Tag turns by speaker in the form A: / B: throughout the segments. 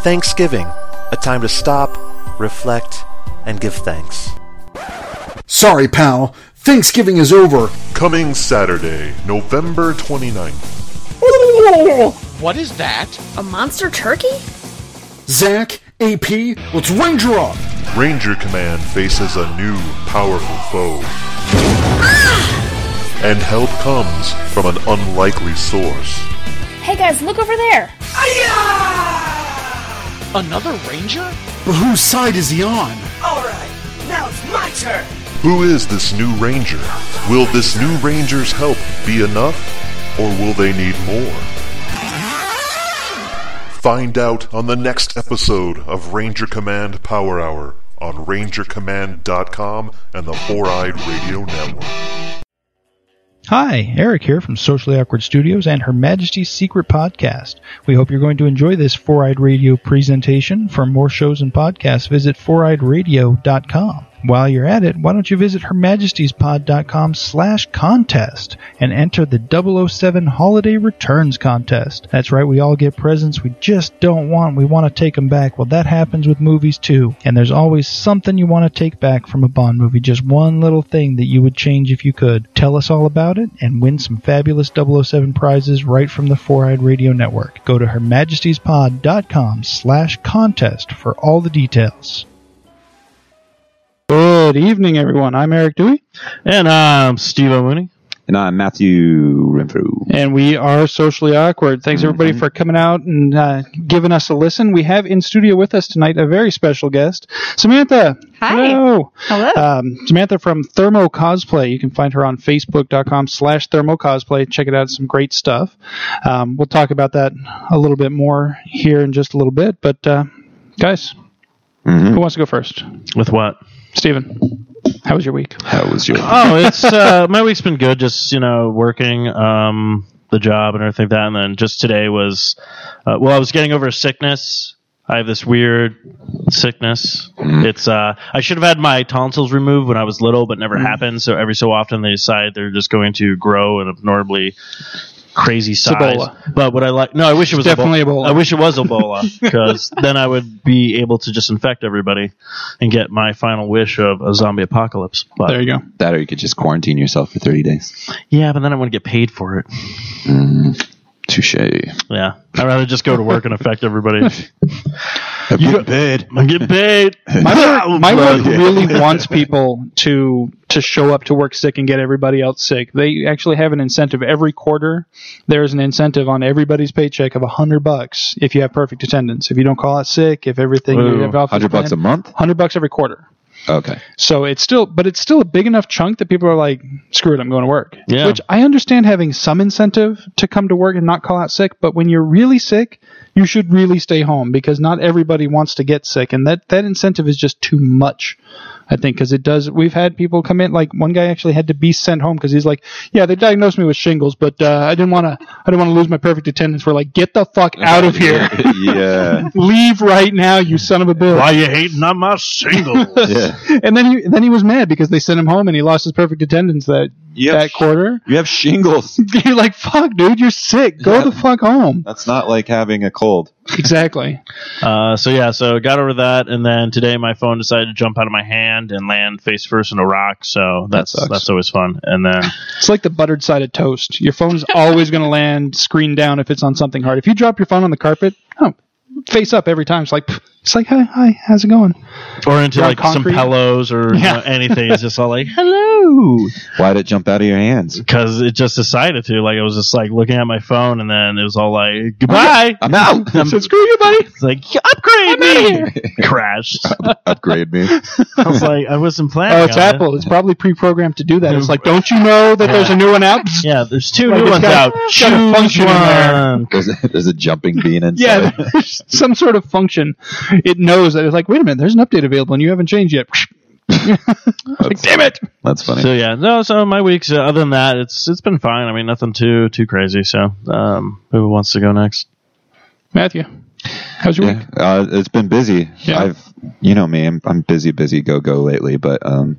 A: Thanksgiving, a time to stop, reflect, and give thanks.
B: Sorry, pal. Thanksgiving is over.
C: Coming Saturday, November 29th.
D: What is that?
E: A monster turkey?
B: Zach, AP, let's Ranger up.
C: Ranger Command faces a new, powerful foe. And help comes from an unlikely source.
E: Hey guys, look over there!
D: Another ranger?
B: But whose side is he on?
F: Alright, now it's my turn!
C: Who is this new ranger? Will this new ranger's help be enough, or will they need more? Find out on the next episode of Ranger Command Power Hour on rangercommand.com and the Four Eyed Radio Network.
G: Hi, Eric here from Socially Awkward Studios and Her Majesty's Secret Podcast. We hope you're going to enjoy this Four Eyed Radio presentation. For more shows and podcasts, visit foureyedradio.com. While you're at it, why don't you visit hermajestiespod.com slash contest and enter the 007 Holiday Returns Contest. That's right, we all get presents we just don't want. We want to take them back. Well, that happens with movies too. And there's always something you want to take back from a Bond movie. Just one little thing that you would change if you could. Tell us all about it and win some fabulous 007 prizes right from the Four Eyed Radio Network. Go to hermajestiespod.com slash contest for all the details. Good evening, everyone. I'm Eric Dewey,
H: And I'm Steve O'Mooney.
I: And I'm Matthew Renfrew.
G: and we are socially awkward. Thanks everybody for coming out and uh, giving us a listen. We have in studio with us tonight a very special guest, Samantha.
J: Hi.
G: Hello.
J: Hello.
G: Um, Samantha from Thermo Cosplay. You can find her on facebook.com slash thermo cosplay. Check it out. Some great stuff. Um, we'll talk about that a little bit more here in just a little bit. But, uh, guys, who wants to go first?
H: With what?
G: Stephen, how was your week?
I: How was your?
H: Oh, it's uh, my week's been good. Just you know, working um, the job and everything like that. And then just today was, uh, well, I was getting over a sickness. I have this weird sickness. It's uh, I should have had my tonsils removed when I was little, but never happened. So every so often they decide they're just going to grow an abnormally crazy size.
G: Ebola.
H: But what I like, no, I wish it was
G: Definitely Ebola.
H: I wish it was Ebola because then I would be able to just infect everybody and get my final wish of a zombie apocalypse. But
G: There you go.
I: That or you could just quarantine yourself for 30 days.
H: Yeah, but then I want to get paid for it.
I: Mm. Touche. I've
H: Yeah, I'd rather just go to work and affect everybody.
I: been bad.
H: I get paid.
G: My work, my
I: well,
G: work
I: yeah.
G: really wants people to to show up to work sick and get everybody else sick. They actually have an incentive every quarter. There's an incentive on everybody's paycheck of a hundred bucks if you have perfect attendance. If you don't call out sick, if everything you
H: Ooh,
G: have off
I: Hundred bucks a month.
G: hundred bucks every quarter.
I: Okay.
G: So it's still, but it's still a big enough chunk that people are like, screw it, I'm going to work.
H: Yeah.
G: Which I understand having some incentive to come to work and not call out sick, but when you're really sick, you should really stay home because not everybody wants to get sick. And that, that incentive is just too much, I think, because it does. We've had people come in, like one guy actually had to be sent home because he's like, yeah, they diagnosed me with shingles, but uh, I didn't want to, I didn't want to lose my perfect attendance. We're like, get the fuck out of here.
I: yeah.
G: Leave right now, you son of a bitch
H: Why you hating on my singles?
I: Yeah.
G: and then he then he was mad because they sent him home and he lost his perfect attendance that
I: Yep.
G: that quarter.
I: You have shingles.
G: You're like, fuck, dude, you're sick. Go the fuck home.
I: That's not like having a cold.
G: Exactly.
H: Uh, so yeah, so got over that, and then today my phone decided to jump out of my hand and land face first in a rock. So that's
G: sucks.
H: that's always fun. And then
G: It's like the buttered side of toast. Your phone's always going to land screen down if it's on something hard. If you drop your phone on the carpet, oh, face up every time. It's like, pff, it's like, hi, hi, how's it going?
H: or into
G: You're on
H: like some
G: concrete?
H: pillows or you
G: Yeah.
H: know, anything. It's just all like
G: Hello.
I: Why'd it jump out of your hands?
H: because it just decided to. Like I was just like looking at my phone, and then it was all like goodbye.
I: I'm out.
G: So screw you, buddy.
H: It's like upgrade me. Crashed.
I: Upgrade me.
H: I was like I wasn't planning.
G: Oh, it's
H: on it.
G: Apple. It's probably pre-programmed to do that. It's like, don't you know that there's a new one out?
H: Yeah, there's two
G: Like,
H: new
G: it's
H: ones
G: got-
H: out.
G: it's got a
H: Choose
G: function in there.
H: one.
I: There's a, there's a jumping bean inside.
G: Yeah, there's some sort of function. It knows that it's like, wait a minute, there's an update available and you haven't changed yet. like, damn it!
I: That's funny.
H: So yeah, no. So my weeks, uh, other than that, it's it's been fine. I mean, nothing too too crazy. So um, who wants to go next?
G: Matthew, how's your
I: Yeah,
G: week?
I: uh, it's been busy.
G: Yeah.
I: I've, you know me, I'm, I'm busy, busy, go, go lately. But um,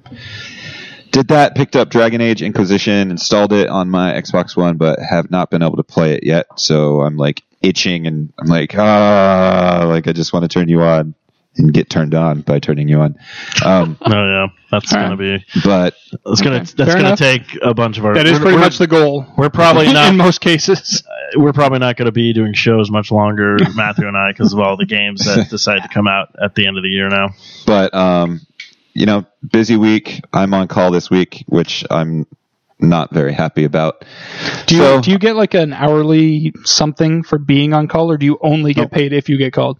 I: Did that, picked up Dragon Age Inquisition, installed it on my Xbox One, but have not been able to play it yet. So I'm like itching and I'm like, ah, like I just want to turn you on and get turned on by turning you on. Um,
H: No, Oh, yeah, that's
G: All
H: gonna be
I: but
H: that's gonna
I: Okay.
H: that's
G: Fair
H: gonna
G: enough.
H: take a bunch of our.
G: That is
H: we're-
G: pretty
H: we're-
G: much the goal.
H: We're probably
G: in
H: not.
G: most cases.
H: We're probably not going to be doing shows much longer, Matthew and I, because of all the games that decide to come out at the end of the year now.
I: but um, you know, busy week. I'm on call this week, which I'm not very happy about.
G: Do you
I: So-
G: do you get like an hourly something for being on call, or do you only get paid if you get called?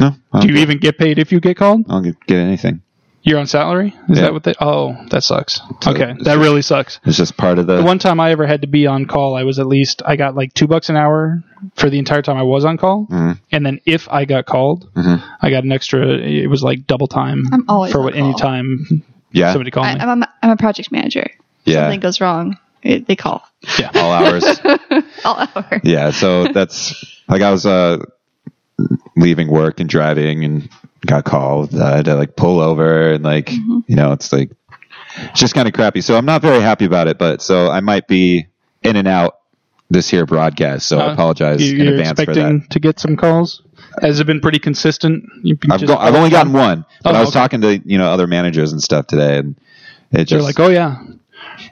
I: No, I
G: Do
I: don't,
G: you even get paid if you get called?
I: I don't get anything.
G: You're on salary? Is
I: Yeah.
G: that what they? Oh, that sucks. Okay,
I: it's
G: that
I: just-
G: really sucks.
I: It's just part of the.
G: The one time I ever had to be on call, I was at least I got like two bucks an hour for the entire time I was on call,
I: Mm-hmm.
G: and then if I got called, I got an extra. It was like double time
F: I'm always
G: for
F: on
G: what any
F: call.
G: time
I: yeah,
G: somebody called
F: I,
G: me.
F: I'm, a, I'm a project manager.
I: yeah,
F: Something goes wrong, it, they call
I: all hours.
F: all hour.
I: yeah, so that's like I was uh, leaving work and driving and got called. I had to like pull over and like
F: Mm-hmm.
I: you know, it's like it's just kind of crappy. So I'm not very happy about it, but so I might be in and out this here broadcast. So I
G: Uh,
I: apologize
G: You-
I: in
G: You're
I: advance for that.
G: expecting to get some calls. Has it been pretty consistent? You've been
I: I've,
G: just-
I: go- I've only gotten one, but
G: Oh,
I: I was
G: okay.
I: talking to you know other managers and stuff today, and it
G: They're
I: just
G: like, oh yeah.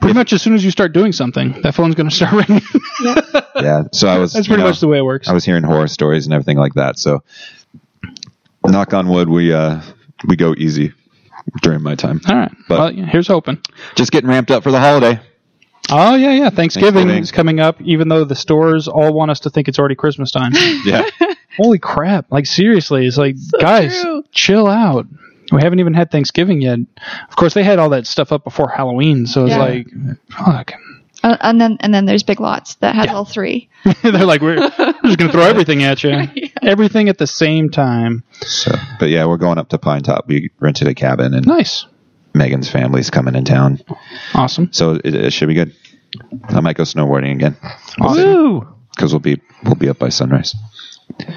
G: Pretty much as soon as you start doing something, that phone's going to start ringing.
I: yeah. So I was
G: "Oh." That's
I: you
G: pretty
I: know,
G: much the way it works.
I: I was hearing horror stories and everything like that. So knock on wood, we uh we go easy during my time.
G: All right.
I: but-
G: well, yeah, here's hoping.
I: Just getting ramped up for the holiday.
G: Oh yeah, yeah. Thanksgiving,
I: Thanksgiving.
G: is coming up. Even though the stores all want us to think it's already Christmas time.
I: Yeah,
G: Holy crap! Like seriously, it's like guys,
F: true.
G: chill out. We haven't even had Thanksgiving yet. Of course, they had all that stuff up before Halloween, so it's
F: Yeah.
G: like, fuck.
F: Uh, and then and then there's big lots that has all three.
G: They're like, we're, we're just gonna throw everything at you, everything at the same time.
I: so but yeah, we're going up to Pine Top. We rented a cabin, and
G: Nice,
I: Megan's family's coming in town,
G: awesome,
I: so it, it should be good. I might go snowboarding again
G: awesome.
I: because we'll be we'll be up by sunrise.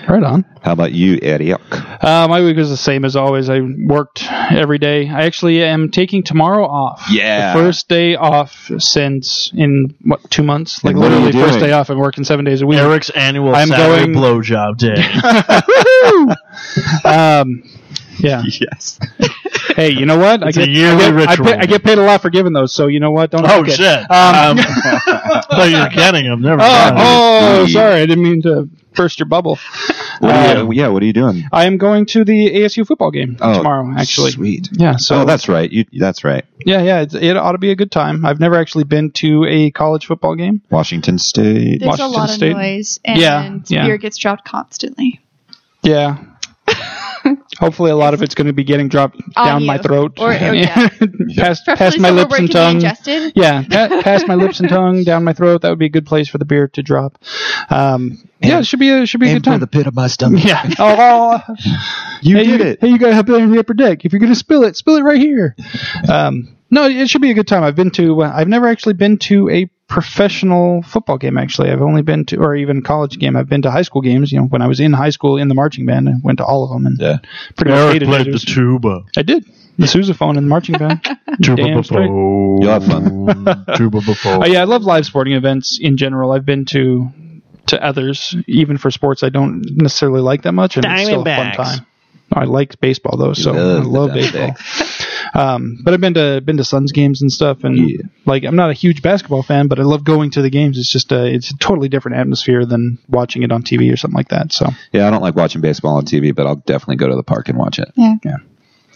G: Right on.
I: How about you, Eric?
G: Uh, my week was the same as always. I worked every day. I actually am taking tomorrow off.
I: Yeah.
G: The first day off since in what two months? Like
I: what are you
G: literally first
I: doing?
G: day off. I'm working seven days a week.
H: Eric's annual
G: I'm
H: Saturday
G: going-
H: blowjob day.
G: Um, yeah.
I: Yes.
G: Hey, you know what? I
H: It's a
G: get, I,
H: yearly
G: get, I,
H: ritual.
G: pay, I get paid a lot for giving those, so you know what? Don't.
H: oh
G: knock it.
H: shit! Um, thought you were kidding. him. never.
G: Oh,
H: mind.
G: oh,
I: Indeed.
G: sorry. Uh, I didn't mean to burst your bubble.
I: What are you, yeah. What are you doing?
G: I am going to the ASU football game
I: Oh,
G: tomorrow. Actually.
I: sweet.
G: Yeah. So
I: oh, that's right. You that's right.
G: yeah, yeah. It, it ought to be a good time. I've never actually been to a college football game.
I: Washington State.
F: There's
G: Washington
F: a lot
G: State?
F: of noise, and
G: Yeah, yeah.
F: beer gets dropped constantly.
G: Yeah. Hopefully, a lot of it's going to be getting dropped
F: On
G: down
F: you.
G: my throat,
F: Or- or yeah.
G: past past
F: Preferably
G: my
F: somewhere
G: lips
F: where it can
G: and tongue.
F: be Ingested.
G: Yeah, pa- past my lips and tongue, down my throat. That would be a good place for the beer to drop. Um, yeah, it should be a should be a good time.
I: pit of my stomach.
G: yeah. Oh, oh.
I: You
G: hey,
I: did
G: you,
I: it.
G: Hey, you got up there in the upper deck. If you're going to spill it, spill it right here. Um, no, it should be a good time. I've been to. uh, I've never actually been to a professional football game. Actually, I've only been to, or even college game. I've been to high school games. You know, when I was in high school in the marching band, I went to all of them and
I: Yeah.
G: pretty much
H: Eric
G: hated it.
H: played
G: It
H: the
G: was-
H: tuba.
G: I did the sousaphone and the marching band. Damn straight.
I: You'll have fun.
H: tuba before.
G: Oh, yeah, I love live sporting events in general. I've been to to others, even for sports I don't necessarily like that much, and it's still a fun
K: Diamondbacks.
G: time. I like baseball though, so
I: love
G: I
I: the
G: love baseball. Um, but I've been to been to Suns games and stuff, and like I'm not a huge basketball fan, but I love going to the games. It's just a it's a totally different atmosphere than watching it on TV or something like that. So
I: Yeah, I don't like watching baseball on TV, but I'll definitely go to the park and watch it.
F: Yeah.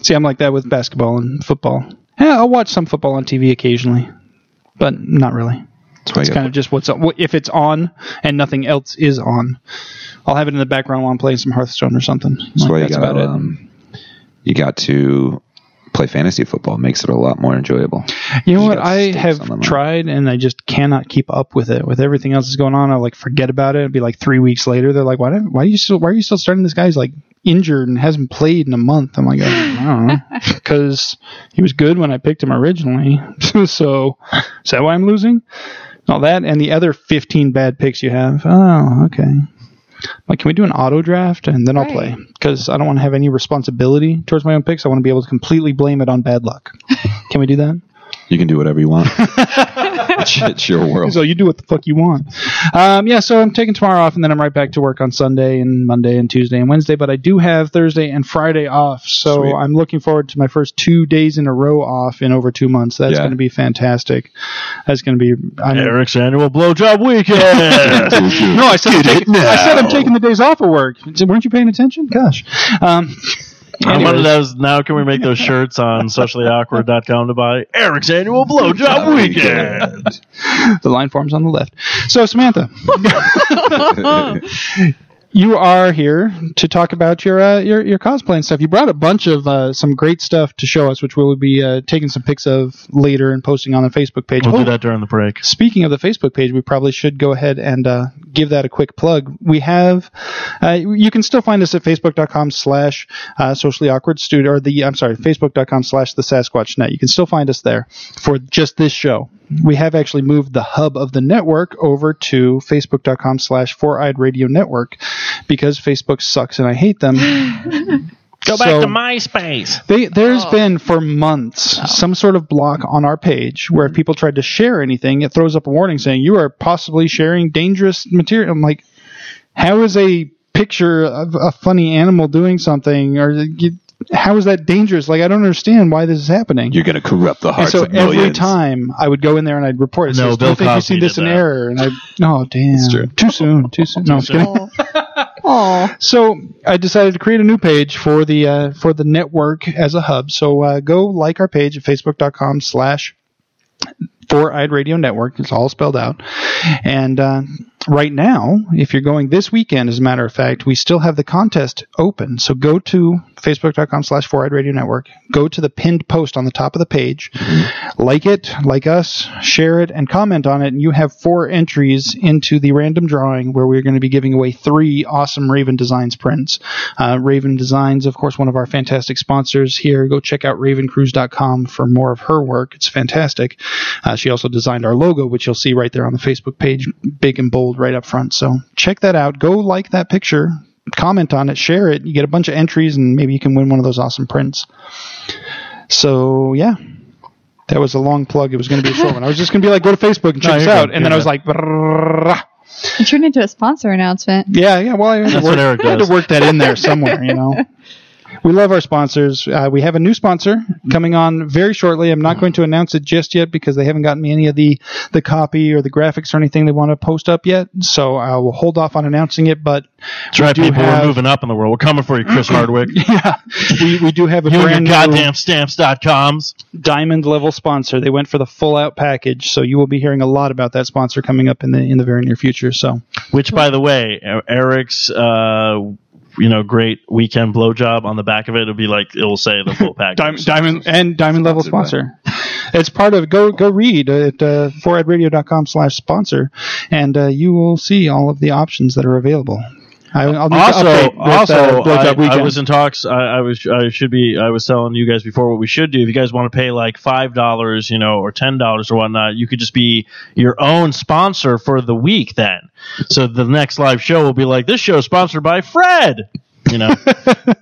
G: see, I'm like that with basketball and football. Yeah, I'll watch some football on TV occasionally, but not really.
I: That's why
G: It's
I: you-
G: kind of just what's what- if it's on and nothing else is on. I'll have it in the background while I'm playing some Hearthstone or something.
I: that's
G: Like,
I: why you
G: that's
I: got
G: about it.
I: um, you got to play fantasy football. It makes it a lot more enjoyable.
G: you know
I: you
G: what?
I: gotta
G: I
I: stick
G: have
I: something on.
G: tried and I just cannot keep up with it. With everything else that's going on, I like forget about it. It'd be like three weeks later. They're like, why? don't- Why are you still? Why are you still starting this guy? He's like injured and hasn't played in a month. I'm like, "Oh, I don't know, because he was good when I picked him originally. so is that why I'm losing? All that and the other 15 bad picks you have. Oh, okay. Like, can we do an auto draft and then I'll play? Because I don't want to have any responsibility towards my own picks. I want to be able to completely blame it on bad luck. can we do that?
I: You can do whatever you want. it's, it's your world.
G: So you do what the fuck you want. Um, yeah, so I'm taking tomorrow off, and then I'm right back to work on Sunday and Monday and Tuesday and Wednesday. But I do have Thursday and Friday off, so
I: Sweet.
G: I'm looking forward to my first two days in a row off in over two months. That's
I: Yeah.
G: going to be fantastic. That's going to be. I'm,
H: Eric's annual blowjob weekend.
G: no, I said, I'm taking, I said I'm taking the days off of work. Weren't you paying attention? Gosh. Um,
H: I'm one
G: anyways.
H: of those. Now, can we make those shirts on sociallyawkward.com to buy Eric's annual blowjob weekend?
G: the line forms on the left. So, Samantha, you are here to talk about your uh, your your cosplay and stuff. You brought a bunch of uh, some great stuff to show us, which we will be uh, taking some pics of later and posting on the Facebook page.
H: We'll
G: Oh,
H: do that during the break.
G: Speaking of the Facebook page, we probably should go ahead and uh, give that a quick plug. We have, uh, you can still find us at facebook.com slash uh, socially awkward studio, or the, I'm sorry, facebook.com slash the Sasquatch net. You can still find us there for just this show. We have actually moved the hub of the network over to facebook.com slash four eyed radio network because Facebook sucks and I hate them.
H: Go
G: So-
H: back to MySpace.
G: They, there's been for months some sort of block on our page where if people tried to share anything, it throws up a warning saying you are possibly sharing dangerous material. I'm like, how is a picture of a funny animal doing something, or you- how is that dangerous? Like, I don't understand why this is happening.
I: You're going to corrupt the
G: and
I: hearts
G: so
I: of millions.
G: every time I would go in there and I'd report it.
H: No,
G: says,
H: Bill
G: "Don't think you
H: Cosby
G: seen this
H: did
G: in
H: that."
G: error, and I, no, damn, too soon, too soon. No, I'm just kidding.
F: Oh,
G: So I decided to create a new page for the uh, for the network as a hub. So uh, go like our page at facebook.com slash Four Eyed Radio Network. It's all spelled out. And uh, right now, if you're going this weekend, as a matter of fact, we still have the contest open. So go to facebook.com slash Four Eyed Radio Network. Go to the pinned post on the top of the page. Like it, like us, share it, and comment on it. And you have four entries into the random drawing where we're going to be giving away three awesome Raven Designs prints. Uh, Raven Designs, of course, one of our fantastic sponsors here. Go check out ravencruz.com for more of her work. It's fantastic. Uh, she also designed our logo, which you'll see right there on the Facebook page, big and bold right up front. So check that out. Go like that picture, comment on it, share it. You get a bunch of entries, and maybe you can win one of those awesome prints. So, yeah. That was a long plug. It was going to be a short one. I was just going to be like, go to Facebook and check
H: No,
G: us
H: you're
G: out.
H: good.
G: And then I was
H: You're good.
G: like, "Brrrr."
F: it turned into a sponsor announcement.
G: Yeah, yeah. Well, I had, to
H: what
G: work,
H: Eric
G: I had to
H: does.
G: work that in there somewhere, you know. We love our sponsors. Uh, we have a new sponsor coming on very shortly. I'm not going to announce it just yet because they haven't gotten me any of the, the copy or the graphics or anything they want to post up yet. So I will hold off on announcing it. But
H: That's right,
G: do
H: people.
G: have-
H: We're moving up in the world. We're coming for you, Chris Hardwick. you
G: yeah, we, we do have a
H: and
G: brand new
H: your goddamn stamps.coms.
G: diamond level sponsor. They went for the full out package. So you will be hearing a lot about that sponsor coming up in the in the very near future. So
H: Which, by the way, E- Eric's uh, you know great weekend blowjob on the back of it will be like it'll say the full package.
G: Diamond, diamond and diamond level
I: Sponsored
G: sponsor. It's part of go go read at uh, foreheadradio.com slash sponsor, and uh, you will see all of the options that are available. I, I'll need to
H: also,
G: update with,
H: also,
G: uh, Blowjob
H: I, I
G: Weekend.
H: was in talks. I, I was, I should be. I was telling you guys before what we should do. If you guys want to pay like five dollars, you know, or ten dollars or whatnot, you could just be your own sponsor for the week. Then, so the next live show will be like this show is sponsored by Fred. You know,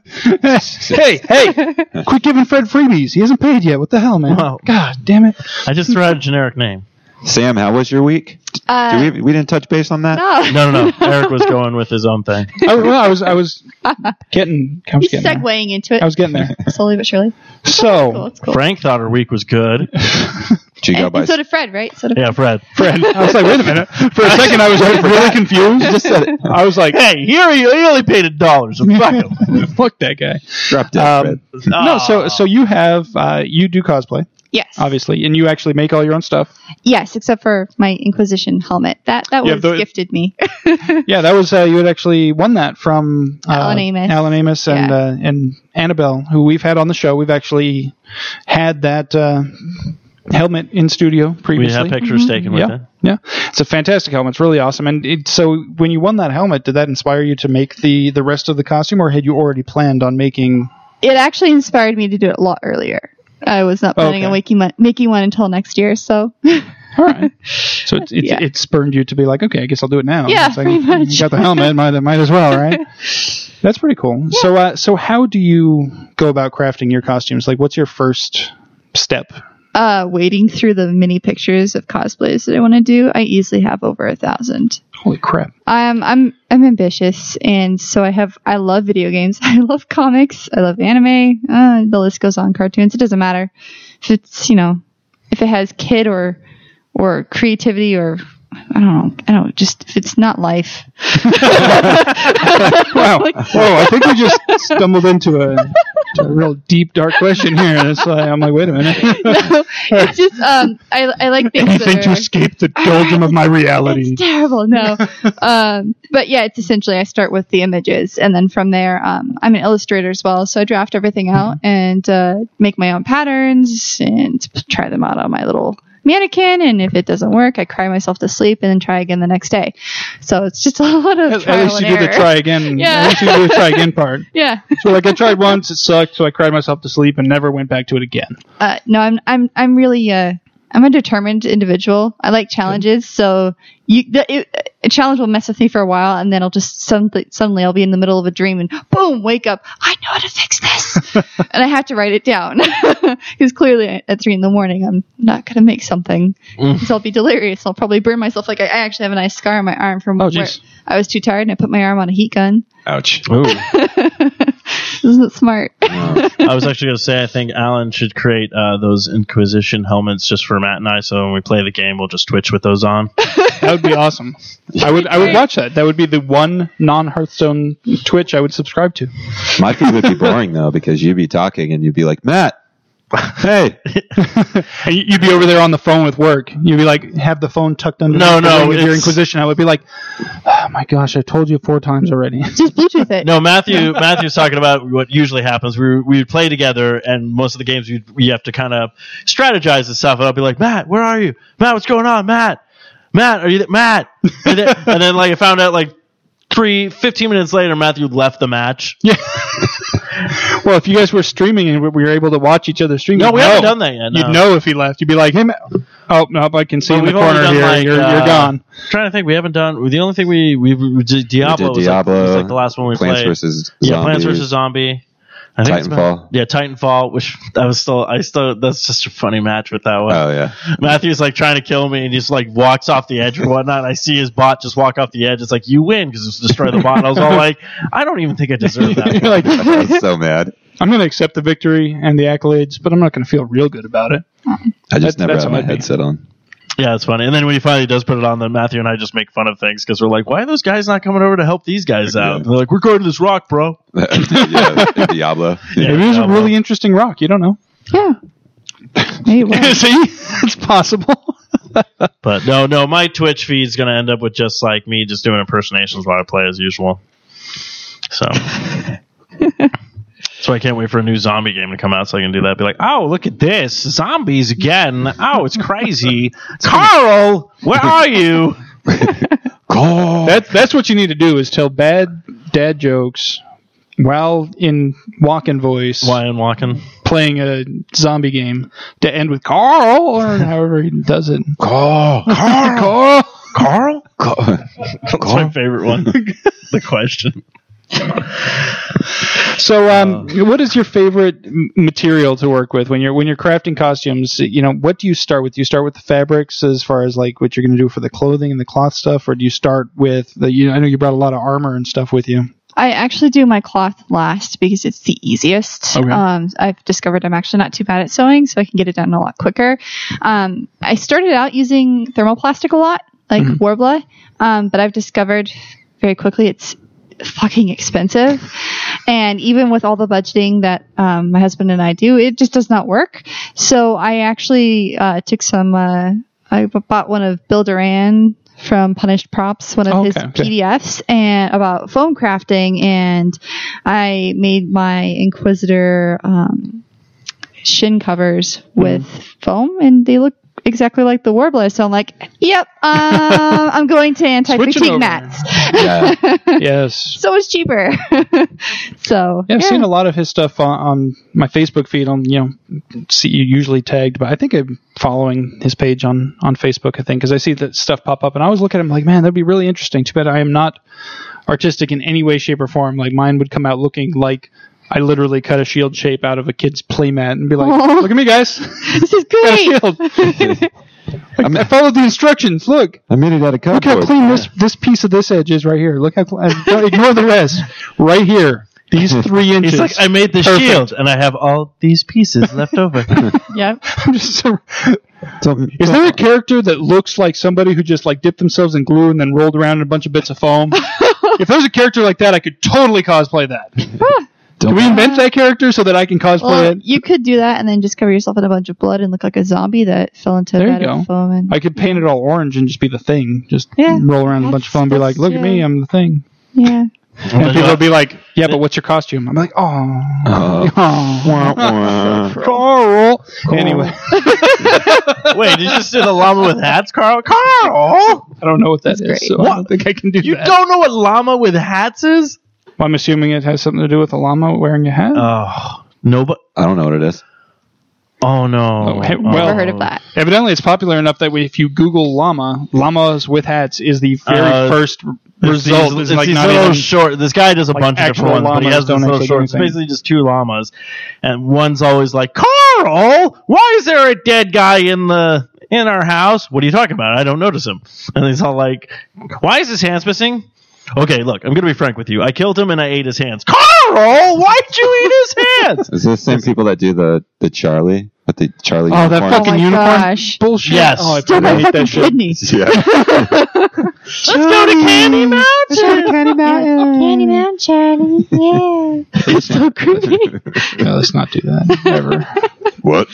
G: hey, hey! Quit giving Fred freebies. He hasn't paid yet. What the hell, man?
H: Wow.
G: God damn it!
H: I just threw out a generic name.
I: Sam, how was your week?
F: Uh,
I: Did we, we didn't touch base on that?
F: oh,
H: No, no, no. Eric was going with his own thing.
G: I, well, I was I was getting I was
F: he's
G: getting there.
F: segueing into it
G: I was getting there.
F: slowly but surely. Cool,
G: So
F: it's cool.
H: Frank thought her week was good.
I: Did you go
F: And,
I: by
F: and so did Fred, right? So did
H: Yeah, Fred.
G: Fred, I was like, wait a minute. For a second, I was really confused. Uh, Just said it. I was like,
H: Hey, here he, he only paid a dollar. So fuck him.
G: fuck that guy.
I: drop dead,
G: um,
I: Fred?
G: No, so so you have uh, you do cosplay
F: Yes.
G: obviously, and you actually make all your own stuff.
F: Yes, except for my Inquisition helmet. That that
G: Yeah,
F: was
G: the-
F: gifted me.
G: Yeah, that was uh, you had actually won that from uh,
F: Alan Amos.
G: Alan Amos and
F: Yeah.
G: uh, and Annabelle, who we've had on the show. We've actually had that uh, helmet in studio
H: we
G: previously.
H: have pictures taken with
G: yeah,
H: it.
G: yeah, it's a fantastic helmet. It's really awesome. And it, so, when you won that helmet, did that inspire you to make the the rest of the costume, or had you already planned on making?
F: it actually inspired me to do it a lot earlier. I was not planning on
G: Okay.
F: making one, making one until next year. So
G: All right. So it, it,
F: Yeah.
G: it spurned you to be like, okay, I guess I'll do it now.
F: Yeah,
G: It's like,
F: pretty much.
G: You got the helmet, might might as well, right? That's pretty cool. So, uh, so how do you go about crafting your costumes? Like, what's your first step?
F: uh, wading through the mini pictures of cosplays that I want to do, I easily have over a thousand.
L: Holy crap!
F: Um, I'm I'm ambitious, and so I have I love video games. I love comics. I love anime. Uh, the list goes on. Cartoons. It doesn't matter if it's you know if it has kid or or creativity or I don't know. I don't just if it's not life.
G: Wow. Whoa, Oh, I think we just stumbled into a, to a real deep, dark question here. That's why I'm like, wait a minute.
F: It's just um I I like things
G: Anything
F: that
G: to
F: are,
G: escape the doldrum of my reality.
F: It's terrible. No. um, but yeah, it's essentially I start with the images, and then from there, um, I'm an illustrator as well, so I draft everything out
G: Mm-hmm.
F: and uh, make my own patterns and try them out on my little mannequin. And if it doesn't work, I cry myself to sleep and then try again the next day. So it's just a lot of
G: At,
F: trial
G: at least
F: and
G: you did
F: error.
G: the try again.
F: Yeah.
G: At least you did the try again part.
F: Yeah.
G: So like I tried once, it sucked, so I cried myself to sleep and never went back to it again.
F: Uh, no, I'm I'm I'm really uh I'm a determined individual. I like challenges, so you the, it, a challenge will mess with me for a while, and then I'll just suddenly suddenly I'll be in the middle of a dream and boom, wake up. I know how to fix this, and I have to write it down because clearly at three in the morning I'm not gonna make something.
G: Mm.
F: So I'll be delirious. I'll probably burn myself. Like I, I actually have a nice scar on my arm from where
G: Oh, jeez.
F: I was too tired and I put my arm on a heat gun.
M: Ouch.
F: Isn't it smart?
H: I was actually going to say I think Alan should create uh, those Inquisition helmets just for Matt and I. So when we play the game, we'll just twitch with those on.
G: That would be awesome. I would I would watch that. That would be the one non Hearthstone Twitch I would subscribe to.
M: My feed would be boring though because you'd be talking and you'd be like, Matt, hey,
G: And you- you'd be over there on the phone with work. You'd be like, have the phone tucked under
H: No,
G: the
H: no,
G: ring with your
H: it's-
G: Inquisition. I would be like, oh my gosh, I told you four times already.
F: Just Bluetooth it.
H: No, Matthew. Matthew's talking about what usually happens. We we would play together, and most of the games we we have to kind of strategize and stuff. And I'll be like, Matt, where are you? Matt, what's going on? Matt, Matt, are you th- Matt? And then, and then like I found out like three, 15 minutes later, Matthew left the match.
G: well, if you guys were streaming and we- we were able to watch each other stream,
H: No,
G: you'd
H: we haven't done that yet, no.
G: You'd know if he left. You'd be like, hey, Matt. oh no, I can see
H: But
G: in the
H: we've only
G: corner
H: done,
G: here.
H: like,
G: you're,
H: uh,
G: you're gone.
H: trying to think, we haven't done the only thing we we, we did Diablo.
M: did
H: was, like-
M: Diablo,
H: was, like, the last one we
M: Plants
H: played.
M: versus
H: Yeah, Plants
M: Zombies.
H: versus Zombie. I think it's been-
M: Titanfall.
H: yeah, Titanfall, which I was still, I still, that's just a funny match with that one.
M: oh yeah,
H: Matthew's like trying to kill me and he just like walks off the edge or whatnot. And I see his bot just walk off the edge. It's like, you win because it's destroy the bot. And I was all like, I don't even think I deserve that.
G: You're like,
M: I was so mad.
G: I'm going to accept the victory and the accolades, but I'm not going to feel real good about it.
M: I just
G: That-
M: never
G: that's
M: had
G: what
M: my
G: I'd be.
M: headset on.
H: Yeah, it's funny. And then when he finally does put it on, then Matthew and I just make fun of things because we're like, why are those guys not coming over to help these guys out?
M: Yeah.
H: They're like, we're going to this rock, bro.
M: yeah, in Diablo.
H: Yeah.
M: Yeah.
G: Maybe it was a
H: Diablo.
G: really interesting rock. You don't know.
F: Yeah. Maybe it was.
G: See, it's possible.
H: But no, no, my Twitch feed's going to end up with just like me just doing impersonations while I play as usual. So. So I can't wait for a new zombie game to come out so I can do that. Be like, oh, look at this. Zombies again. Oh, it's crazy. Carl, where are you?
G: That, that's what you need to do is tell bad dad jokes while in walking voice
H: Why I'm walking.
G: playing a zombie game to end with Carl or however he does it.
M: Carl, Carl, Carl, Carl.
H: That's my favorite one. the question.
G: So, um, what is your favorite m- material to work with when you're when you're crafting costumes? You know, what do you start with? Do you start with the fabrics as far as like what you're going to do for the clothing and the cloth stuff, or do you start with the? You know, I know you brought a lot of armor and stuff with you.
F: I actually do my cloth last because it's the easiest.
G: Okay.
F: Um, I've discovered I'm actually not too bad at sewing, so I can get it done a lot quicker. Um, I started out using thermoplastic a lot, like Warbler, um, but I've discovered very quickly it's fucking expensive. And even with all the budgeting that um, my husband and I do, it just does not work. So I actually uh, took some. Uh, I b- bought one of Bill Duran from Punished Props, one of his
G: Oh, Okay, okay.
F: PDFs, and about foam crafting, and I made my Inquisitor um, shin covers with
G: Hmm.
F: foam, and they look. Exactly like the Warbler, so I'm like, yep, um, I'm going to
G: Switch it over.
F: anti-fatigue mats,
M: Yeah.
G: yes.
F: so it's cheaper. so
G: Yeah, I've
F: yeah.
G: seen a lot of his stuff on, on my Facebook feed. On you know, see you usually tagged, but I think I'm following his page on on Facebook. I think because I see that stuff pop up, and I always look at him like, man, that'd be really interesting. Too bad I am not artistic in any way, shape, or form. Like mine would come out looking like I literally cut a shield shape out of a kid's playmat and be like, "Look at me, guys!
F: This is
G: Got a
F: great.
G: shield. I, I followed the instructions. Look,
M: I made it out of
G: look how
M: cardboard.
G: clean this this piece of this edge is right here. Look how clean. Don't ignore the rest. Right here, these three inches.
H: He's like, I made the
G: Perfect.
H: shield, and I have all these pieces left over.
F: Yep.
G: I'm just so-
M: Don't-
G: Is there a character that looks like somebody who just like dipped themselves in glue and then rolled around in a bunch of bits of foam? if there was a character like that, I could totally cosplay that.
M: don't-
G: Can we invent that character so that I can cosplay
F: Well,
G: it?
F: you could do that and then just cover yourself in a bunch of blood and look like a zombie that fell into
G: There
F: a
G: you
F: vat
G: go.
F: of foam. And,
G: I could paint it all orange and just be the thing. Just
F: Yeah,
G: roll around in a bunch
F: that's-
G: of foam and be like,
F: that's-
G: look at me,
F: yeah.
G: I'm the thing.
F: yeah.
H: Oh
G: And people would be like, yeah, but what's your costume? I'm like, oh.
M: Uh,
H: Oh.
M: wah, wah.
G: Carl. Anyway,
H: Wait, you just did a llama with hats, Carl? Carl,
G: I don't know what that is,
F: That's great.
G: so I don't think I can do
H: you
G: that.
H: don't know what llama with hats is?
G: Well, I'm assuming it has something to do with a llama wearing a hat.
H: Oh, nobody.
M: I don't know what it is.
H: Oh no.
G: Oh, hey, well-
F: Never heard of that.
G: Evidently, it's popular enough that we, if you Google llama, llamas with hats is the very
H: Uh,
G: first r-
H: There's these-
G: result. Is
H: it's
G: like
H: these
G: not
H: little
G: even,
H: short. This guy does a
G: like,
H: bunch of different
G: actual
H: ones, but he
G: llamas
H: has these
G: don't
H: little
G: actually do
H: short. It's
G: anything.
H: basically just two llamas, and one's always like, "Carl, why is there a dead guy in the in our house? What are you talking about? I don't notice him." And he's all like, "Why is his hands missing?" Okay, look, I'm gonna be frank with you. I killed him and I ate his hands. Carl, why'd you eat his hands?
M: Is this the same people that do the the Charlie? But the Charlie.
G: oh, that
M: unicorn?
G: fucking
F: my
G: unicorn
F: gosh.
G: bullshit.
H: Yes.
G: Oh, I
F: Still
G: fucking
F: my
G: hate
F: fucking
G: that shit.
F: kidney.
M: Yeah.
H: Let's go to Candy Mountain.
F: Candy Mountain. Candy Mountain, Charlie. Yeah. it's so creepy.
G: No, let's not do that. Ever.
C: What?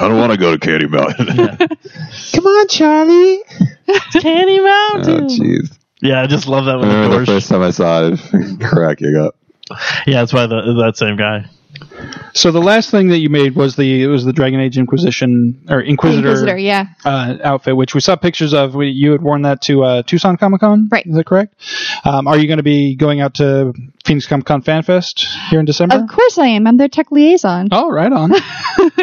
C: I don't want to go to Candy Mountain.
H: Come on, Charlie. Candy
M: Oh,
H: Mountain.
M: jeez.
H: yeah, I just love that
M: I
H: one. the
M: remember the
H: doors-
M: first time I saw it, cracking up.
H: Yeah, that's why the, that same guy.
G: So the last thing that you made was the it was the Dragon Age Inquisition or Inquisitor,
F: Inquisitor, yeah.
G: uh, outfit, which we saw pictures of. We, you had worn that to uh, Tucson Comic Con,
F: Right.
G: Is that correct? Um, are you going to be going out to Phoenix Comic Con Fan Fest here in December?
F: Of course I am. I'm their tech liaison.
G: Oh, right on.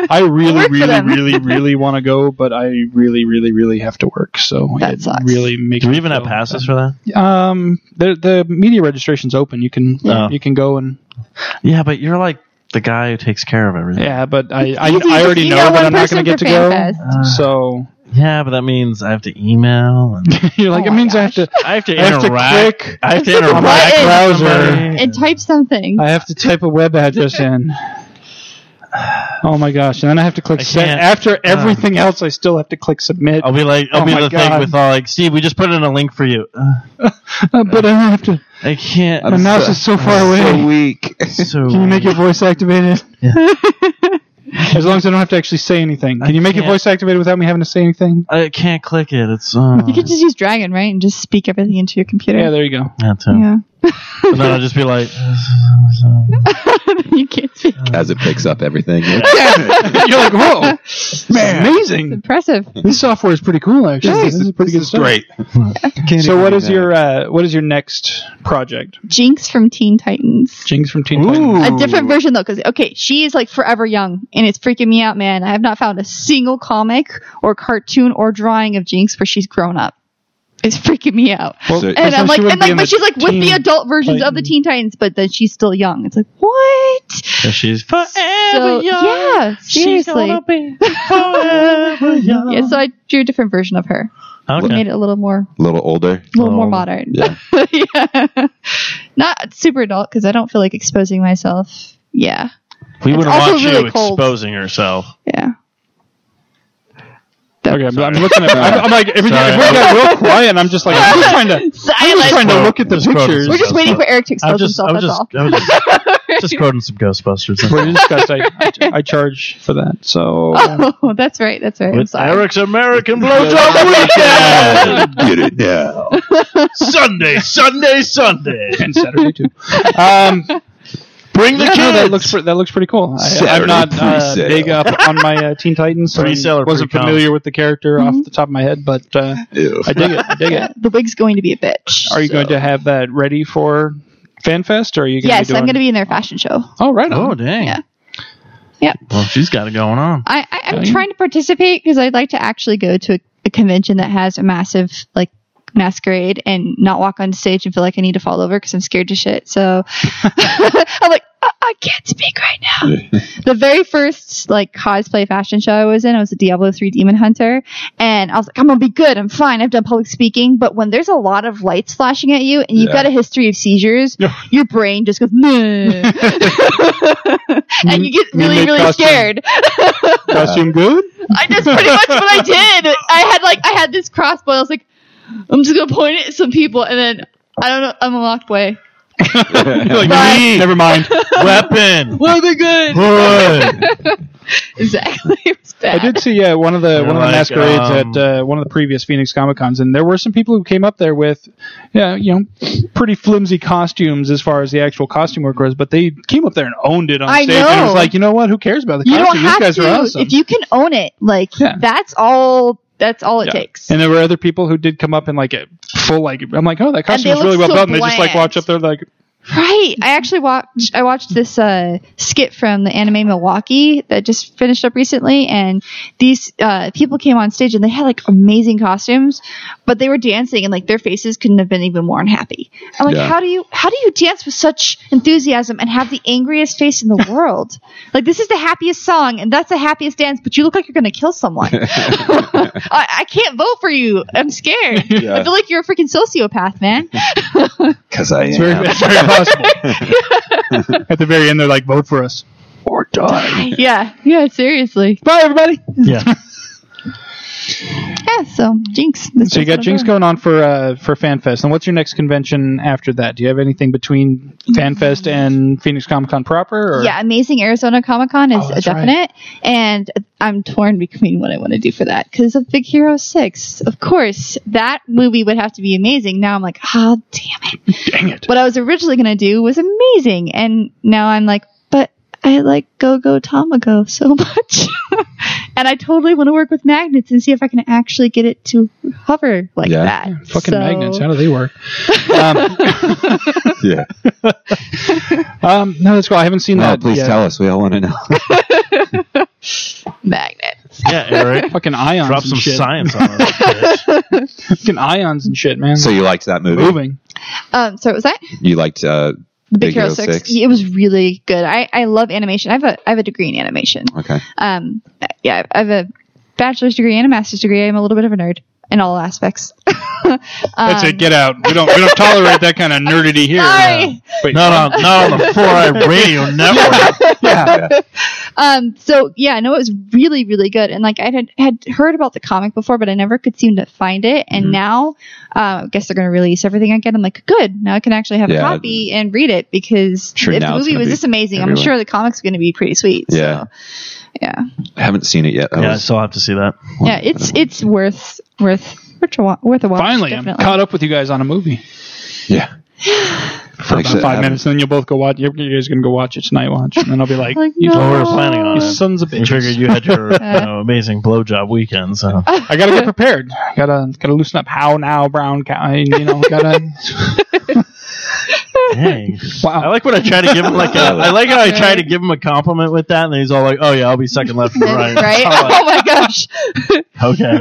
G: I really,
F: Work for
G: really,
F: them.
G: really, really want to go, but I really, really, really have to work. So
F: That
G: it
F: sucks.
G: really makes.
H: Do we
G: me
H: even have
G: feel-
H: passes for that?
G: Um, the the media registration's open. You can
H: Yeah.
G: you can go and
H: Oh. Yeah, but you're like the guy who takes care of everything.
G: yeah, but I I,
F: easy.
G: I already
F: You
G: know
F: know
G: that
F: one
G: I'm not
F: person
G: going to get
F: for
G: to go. Uh,
F: FanFest.
G: So
H: Yeah, but that means I have to email. And
G: you're like
F: Oh
G: it
F: my
G: means I have to
H: I have to
G: I have to
H: interact.
G: click
H: I have to
F: Click the
H: interact.
F: button.
H: with
G: Browser.
H: somebody.
F: And type something.
G: I have to type a web address in. Oh my gosh! And then I have to click
H: I
G: send.
H: can't. Uh.
G: After everything else, I still have to click submit.
H: I'll be like, I'll
G: Oh
H: be
G: my
H: the thing
G: God.
H: with all like, Steve, we just put in a link for you. Uh,
G: Uh, but I don't have to.
H: I can't.
G: My mouse is so far away.
M: So weak.
H: so
G: Can you make your voice activated?
H: Yeah.
G: as long as I don't have to actually say anything. Can you make your
H: can't.
G: voice activated without me having to say anything?
H: I can't click it. It's uh,
F: You could just use Dragon, right? And just speak everything into your computer.
G: Yeah, there you go.
H: yeah, too.
F: Yeah.
H: And then I'll just be like,
F: you can't speak.
M: As it picks up everything.
G: You're like, whoa, man, amazing.
F: Impressive.
G: This software is pretty cool, actually.
M: Yes,
G: this is pretty good stuff.
M: Great.
G: So, what is your uh, what is your next project?
F: Jinx from Teen Titans.
G: Jinx from Teen Titans.
F: A different version though, because okay, she is like forever young, and it's freaking me out, man. I have not found a single comic or cartoon or drawing of Jinx where she's grown up. It's freaking me out.
G: Well,
M: So-
F: And
G: so
F: I'm
G: she
F: like,
G: wouldn't
F: and
G: be
F: like,
G: in
F: but she's like with the
G: Teen
F: adult versions of the
G: Titans.
F: Teen Titans, but then she's still young. It's like what?
H: and she's forever
F: So
H: young.
F: yeah,
H: She's
F: seriously.
H: gonna be forever young.
F: Yeah, so I drew a different version of her.
H: okay.
F: Made it a little more,
M: A little older.
F: a little more
H: Oh,
F: modern.
M: yeah.
F: Yeah. not super adult because I don't feel like exposing myself. Yeah,
H: We
F: It's
H: wouldn't
F: also
H: want you
F: really cold.
H: exposing herself.
F: yeah.
G: Okay, I'm, I'm looking at. I'm, I'm like, everything,
H: Sorry.
G: everyone got real quiet, and I'm just like, I'm just trying to, I'm just
F: Silence.
G: trying to
H: Well,
G: look at the
H: just quote
G: pictures.
F: We're just waiting for Eric to
H: I
F: expose
H: was just,
F: himself.
H: I was
F: That's
H: just, I was just, just quoting some Ghostbusters.
G: We're discussed. I, I charge for that, so uh,
F: all. Oh, that's right. That's right. I'm
H: With
F: sorry.
H: Eric's American Blowjob Weekend!
M: Get it now.
H: Sunday, Sunday, Sunday!
G: and Saturday too. Um,
H: Bring the
G: Yeah, no,
H: kids!
G: that looks pre- that looks pretty cool. I,
M: Saturday
G: I'm not uh,
M: pre-sale.
G: big up on my uh, Teen Titans, so I
H: Pre-sale or
G: wasn't
H: pre-con?
G: familiar with the character off the top of my head, but uh,
M: Ew.
G: I dig it. I dig
F: Yeah,
G: it.
F: the wig's going to be a bitch.
G: Are you going to have that ready for FanFest, or are you? Gonna
F: yes,
G: be doing...
F: I'm going to be in their fashion show.
G: Oh, right.
H: oh,
G: On.
H: dang.
F: Yeah. Yep.
H: Well, she's got it going on.
F: I, I, I'm
G: Okay.
F: trying to participate because I'd like to actually go to a, a convention that has a massive like masquerade and not walk on stage and feel like I need to fall over because I'm scared to shit. So I'm like, I-, I can't speak right now. the very first like cosplay fashion show I was in, I was a Diablo 3 Demon Hunter. And I was like, I'm going to be good. I'm fine. I've done public speaking. But when there's a lot of lights flashing at you and you've
M: Yeah.
F: got a history of seizures, your brain just goes, "Meh." and you get
G: You
F: really,
G: make
F: really
G: costume-
F: scared.
G: Costume good?
F: I that's pretty much what I did. I had like I had this crossbow. I was like, I'm just gonna point it at some people, and then I don't know. I'm a locked way.
G: Like,
F: Bye.
G: Never mind.
H: Weapon.
F: Well, they're good.
H: Hood.
F: exactly. It was bad.
G: I did see uh, one of the one of the
H: Like,
G: masquerades
H: um,
G: at uh, one of the previous Phoenix Comic Cons, and there were some people who came up there with, yeah, you know, pretty flimsy costumes as far as the actual costume work was, but they came up there and owned it on
F: I
G: stage. And it was
F: know.
G: like, you know what? Who cares about the
F: You don't
G: costume? These
F: have
G: guys
F: to
G: are awesome.
F: if you can own it. Like
G: Yeah.
F: that's all. That's all it
G: Yeah.
F: takes.
G: And there were other people who did come up in like a full like I'm like, oh, that costume
F: they
G: is really well
F: look so
G: done. They just like
F: bland.
G: watch up there like
F: Right. I actually watched I watched this uh, skit from the anime Milwaukee that just finished up recently, and these uh, people came on stage and they had like amazing costumes, but they were dancing and like their faces couldn't have been even more unhappy. I'm like,
M: Yeah.
F: how do you how do you dance with such enthusiasm and have the angriest face in the world? like this is the happiest song and that's the happiest dance, but you look like you're gonna kill someone. I, I can't vote for you. I'm scared. I feel like you're a freaking sociopath, man.
M: Because I
G: it's very,
M: am.
G: it's very possible. at the very end, they're like, vote for us.
M: Or die.
F: yeah. Yeah. Seriously.
G: Bye, everybody.
H: Yeah.
F: Yeah, so Jinx. That's
G: So you got
F: what I'm
G: Jinx
F: doing.
G: going on for uh, for FanFest, and what's your next convention after that? Do you have anything between FanFest and Phoenix Comic Con proper? Or?
F: Mm. Yeah, Amazing Arizona Comic Con is
G: Oh,
F: a
G: that's right.
F: definite, and I'm torn between what I want to do for that because of Big Hero Six. Of course, that movie would have to be amazing. Now I'm like, oh damn it!
G: Dang it!
F: What I was originally gonna do was amazing, and now I'm like, but I like Go Go Tamago so much, and I totally want to work with magnets and see if I can actually get it to hover like
M: Yeah.
F: that.
G: Fucking
F: So-
G: magnets. How do they work? um,
M: Yeah.
G: um, no, that's cool. I haven't seen
M: No,
G: that.
M: please
G: yet.
M: tell us. We all want to know.
F: Magnets.
H: Yeah, Eric.
G: Fucking ions.
H: Drop
G: and
H: some
G: shit.
H: science on us. bitch.
G: Fucking ions and shit, man.
M: so you liked that movie?
G: moving.
F: Um, so what was that?
M: You liked uh,
F: The Big, Hero, 6. It was really good. I, I love animation. I have a I have a degree in animation.
M: Okay.
F: Um, yeah, I have a bachelor's degree and a master's degree. I'm a little bit of a nerd in all aspects. Um,
G: That's it. Get out. We don't we don't tolerate that kind of nerdity here.
H: uh,
F: Sorry.
G: Wait,
H: not on not on the Four Eye Radio Network.
F: Um, so yeah, no, it was really really good. And like I had had heard about the comic before, but I never could seem to find it. And
M: Mm-hmm.
F: now, uh, I guess they're going to release everything again. I'm like, good. Now I can actually have a
M: Yeah.
F: copy and read it because
M: Sure,
F: if the
M: now it's
F: movie
M: gonna
F: was
M: be
F: this amazing, I'm
M: everywhere.
F: sure the comic's going to be pretty sweet. So,
M: Yeah.
F: yeah.
M: I haven't seen it yet. I
H: Yeah, I
M: was-
H: still have to see that.
F: yeah, it's it's worth worth worth a wa- worth a watch.
G: Finally, I'm
F: definitely.
G: caught up with you guys on a movie.
M: yeah.
G: For about five minutes, and then you'll both go watch. You guys gonna go watch it tonight, watch, and then I'll be like,
F: Like,
G: you,
F: no.
H: Well, we were planning on
G: Oh, you
H: it.
G: sons of
H: We figured
G: bitches.
H: you had your you know, amazing blowjob weekend, so
G: I gotta get prepared. I gotta gotta loosen up. How now, brown cow? I, you know, gotta.
H: dang.
G: Wow.
H: I like when I try to give him like a. I like how I try to give him a compliment with that, and he's all like, "Oh yeah, I'll be second left and right."
F: right?
H: I'm
F: Oh my gosh.
H: like, okay.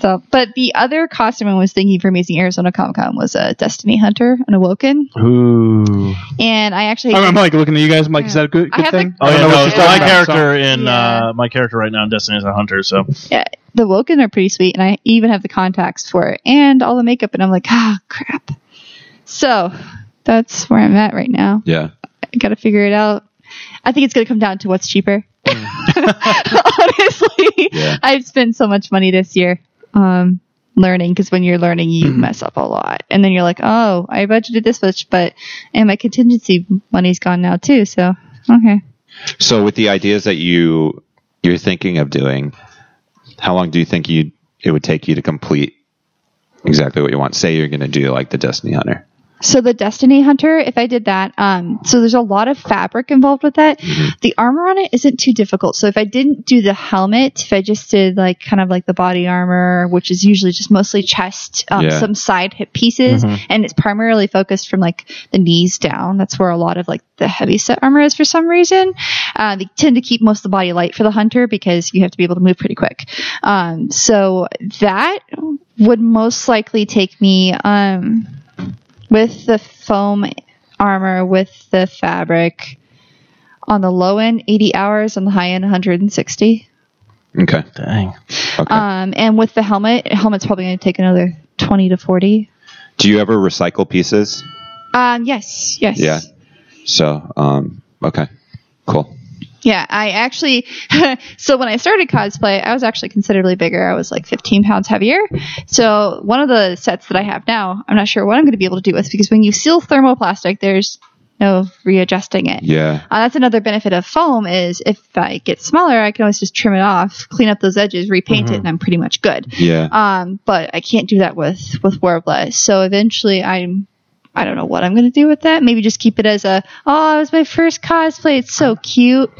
F: So, but the other costume I was thinking for Amazing Arizona Comic Con was a Destiny Hunter, an Awoken,
H: Ooh.
F: and I actually
G: I'm, I'm like looking at you guys. I'm like, is that a good,
F: I
G: good
F: have
G: thing?
H: Oh
G: I
H: yeah,
G: don't know
H: no,
G: what she's
H: it's
G: talking
H: my
G: about, so-
H: character in
F: Yeah.
H: uh, my character right now in Destiny is a hunter, so
F: yeah, the Awoken are pretty sweet, and I even have the contacts for it and all the makeup, and I'm like, ah, crap. So that's where I'm at right now.
M: Yeah.
F: I gotta figure it out. I think it's gonna come down to what's cheaper. Honestly,
M: Yeah.
F: I've spent so much money this year um, learning because when you're learning, you mess up a lot, and then you're like, "Oh, I budgeted this much, but and my contingency money's gone now too." So okay,
M: So with the ideas that you you're thinking of doing, how long do you think you it would take you to complete exactly what you want? Say you're going to do like the Destiny Hunter.
F: So the Destiny Hunter, if I did that, um, so there's a lot of fabric involved with that. The armor on it isn't too difficult. So if I didn't do the helmet, if I just did like kind of like the body armor, which is usually just mostly chest, um,
M: Yeah.
F: some side hip pieces, and it's primarily focused from like the knees down. That's where a lot of like the heavy set armor is for some reason. Uh, they tend to keep most of the body light for the hunter because you have to be able to move pretty quick. Um, so that would most likely take me um, with the foam armor, with the fabric. On the low end, 80 hours. On the high end, 160.
M: Okay.
H: Dang.
M: Okay.
F: Um, and with the helmet, helmet's probably going to take another 20 to 40.
M: Do you ever recycle pieces?
F: Um, yes, yes.
M: Yeah. So, um, okay, cool.
F: Yeah, I actually, so when I started cosplay, I was actually considerably bigger. I was like 15 pounds heavier. So one of the sets that I have now, I'm not sure what I'm going to be able to do with because when you seal thermoplastic, there's no readjusting it.
M: Yeah.
F: Uh, that's another benefit of foam is if I get smaller, I can always just trim it off, clean up those edges, repaint
G: Mm-hmm.
F: it, and I'm pretty much good.
M: Yeah.
F: Um, but I can't do that with with Warbler. So eventually, I'm I don't know what I'm going to do with that. Maybe just keep it as a oh, it was my first cosplay. It's so cute,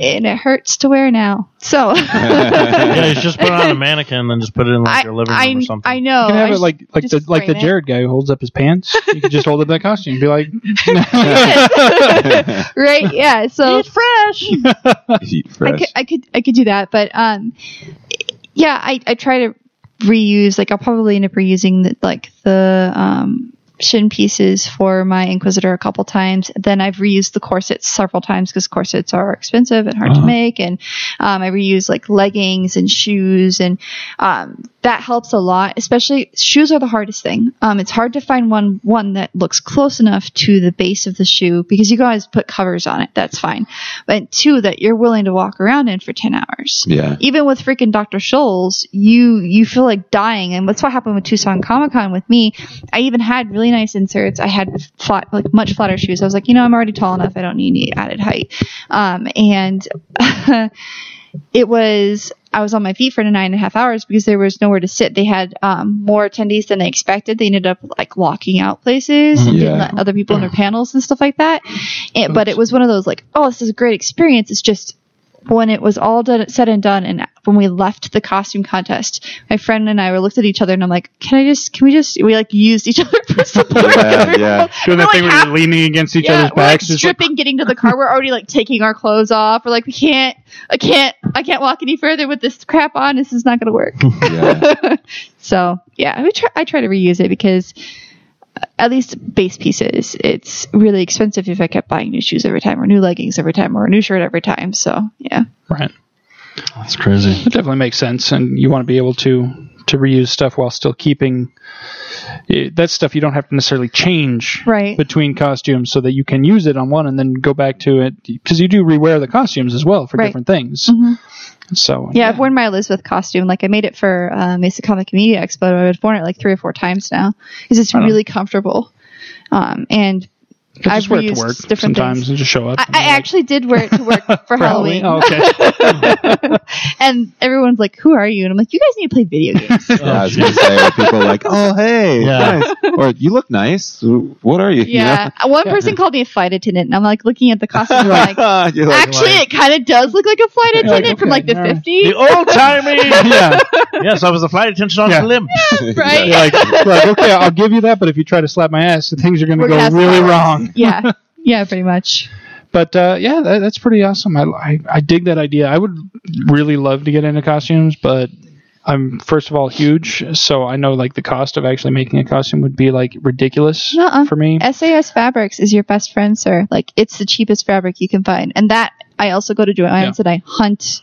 F: and it hurts to wear now. So
H: yeah, you just put it on a mannequin and then just put it in
F: I
H: like your living room
F: I,
H: or something.
F: I know
G: You can have
F: Oh, I
G: it like like
F: just
G: the like the
F: frame it.
G: Jared guy who holds up his pants. You can just hold up that costume and be like,
F: right yeah. So fresh.
M: Heat
F: I
M: fresh.
F: could, I could I could do that, but um, yeah, I, I try to reuse. Like I'll probably end up reusing the, like the um shin pieces for my Inquisitor a couple times. Then I've reused the corsets several times because corsets are expensive and hard to make, and um, I reuse like leggings and shoes, and um, that helps a lot. Especially shoes are the hardest thing. Um, it's hard to find one one that looks close enough to the base of the shoe because you guys put covers on it. That's fine, but two that you're willing to walk around in for ten hours.
M: Yeah.
F: Even with freaking Dr. Scholl's, you you feel like dying, and that's what happened with Tucson Comic Con with me. I even had really nice inserts. I had flat, like much flatter shoes. I was like, you know, I'm already tall enough. I don't need any added height. Um, and it was I was on my feet for nine and a half hours because there was nowhere to sit. They had um, more attendees than they expected. They ended up like locking out places and
M: Yeah.
F: didn't let other people in their panels and stuff like that. And, Eh, but it was one of those like, oh, this is a great experience. It's just when it was all done, said and done, and when we left the costume contest, my friend and I were looked at each other, and I'm like, "Can I just? Can we just?" We like used each other for support.
M: Yeah, yeah.
G: doing that
F: We're
G: thing
F: like
G: where
F: half-
G: you're leaning against each
F: yeah,
G: other's
F: we're like
G: backs. just like-
F: stripping, getting to the car. We're already like taking our clothes off. We're like, we can't, I can't, I can't walk any further with this crap on. This is not going to work.
M: yeah.
F: so yeah, we try, I try to reuse it because uh, at least base pieces, it's really expensive if I kept buying new shoes every time or new leggings every time or a new shirt every time. So yeah.
G: right.
H: That's crazy.
G: That definitely makes sense, and you want to be able to to reuse stuff while still keeping it, that stuff. You don't have to necessarily change
F: Right.
G: between costumes, so that you can use it on one and then go back to it because you do rewear the costumes as well for
F: Right. Mm-hmm.
G: different things. So
F: Yeah, I've worn my Elizabeth costume. Like I made it for uh, Mesa Comic and Media Expo. but I've worn it like three or four times now because it's really comfortable. Um, and
G: you can just
F: I've
G: wear it
F: reused
G: to work
F: different
G: sometimes
F: things.
G: and just show up.
F: I, I actually did wear it to work for
G: Probably.
F: Halloween,
G: Oh, okay.
F: and everyone's like, "Who are you?" And I'm like, "You guys need to play video games."
H: Oh,
G: Oh,
M: Yeah, I was gonna say are people like, oh hey,
H: Yeah.
M: nice. or you look nice. What are you? You
F: yeah, one person called me a flight attendant, and I'm like looking at the costume, and I'm like.
M: know? You're like,
F: Actually, it kind of does look like a flight attendant from
G: okay,
F: like the
G: all right.
F: 50s,
H: The old timey.
G: yeah.
H: yes, I was a flight attendant on
G: Yeah.
H: the limb.
F: right?
G: You're like, like, okay, I'll give you that, but if you try to slap my ass, things are going to
F: We're gonna
G: go
F: have
G: really
F: fireworks.
G: wrong.
F: yeah, yeah, pretty much.
G: But uh, yeah, that, that's pretty awesome. I, I I dig that idea. I would really love to get into costumes, but I'm first of all huge, so I know like the cost of actually making a costume would be like ridiculous
F: Nuh-uh.
G: for me.
F: SAS Fabrics is your best friend, sir. Like it's the cheapest fabric you can find, and that I also go to Joann's and I hunt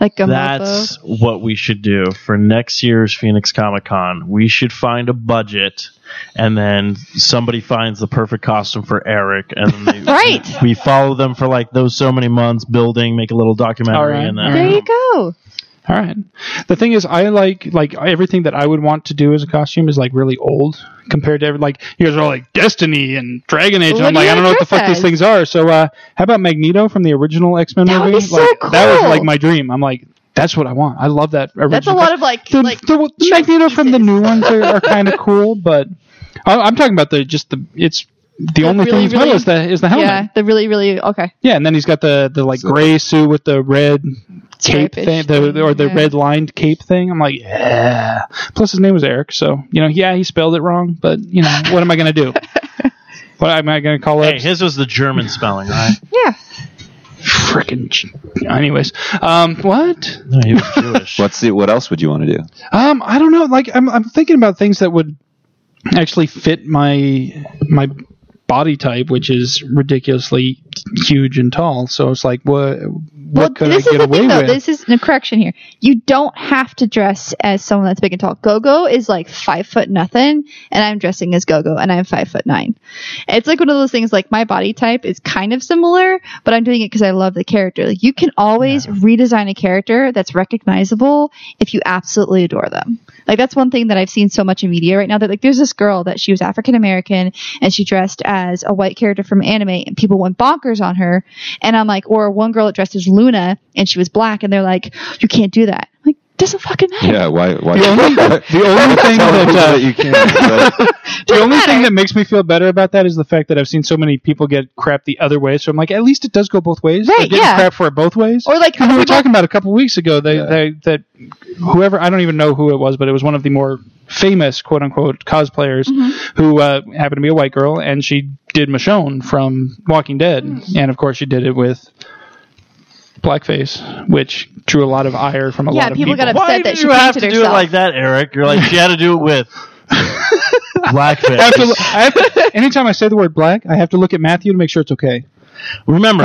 F: like a mofo.
H: That's what we should do for next year's Phoenix Comic Con. We should find a budget, and then somebody finds the perfect costume for Eric, and then they,
F: Right.
H: we follow them for like those so many months, building, make a little documentary,
G: Alright,
H: and
G: alright.
H: then
F: There you go.
G: All right. The thing is, I like like everything that I would want to do as a costume is like really old compared to every, like you guys are all like Destiny and Dragon Age. and
F: What
G: I'm
F: do
G: like
F: you
G: I don't know what the
F: dress
G: fuck these
F: as?
G: things are. So uh, how about Magneto from the original X Men
F: That would
G: movie?
F: be so
G: like that was
F: cool.
G: like my dream. I'm like. That's what I want. I love that. Original
F: That's a lot of like
G: the,
F: like
G: the, the Magneto from the
F: pieces.
G: new ones are, are kind of cool, but I, I'm talking about the just the it's the only
F: really,
G: thing that's metal
F: really-
G: is the is the helmet.
F: yeah,
G: Yeah.
F: the really really okay.
G: and then he's got the the like gray suit with the red cape
F: Stripe-ish
G: thing, the,
F: thing,
G: or the
F: yeah.
G: red lined cape thing. I'm like, yeah. Plus his name was Eric, so you know, yeah, he spelled it wrong, but you know, what am I gonna do? What am I gonna call
H: hey,
G: it?
H: his was the German spelling, right?
F: Yeah,
G: Frickin' J- anyways, um, what?
H: No, he was Jewish.
M: What's the, what else would you want to do?
G: Um, I don't know. Like, I'm I'm thinking about things that would actually fit my my body type, which is ridiculously huge and tall. So it's like, what
F: Well,
G: what could I
F: this is
G: get
F: the
G: away
F: thing, though.
G: with?
F: This is a correction here. You don't have to dress as someone that's big and tall. Gogo is like five foot nothing, and I'm dressing as Gogo, and I'm five foot nine. It's like one of those things. Like my body type is kind of similar, but I'm doing it because I love the character. Like you can always redesign a character that's recognizable if you absolutely adore them. Like that's one thing that I've seen so much in media right now. That like there's this girl that she was African American and she dressed as a white character from anime, and people went bonkers on her. And I'm like, or one girl that dressed as Luna and she was black, and they're like, you can't do that. I'm like doesn't fucking matter.
M: Yeah, why? Why?
G: The only, the only thing
M: Tell people
G: that uh,
M: that you can't. but-
G: the only thing that makes me feel better about that is the fact that I've seen so many people get crap the other way. So I'm like, at least it does go both ways. They're
F: Right,
G: getting
F: yeah.
G: crap for it both ways.
F: Or like
G: we were talking about a couple weeks ago they, they, that whoever I don't even know who it was, but it was one of the more famous quote unquote cosplayers
F: Mm-hmm.
G: who uh, happened to be a white girl, and she did Michonne from Walking Dead,
F: Mm.
G: and of course she did it with blackface, which drew a lot of ire from a
F: Yeah,
G: lot of
F: people
G: people.
F: got upset
H: Why
F: that
H: did
F: she
H: you have to
F: painted
H: do it
F: herself.
H: like that, Eric? You're like, she had to do it with blackface.
G: I have to, I have to- anytime I say the word black, I have to look at Matthew to make sure it's okay.
H: Remember,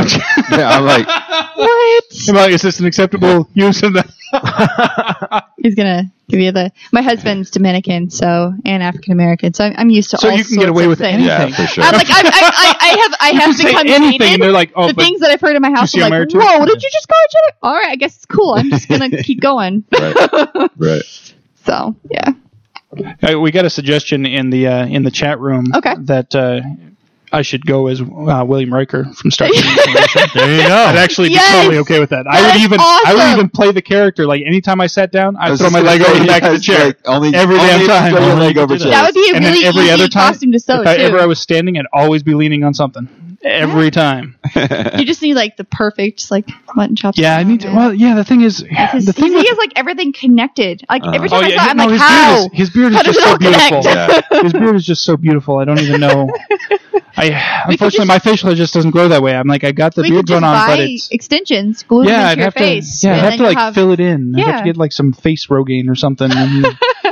M: yeah, I'm like,
G: I'm like, is this an acceptable use of that?
F: He's gonna give you the. My husband's Dominican, so and African American, so I'm, I'm used to.
G: So
F: all
G: you can get
F: sorts
G: away
F: of
G: with
F: things.
G: anything.
M: yeah, for sure.
F: I'm like I, I, I, I have I have
G: say
F: become
G: anything,
F: jaded.
G: they're like, oh,
F: the
G: but
F: things that I've heard in my house.
G: see
F: I'm
G: I'm
F: like,
G: married to her?
F: whoa! What did you just call each other? All right, I guess it's cool. I'm just gonna keep going.
M: Right. Right.
F: So yeah,
G: Uh, we got a suggestion in the uh, in the chat room
F: Okay.
G: that uh, I should go as uh, William Riker from Star Trek.
H: there you go.
G: I'd actually be
F: Yes!
G: totally okay with that. I
F: That's
G: would even I would
F: awesome!
G: even play the character. Like anytime I sat down,
M: I
G: I'd
M: was
G: throw
M: just
G: my
M: gonna
G: leg
M: say,
G: over the back of the
M: yes,
G: chair.
M: like, only,
G: Every
M: only
G: damn
M: if you
G: time.
M: throw your
H: Only
M: leg
H: you
M: over
H: do that.
M: chair.
F: that would be a
G: and then
F: really
G: every
F: easy
G: other time,
F: costume to sew
G: if I,
F: too.
G: ever I was standing, I'd always be leaning on something. Every time.
F: you just need like the perfect just, like mutton chop.
G: Yeah, I need to. Well, yeah. The thing is,
F: His,
G: the
F: his,
G: thing
F: he
G: with
F: has like everything connected. Like every time
G: Oh
F: I
G: yeah,
F: saw, it, I'm
G: no,
F: like,
G: his
F: how?
G: beard is his beard is
F: How does
G: just
F: it
G: so
F: all connect?
G: beautiful.
M: Yeah.
G: his beard is just so beautiful. I don't even know. I unfortunately my facial hair just doesn't grow that way. I'm like I got the
F: we
G: beard
F: could just
G: going on,
F: buy
G: but it's
F: extensions, glue
G: yeah,
F: them
G: I'd
F: into your
G: have
F: face.
G: to yeah, I'd
F: and
G: have
F: then
G: to
F: you'll
G: like
F: have-
G: fill it in. I'd have
F: Yeah.
G: to get like some face Rogaine or something. and-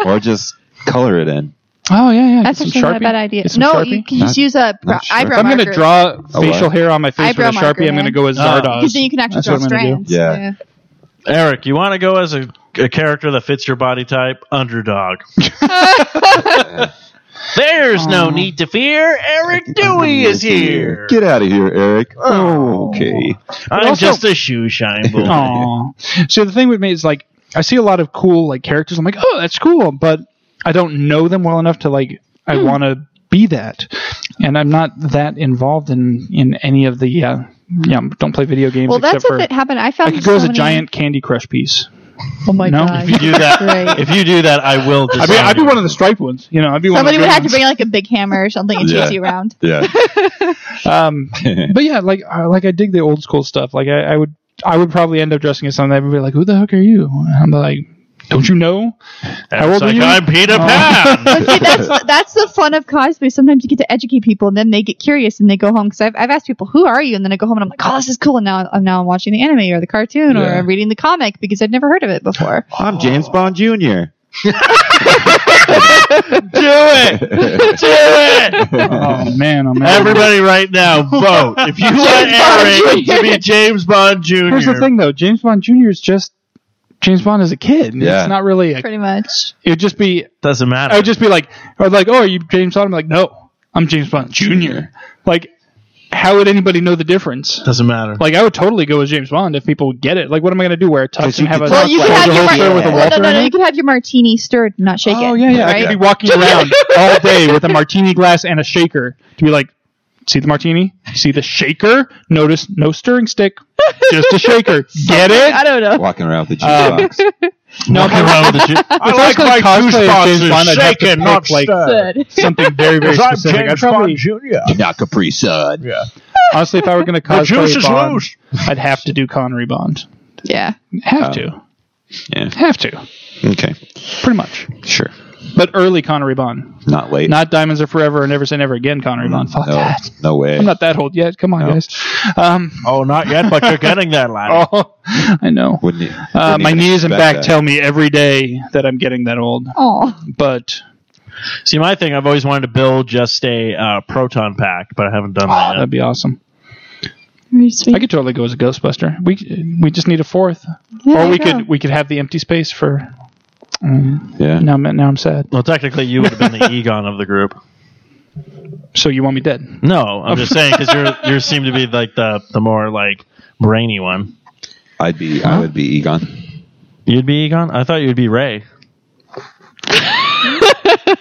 M: or just color it in.
G: oh yeah, yeah.
F: That's
G: get
F: actually
G: some
F: not a
G: Sharpie,
F: bad idea.
G: get some
F: No,
G: Sharpie.
F: you can just
M: Not-
F: use a bro-
M: not sure.
F: eyebrow
G: if I'm
F: marker.
G: gonna draw
M: A
G: facial
M: Oh, what?
G: hair on my face
F: Eyebrow
G: with a sharpie,
F: marker,
G: I'm gonna
F: man.
G: go with
H: Oh.
G: Zardoz.
F: Because then you can actually
G: That's
F: draw
G: what I'm gonna do.
F: strands.
M: Yeah.
H: Eric, you want to go as a, a character that fits your body type? Underdog. There's no need to fear. Eric Dewey is here. Oh.
M: Get out of here, Eric. Okay.
H: I'm
G: also-
H: just a shoe shine boy.
G: Aw. So the thing with me is like I see a lot of cool like characters. I'm like, oh, that's cool, but I don't know them well enough to like I
F: Hmm.
G: want to be that, and I'm not that involved in in any of the uh, yeah. Don't play video games.
F: Well,
G: except
F: that's
G: for,
F: what that happened. I
G: I
F: found
G: could go
F: so
G: as a
F: many-
G: giant Candy Crush piece.
F: Oh my
G: No,
F: god!
H: If you do that,
F: Great.
H: if you do that, I will.
G: I'd be,
H: disown
G: I'd be
H: you.
G: one of the striped ones. You know, I'd be
F: Somebody would
G: one of the
F: have
G: big
F: to bring like a big hammer or something and
M: Yeah.
F: chase you around.
M: Yeah.
G: ones. Um, but yeah, like I like I dig the old school stuff. Like I, I would I would probably end up dressing as something. I'd be like, who the heck are you? And I'm like, don't you know? How
H: Eric's
G: old are
H: like,
G: you?
H: I'm Peter Pan.
F: But see, that's that's the fun of cosplay. Sometimes you get to educate people, and then they get curious and they go home. Because I've, I've asked people, "Who are you?" And then I go home and I'm like, "Oh, this is cool." And now I'm now I'm watching the anime or the cartoon or
M: Yeah.
F: I'm reading the comic because I'd never heard of it before.
M: I'm James Bond Jr.
H: Do it. Do it.
G: Oh man, oh man.
H: Everybody right now vote. If you want Eric to be James Bond Jr.
G: Here's the thing, though. James Bond Jr. is just James Bond as a kid.
M: Yeah.
G: It's not really. A,
F: Pretty much.
G: it would just be.
H: Doesn't matter.
G: I would just be like, I would like, oh, are you James Bond? I'm like, no, I'm James Bond Jr. Like, how would anybody know the difference?
H: Doesn't matter.
G: Like, I would totally go as James Bond if people would get it. Like, what am I gonna do? Wear a tux
M: 'Cause
G: and
M: you
G: have a
M: could
F: Well,
M: Not
F: you
M: like
F: could have
M: the
F: your
M: whole
F: mar-
M: thing with a
F: no, no,
G: walker
F: no,
G: in
F: no,
G: it?
F: You could have your martini stirred, not shaken.
G: Oh yeah, yeah. I
F: Right?
G: could be walking around all day with a martini glass and a shaker to be like, see the martini, see the shaker. Notice no stirring stick, just a shaker. Get it?
F: I don't know.
M: Walking around with the
G: Uh,
M: jukebox.
G: No,
H: Walking around with a ju- I
G: was
H: like
G: gonna
H: my
G: cosplay as
H: goosebumps
G: James Bond,
H: is
G: I'd have to
H: shaken,
G: pick,
H: not
G: like,
H: stirred.
G: something very, very specific. I'd probably,
M: Not Capri Sun. Yeah.
G: honestly, if I were going to cosplay
H: juice is
G: Bond,
H: loose.
G: I'd have to do Connery Bond.
F: Yeah.
G: Have to.
M: Yeah.
G: Have to.
M: Okay.
G: Pretty much.
M: Sure.
G: but early Connery Bond,
M: Not late.
G: not Diamonds Are Forever or Never Say Never Again Connery Bond. Fuck
M: no,
G: that.
M: no way.
G: I'm not that old yet. Come on,
M: No.
G: guys. Um,
H: Oh, not yet, but you're getting that, lad.
G: oh, I know.
M: Wouldn't you?
G: Uh,
M: wouldn't
G: my
M: even
G: knees and
M: expect
G: back
M: that.
G: tell me every day that I'm getting that old.
F: Oh,
G: But
H: See, my thing, I've always wanted to build just a uh, proton pack, but I haven't done
M: Oh.
H: that yet.
G: that'd be awesome.
F: very sweet.
G: I could totally go as a Ghostbuster. We we just need a fourth,
F: Yeah,
G: or we
F: there you go.
G: could we could have the empty space for.
M: Yeah.
G: Now I'm now I'm sad.
H: Well, technically, you would have been the Egon of the group.
G: So you want me dead?
H: No, I'm just saying because you're you seem to be like the the more like brainy one.
M: I'd be. I would be Egon.
H: You'd be Egon. I thought you'd be Ray.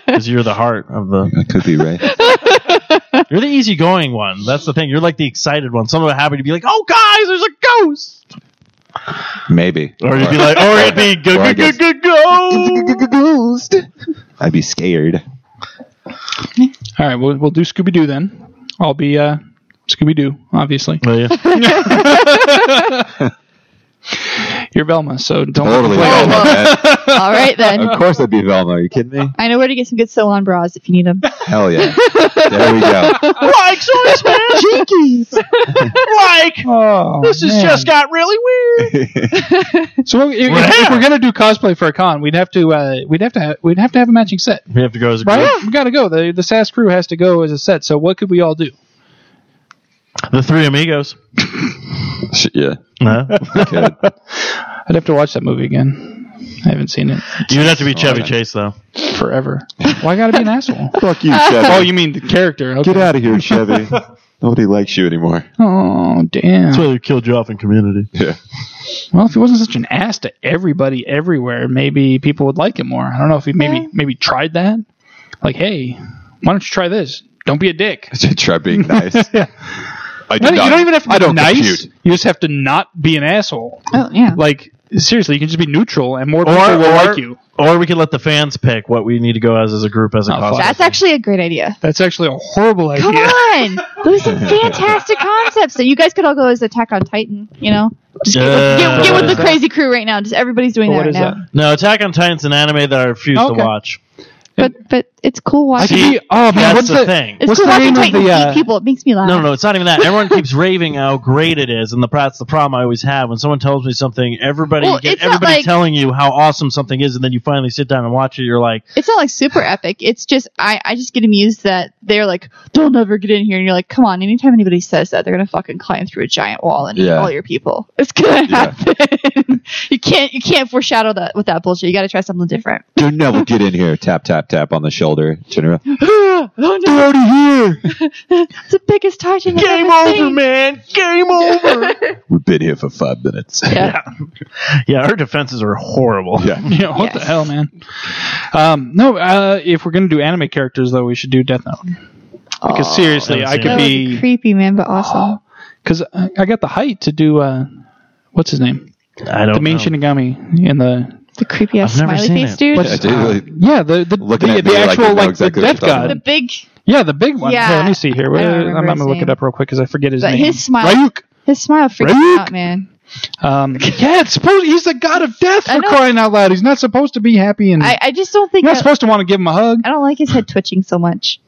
H: Because you're the heart of the.
M: I could be Ray.
H: You're the easygoing one. That's the thing. You're like the excited one. Someone would happen to be like, "Oh, guys, there's a ghost,"
M: Maybe.
H: or you'd be like, "Or it'd be go
M: Or I
H: go
M: guess-
H: go go go."
M: ghost. I'd be scared.
G: All right, we'll we'll do Scooby Doo then. I'll be uh, Scooby Doo, obviously.
H: Will you?
G: You're Velma, so don't
M: Totally.
G: complain.
M: Velma, oh, man.
F: All right then.
M: of course, I'd be Velma. Are you kidding me?
F: I know where to get some good Solon bras if you need them.
M: Hell yeah. There we go.
H: like Zoinks, man. Like
G: Oh,
H: this has
G: man.
H: just got really weird.
G: So if, if- if we're gonna do cosplay for a con, we'd have to uh, we'd have to ha- we'd have to have a matching set,
H: We have to go as a
G: right?
H: group.
G: We gotta go. The the SAS crew has to go as a set. So what could we all do?
H: The three amigos.
M: Sh- Yeah.
H: No?
M: Good.
G: I'd have to watch that movie again. I haven't seen it
H: You'd have to be Chevy
M: Alright.
H: Chase though.
G: forever. Why gotta be an asshole?
M: Fuck you, Chevy.
G: Oh, you mean the character? Okay.
M: Get out of here, Chevy. Nobody likes you anymore.
G: Oh, damn.
H: why they killed you off in Community.
M: Yeah.
G: Well, if he wasn't such an ass to everybody everywhere, maybe people would like him more. I don't know if he maybe maybe tried that. Like, hey, why don't you try this? Don't be a dick.
M: Try being nice. I do
G: No, you don't even have to be
M: I don't
G: nice.
M: compute.
G: You just have to not be an asshole.
F: Oh yeah.
G: Like seriously, you can just be neutral, and more
H: Or,
G: people will
H: or-
G: like you.
H: or we could let the fans pick what we need to go as as a group as a
G: Oh,
H: cosplay.
G: fuck.
F: That's actually a great idea.
G: That's actually a horrible idea.
F: Come on, those are fantastic concepts. So you guys could all go as Attack on Titan. You know, just get, with, get, get
H: Yeah.
F: with the crazy crew right now. Just everybody's doing
G: But
F: that
G: what
F: right now.
G: is that?
H: No, Attack on Titan's an anime that I refuse
G: Okay.
H: to watch.
F: But but it's cool
G: I
F: watching.
G: could be, oh man,
H: That's
G: what's
H: the thing.
F: It's
G: what's
F: cool
G: the
F: watching
G: name of
F: Titan
G: the
F: eat
G: uh,
F: people. It makes me laugh.
H: No, no, it's not even that. Everyone keeps raving how great it is, and the that's the problem I always have when someone tells me something. Everybody,
F: Well,
H: get
F: it's not
H: everybody
F: like-
H: telling you how awesome something is, and then you finally sit down and watch it. You're like,
F: It's not like super epic. It's just I, I just get amused that they're like, "Don't ever get in here," and you're like, "Come on!" Anytime anybody says that, they're gonna fucking climb through a giant wall and eat
M: Yeah.
F: all your people. It's gonna
M: Yeah.
F: happen. you can't you can't foreshadow that with that bullshit. You got to try something different.
M: Don't never get in here. Tap, tap, tap on the shoulder. Turn around.
F: oh no,
M: out of here.
F: it's the biggest Titan. I've
H: "Game
F: ever
H: over,
F: seen.
H: man! Game over!"
M: We've been here for five minutes.
F: Yeah.
H: yeah, our defenses are horrible.
M: Yeah.
G: Yeah, what the
F: Yes.
G: hell, man? Um, no, uh, if we're gonna do anime characters though, we should do Death Note. Because
F: Oh,
G: seriously,
H: Haven't
G: I
H: seen
G: could
H: it.
F: that
G: be
F: was creepy, man, but awesome.
G: because I, I got the height to do uh, what's his name,
H: I don't.
G: the main
H: know.
G: Shinigami in the
F: The creepy ass
H: I've never
F: smiley
H: seen
F: face
H: it.
F: dude.
M: I did really-
G: yeah the the,
M: Looking
G: the,
M: at me
G: the
M: like you
G: actual
M: know
G: like
M: exactly
G: the
M: what
G: death
M: you're talking
G: god.
F: the big,
G: Yeah, the big one.
F: Yeah.
G: Here, let me see here.
F: I don't
G: Uh, I'm
F: remember
G: gonna
F: his
G: look it
F: name.
G: up real quick because I forget his
F: but
G: name.
F: his smile,
G: Ryuk.
F: his smile freaks me
G: Ryuk.
F: out, man.
G: Um, yeah, it's supposed he's the god of death
F: I
G: for
F: know.
G: crying out loud. He's not supposed to be happy and
F: I, I just don't think
G: you're not
F: I,
G: supposed to want to give him a hug.
F: I don't like his head twitching so much.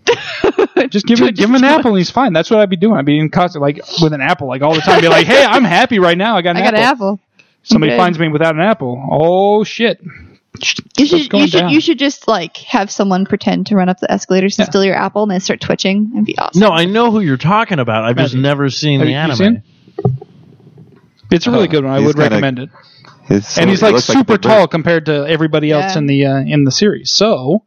G: Just give him give him an apple and he's fine. That's what I'd be doing. I'd be in constant like with an apple like all the time. Be like, hey, I'm happy right now. I got an
F: I got
G: apple.
F: an apple.
G: Somebody
F: Okay.
G: finds me without an apple. Oh shit.
F: You
G: Stuff's
F: should
G: going
F: you should
G: down.
F: you should just like have someone pretend to run up the escalators to steal your apple and then start twitching and be awesome.
H: No, I know who you're talking about. I've just
G: Magic.
H: never seen
G: Have
H: the
G: you- you
H: anime.
G: seen It's a really
M: Oh,
G: good one. I
M: he's
G: would
M: kinda-
G: recommend it.
M: It's-
G: and he's
M: it
G: like
M: looks a
G: super
M: big bird.
G: tall compared to everybody else
F: Yeah.
G: in the uh, in the series. So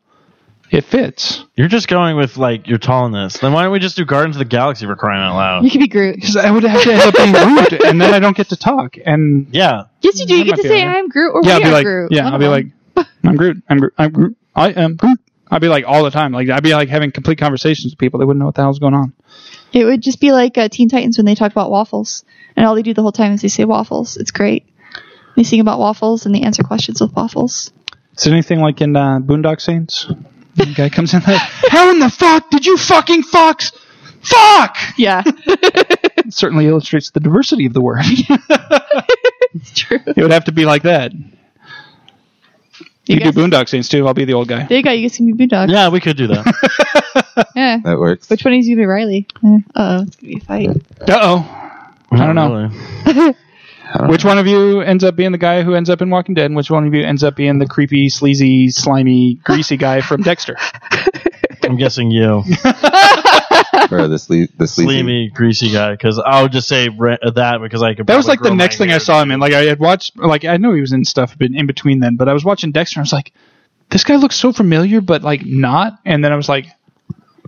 G: it fits.
H: You're just going with like your tallness. Then why don't we just do Guardians of the Galaxy for crying out
F: You
H: loud?
F: could be Groot.
G: Because I would have to end up being rude, and then I don't get to talk. And
H: Yeah,
F: Yes, you do.
G: That
F: You get
G: might
F: to
G: be
F: say
G: all right.
F: I'm Groot or
G: yeah, I'll
F: we
G: be
F: are
G: like,
F: Groot.
G: yeah,
F: One
G: I'll
F: of
G: be
F: them.
G: like, I'm Groot. I'm Groot. I'm Groot. I am Groot. I'd be like all the time. Like I'd be like having complete conversations with people. They wouldn't know what the hell's going on.
F: it would just be like uh, Teen Titans when they talk about waffles, and all they do the whole time is they say waffles. It's great. They sing about waffles and they answer questions with waffles.
G: Is it anything like in uh, Boondock Saints? The guy comes in like, how in the fuck did you fucking fox? Fuck!
F: Yeah,
G: It certainly illustrates the diversity of the word.
F: it's true.
G: it would have to be like that. You, do Boondock Saints too. I'll be the old guy.
F: There you go. You guys can be Boondog.
H: Yeah, we could do that.
F: Yeah.
I: That works.
F: Which one is you to be Riley? Uh oh, it's gonna be a fight.
G: Uh oh. I don't know. Which one of you ends up being the guy who ends up in Walking Dead, and which one of you ends up being the creepy, sleazy, slimy, greasy guy from Dexter?
H: I'm guessing you,
I: or the sleep, the sleepy.
H: sleamy, greasy guy, because I would just say re- that because I could.
G: That was
H: probably
G: like the
H: grow my
G: next thing I
H: hair.
G: saw him in. Like I had watched, like I know he was in stuff a bit in between then, but I was watching Dexter. and I was like, this guy looks so familiar, but like not. And then I was like,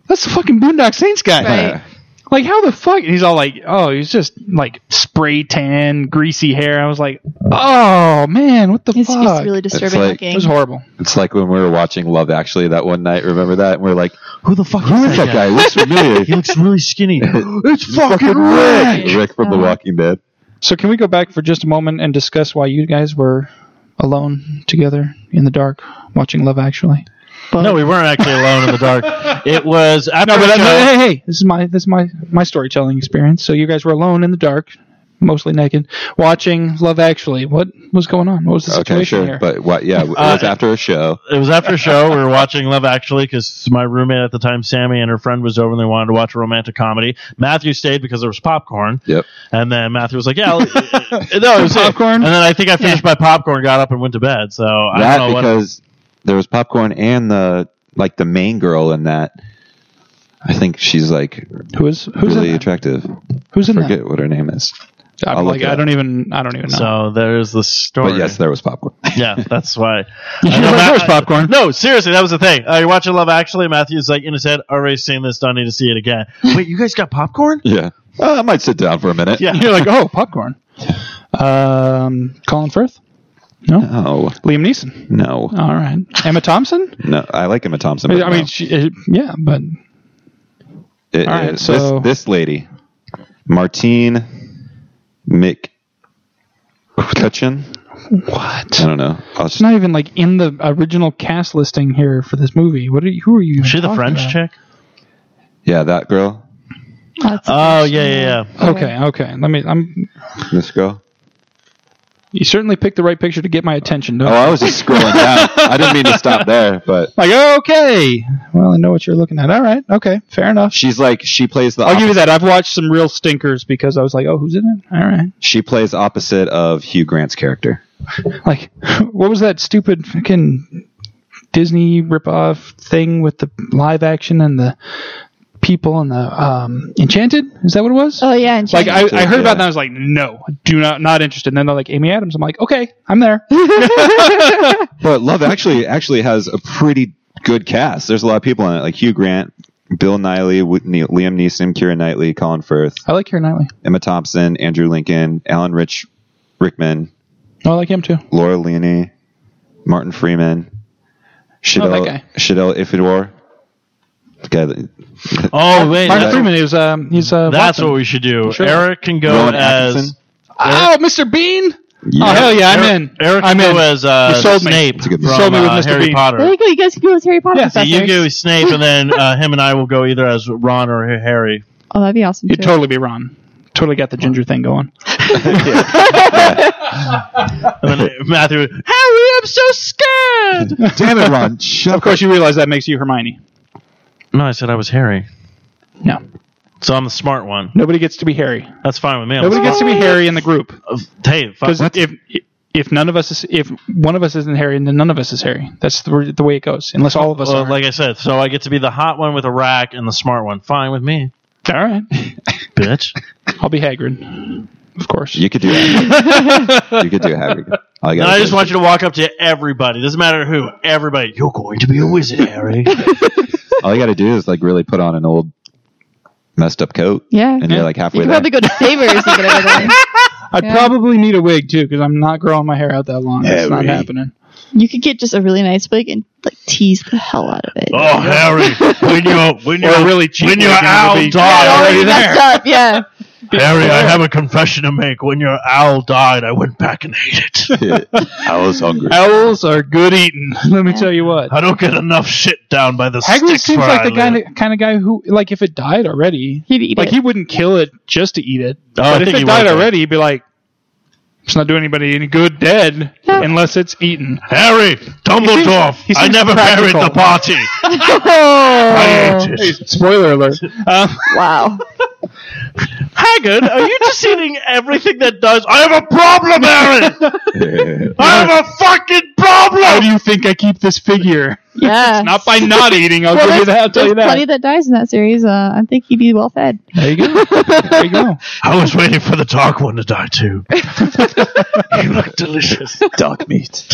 G: that's the fucking Boondock Saints guy.
F: Right.
G: Like how the fuck? And he's all like, oh, he's just like spray tan, greasy hair. I was like, oh man, what the
F: It's,
G: fuck?
F: it's really disturbing
I: like-
G: it
F: looking.
G: was horrible.
I: It's like when we were watching Love Actually that one night. Remember that? And we are like, who the fuck is that guy? Looks familiar.
H: He looks really skinny.
G: It's fucking
I: Rick. Rick from The
F: Uh-huh.
I: Walking Dead.
G: So can we go back for just a moment and discuss why you guys were alone together in the dark watching Love Actually?
H: no, we weren't actually alone in the dark. It was after
G: No, but
H: the
G: uh, no,
H: show-
G: hey, hey, this is my this is my my storytelling experience. So you guys were alone in the dark, mostly naked, watching Love Actually. What was going on? What was the
I: Okay,
G: situation
I: sure.
G: here?
I: But what? Yeah, it was after a show.
H: it was after a show. We were watching Love Actually because my roommate at the time, Sammy, and her friend was over and they wanted to watch a romantic comedy. Matthew stayed because there was popcorn.
I: Yep.
H: And then Matthew was like, "Yeah, I'll- no, it was it."
G: Popcorn?
H: And then I think I finished my popcorn, got up, and went to bed. So I
I: that
H: don't know what.
I: because there was popcorn and the like the main girl in that. I think she's like
G: who is who's
I: really
G: in that?
I: attractive.
G: Who's in
I: Forget
G: that?
I: what her name is.
G: I'm
I: I'll look
G: like,
I: it
G: I
I: up.
G: don't even I don't even know.
H: So there's the story.
I: But yes, there was popcorn.
H: Yeah, that's why.
G: Yeah,
H: I know
G: but
H: Matt-
G: there's popcorn.
H: No, seriously, that was the thing. Uh, you're watching Love Actually. Matthew's like in his head, already seen this. Don't need to see it again. Wait, you guys got popcorn?
I: yeah. Oh, I might sit down for a minute.
H: Yeah.
G: You're like, oh, popcorn. Um, Colin Firth, no,
I: Oh
G: Liam Neeson.
I: no,
G: All right, Emma Thompson.
I: no. I like Emma Thompson.
G: I
I: But
G: I mean, she, uh, yeah, but
I: no. It-
G: all right,
I: it-
G: so-
I: Uh, this, this lady, Martine Mick Cutchin.
G: what?
I: I don't know. I'll just,
G: It's not even like in the original cast listing here for this movie. What are you, who are you?
H: Is she the
G: talking
H: French
G: about?
H: chick?
I: yeah, that girl,
F: Oh, that's-
H: Oh yeah, yeah, yeah.
G: Okay, okay. Let me. I'm.
I: this girl.
G: You certainly picked the right picture to get my attention. Don't
I: Oh,
G: you?
I: I was just scrolling down. I didn't mean to stop there, but
G: Like okay. Well, I know what you're looking at. All right. Okay. Fair enough.
I: she's like she plays the.
G: I'll give you
I: opposite-
G: that. I've watched some real stinkers because I was like, oh, who's in it? All right.
I: She plays opposite of Hugh Grant's character.
G: Like, what was that stupid fucking Disney ripoff thing with the live action and the people and the um, Enchanted? Is that what it was?
F: oh yeah. And she,
G: Like I, I heard
I: yeah.
G: about that, and I was like, no, do not, not interested. And then they're like, Amy Adams. I'm like, okay, I'm there.
I: But Love actually actually has a pretty good cast. There's a lot of people on it, like Hugh Grant, Bill Niley, Wo- Ne- Liam Neeson, Kira Knightley, Colin Firth,
G: I like Keira Knightley.
I: Emma Thompson, Andrew Lincoln, Alan Rich, Rickman,
G: I like him too.
I: Laura Linney, Martin Freeman,
G: Oh, that
I: Shadell
G: guy.
I: Shadell Ifidor. The guy that,
H: Oh wait,
G: Martin
H: that's,
G: Freeman is um he's uh
H: that's
G: Watson.
H: what we should do.
G: Sure.
H: Eric can go
I: Rowan
H: as.
I: Atkinson.
G: Oh, Mr. Bean. Oh
I: Yeah.
G: hell yeah, I'm in.
H: Eric
G: I'm
H: can
G: in.
H: go as uh,
G: You sold me.
H: Snape
I: a good
H: from
I: one.
G: Sold me with
H: uh,
G: Mr.
H: Harry
G: Bean.
H: Potter.
F: there you go. You guys can go as Harry Potter.
G: Yeah,
F: if
G: so
F: that's
H: you
F: yours.
H: go with Snape, and then uh, him and I will go either as Ron or Harry.
F: Oh, that'd be awesome.
G: You'd
F: too.
G: totally be Ron. Totally got the ginger thing going.
H: And then Matthew, Harry, I'm so scared.
I: Damn it, Ron! Shut
G: Of course, you realize that makes you Hermione.
H: no, I said I was Harry,
G: No,
H: so I'm the smart one.
G: nobody gets to be Harry.
H: That's fine with me. I'm
G: Nobody
H: smart.
G: gets to be Harry in the group
H: Hey, fuck-
G: because if if none of us is if one of us isn't Harry, then none of us is Harry. That's the, the way it goes. Unless all of us
H: well,
G: are.
H: like I said, so I get to be the hot one with a rack and the smart one. Fine with me,
G: all right,
H: bitch.
G: I'll be Hagrid, of course.
I: You could do that. you could do Hagrid. All
H: And
I: gotta
H: I
I: do
H: just
I: is-
H: want you to walk up to everybody. Doesn't matter who. Everybody. You're going to be a wizard, Harry.
I: all you got to do is like really put on an old messed up coat.
F: Yeah.
I: and you're like halfway
F: You could probably
I: there.
F: go to Savers and get over there.
G: I'd
F: Yeah.
G: probably need a wig too because I'm not growing my hair out that long. It's not
I: Harry.
G: happening.
F: You could get just a really nice wig and like tease the hell out of it.
H: oh, Harry. When you're when you're really when you're Al died
F: Already messed up, yeah.
H: Harry, I have a confession to make. When your owl died, I went back and ate it.
I: I was hungry.
G: Owls are good eating. Let me tell you what.
H: I don't get enough shit down by the
G: Hagrid
H: sticks
G: seems
H: where
G: like
H: I
G: the kind
H: live.
G: of, kind of guy who, like, if it died already,
F: He'd eat
G: like
F: it.
G: he wouldn't kill it just to eat it.
H: Oh, I
G: but if
H: think
G: it
H: he
G: died
H: would, though.
G: already, he'd be like, It's not doing anybody any good dead unless it's eaten.
H: Harry, Dumbledore,
G: He seems
H: I never
G: practical. Oh.
H: married the party. Oh. I ate
G: Hey,
H: it.
G: spoiler alert. Um,
F: Wow.
H: Haggard, are you just eating everything that does? I have a problem, Harry! I have a fucking
G: how
H: problem!
G: do you think I keep this figure?
F: Yeah.
G: Not by not eating. I'll give you that. I'll tell
F: there's
G: you
F: plenty that
G: that.
F: dies in that series. Uh, I think he'd be well fed.
G: There you go. There you go.
H: I was waiting for the dark one to die too. you look delicious.
M: Dog meat.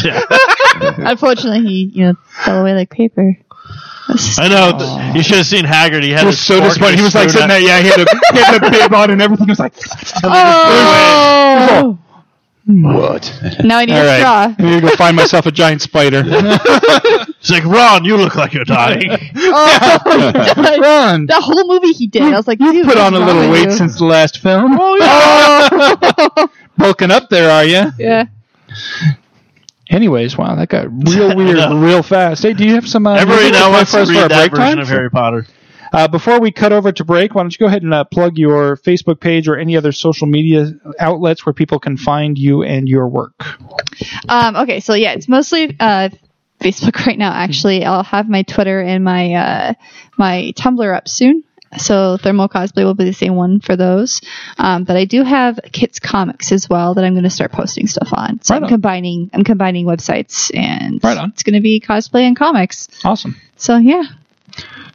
F: Unfortunately, he you know fell away like paper. That's-
H: I know. th- you should have seen Haggard. He had
G: He
H: his
G: was so
H: fork
G: disappointed.
H: and
G: He
H: his
G: was like
H: spoon
G: sitting
H: out.
G: there, yeah, he had, a, he had the bib on and everything. He was like,
F: oh.
M: What?
F: Now I need
G: Oh. all
F: a
G: right,
F: straw.
G: I need to go find myself a giant spider.
H: He's like, Ron, you look like you're dying.
F: Oh, my God.
G: Run!
F: The whole movie he did. I was like,
G: You
F: dude,
G: put
F: what's
G: on a
F: wrong with
G: little weight
F: you?
G: since the last film. Bulking up there, are you?
F: Yeah.
G: Anyways, wow, that got real weird
H: know.
G: real fast. Hey, do you have some uh,
H: Every
G: music
H: now
G: to
H: and
G: play
H: then,
G: for us for
H: read
G: our
H: that
G: break
H: version
G: time?
H: of Harry Potter.
G: Uh, before we cut over to break, why don't you go ahead and uh, plug your Facebook page or any other social media outlets where people can find you and your work?
F: Um, okay, so yeah, it's mostly uh, Facebook right now.
G: Mm-hmm.
F: Actually, I'll have my Twitter and my uh, my Tumblr up soon. So thermal cosplay will be the same one for those. Um, but I do have Kits Comics as well that I'm going to start posting stuff on. So I'm
G: on.
F: combining I'm combining websites and
G: Right on.
F: it's going to be cosplay and comics.
G: Awesome.
F: So yeah,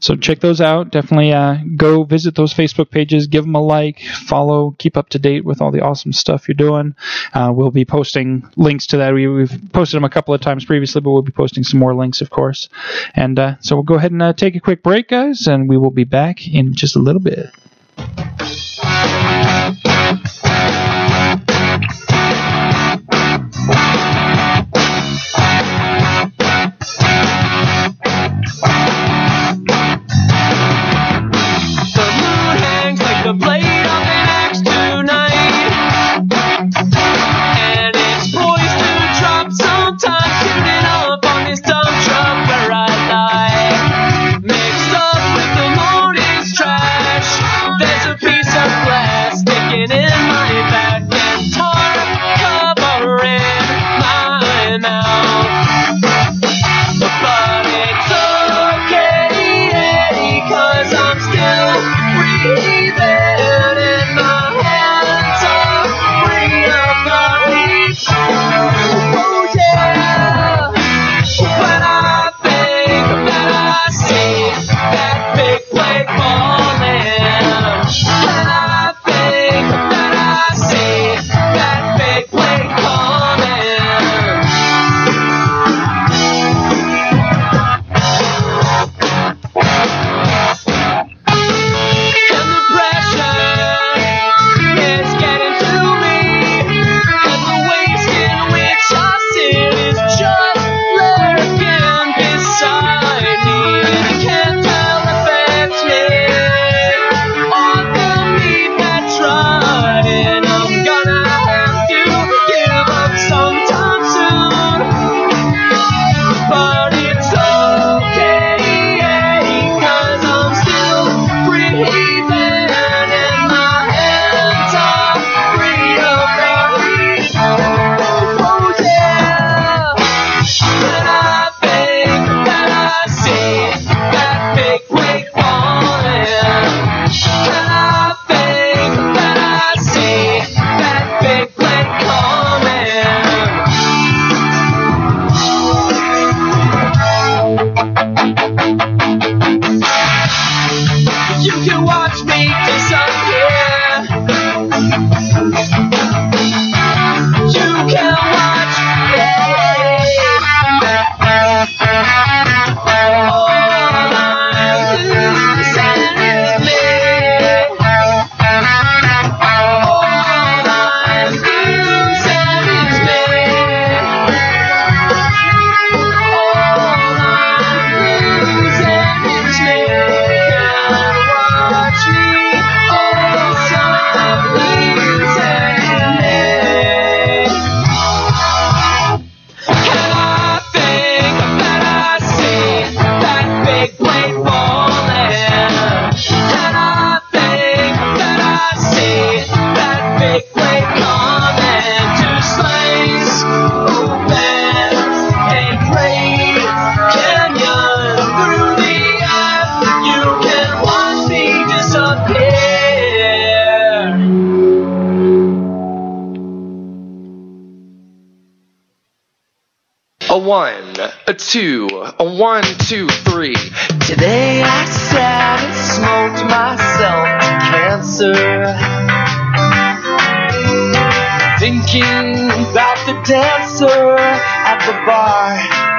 G: So check those out. Definitely uh, go visit those Facebook pages, give them a like, follow, keep up to date with all the awesome stuff you're doing. Uh, we'll be posting links to that. We, we've posted them a couple of times previously, but we'll be posting some more links, of course. And uh, so we'll go ahead and uh, take a quick break, guys, and we will be back in just a little bit.
I: The moon hangs like the blade of an axe tonight. And it's poised to drop sometime soon enough on this dump truck where I lie. Mixed up with the morning's trash. There's a
F: oh,
I: one, a two, a one, two, three. Today I sat and smoked myself to cancer. Thinking about the dancer at the bar.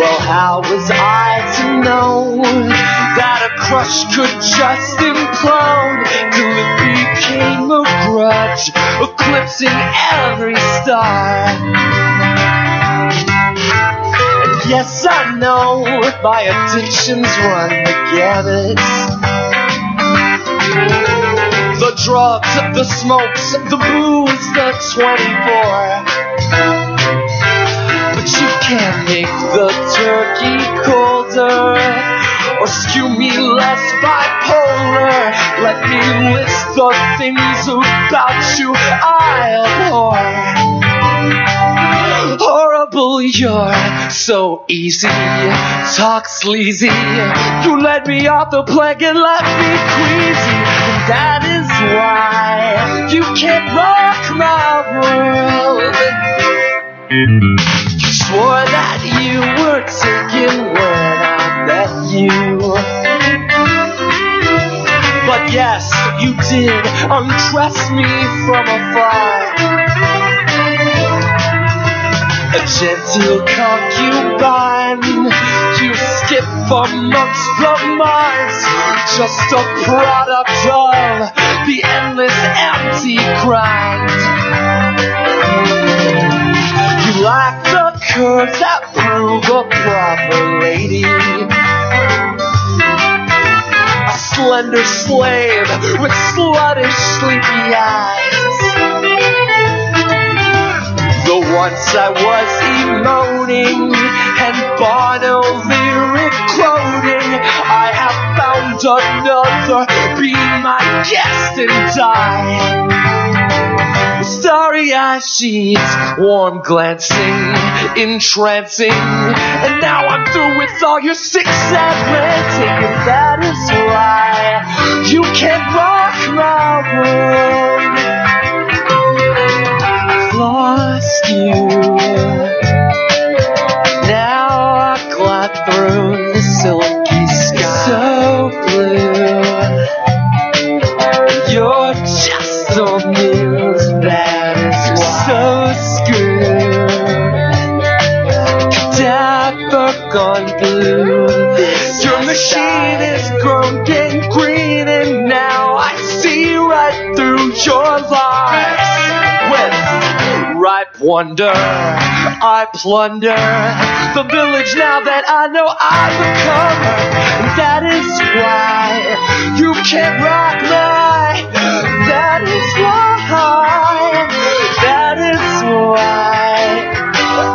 I: Well, how was I to know that a crush could just implode till it became a grudge, eclipsing every star? And yes, I know my addictions run the gamut. The drugs, the smokes, the booze, the 24. But you can't make the turkey colder or skew me less bipolar. Let me list the things about you I abhor. Horrible, you're so easy. Talk sleazy. You let me off the plank and left me queasy. And that is why you can't rock my world. You swore that you were taken when I met you. But yes, you did undress me from afar. A gentle concubine, you skip amongst the mines, just a product of the endless empty grind. You like the curves that prove a proper lady. A slender slave with sluttish sleepy eyes. Though once I was emoting and Bono lyric quoting, I have found another. Be my guest and die. Starry eyed sheets, warm glancing, entrancing. And now I'm through with all your six Atlantic, and that is why you can't rock my world. I've lost you. Now I glide through the silky sky. So blue. You're just a muse that is so screwed. Cadaver gone blue. Your machine is grown and green, and now I see right through your lies. With ripe wonder, I plunder the village now that I know I've become. And that is why you can't rock my. That is why. That is why.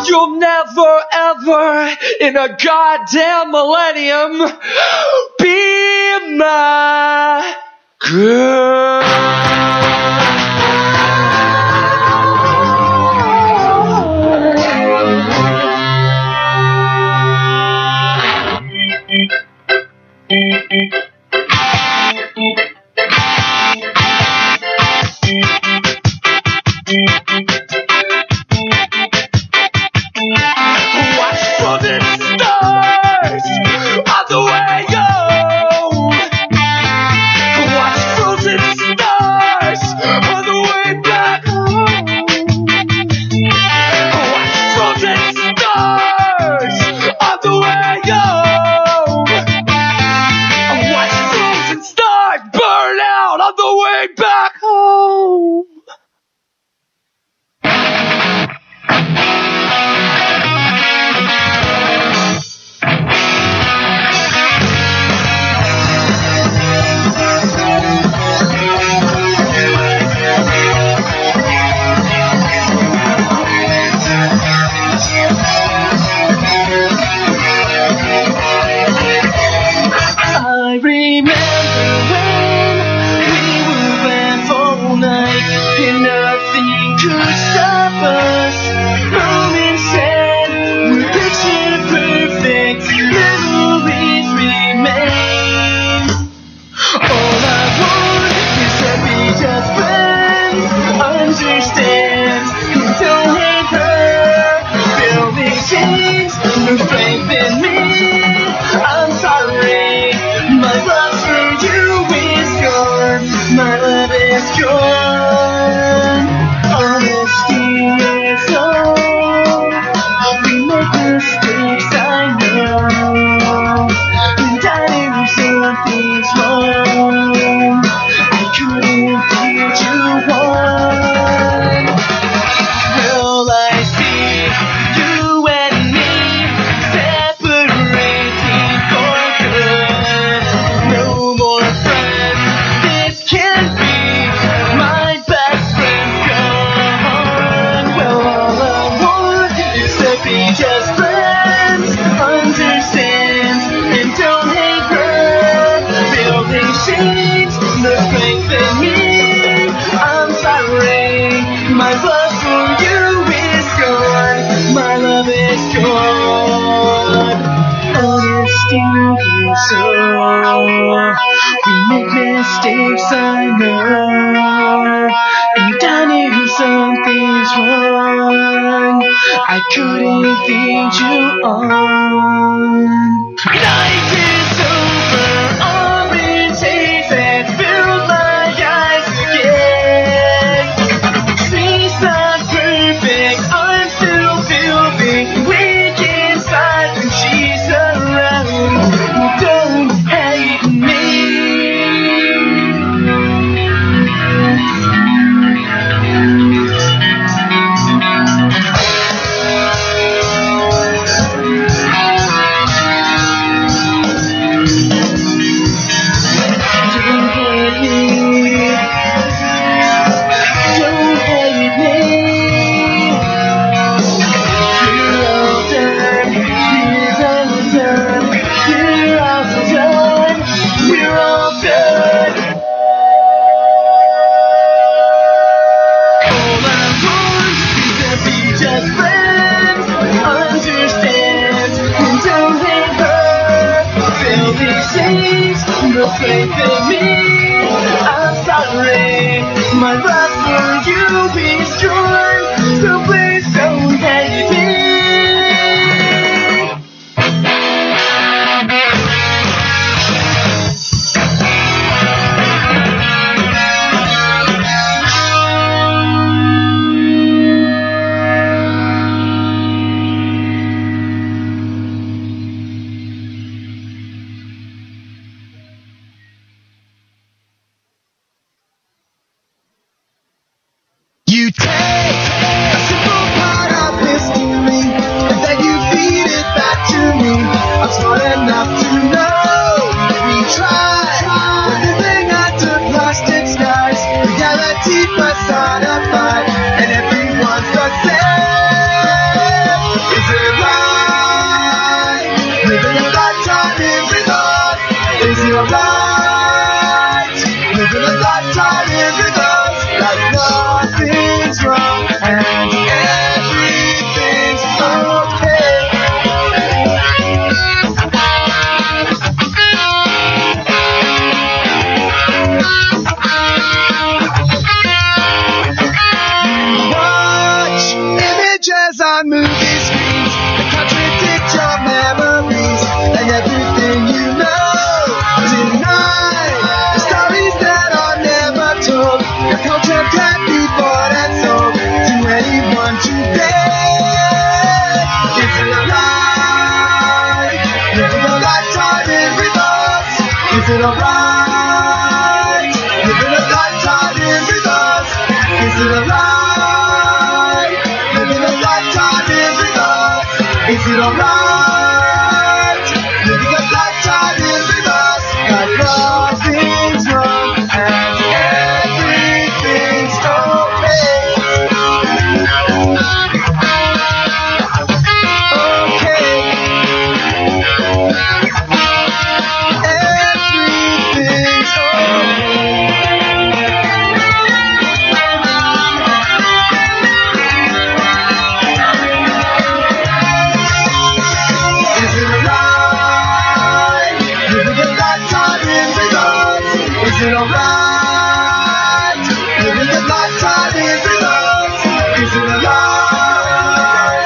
I: You'll never, ever, in a goddamn millennium, be my Watch for the stars on the way home. Watch for the stars on the way back home. Watch for the stars on the way home. Watch for the stars burn out on the way back home. I remember when we were went all night. mistakes I know. And I knew something's wrong. I couldn't lead you on. Life is over. All been tasted and filled my eyes again. Things not perfect. I'm still feeling weak inside when she's around. Don't hate me. My love for you is strong, so please don't hate me. You take a simple part of history, and then you feed it back to me. I'm smart enough to know. We try, but the thing I took lost its guise. Reality personified, and everyone's the same. Is it right? Living a lifetime in regards. Is it right? Living a lifetime in regards. Like nothing's wrong and everything's okay. Watch images on movie screens that contradict your memories and everything you know. Deny the stories that are never told. Your culture can't be bought and sold to anyone today. Is it alright? Living a lifetime in reverse. Is it alright? Living a lifetime in reverse. Is it alright? Living a lifetime in reverse. Is it alright? Living a lifetime in reverse. Got nothing's wrong and everything's Is it alright? Living a lifetime in reverse. Is it alright?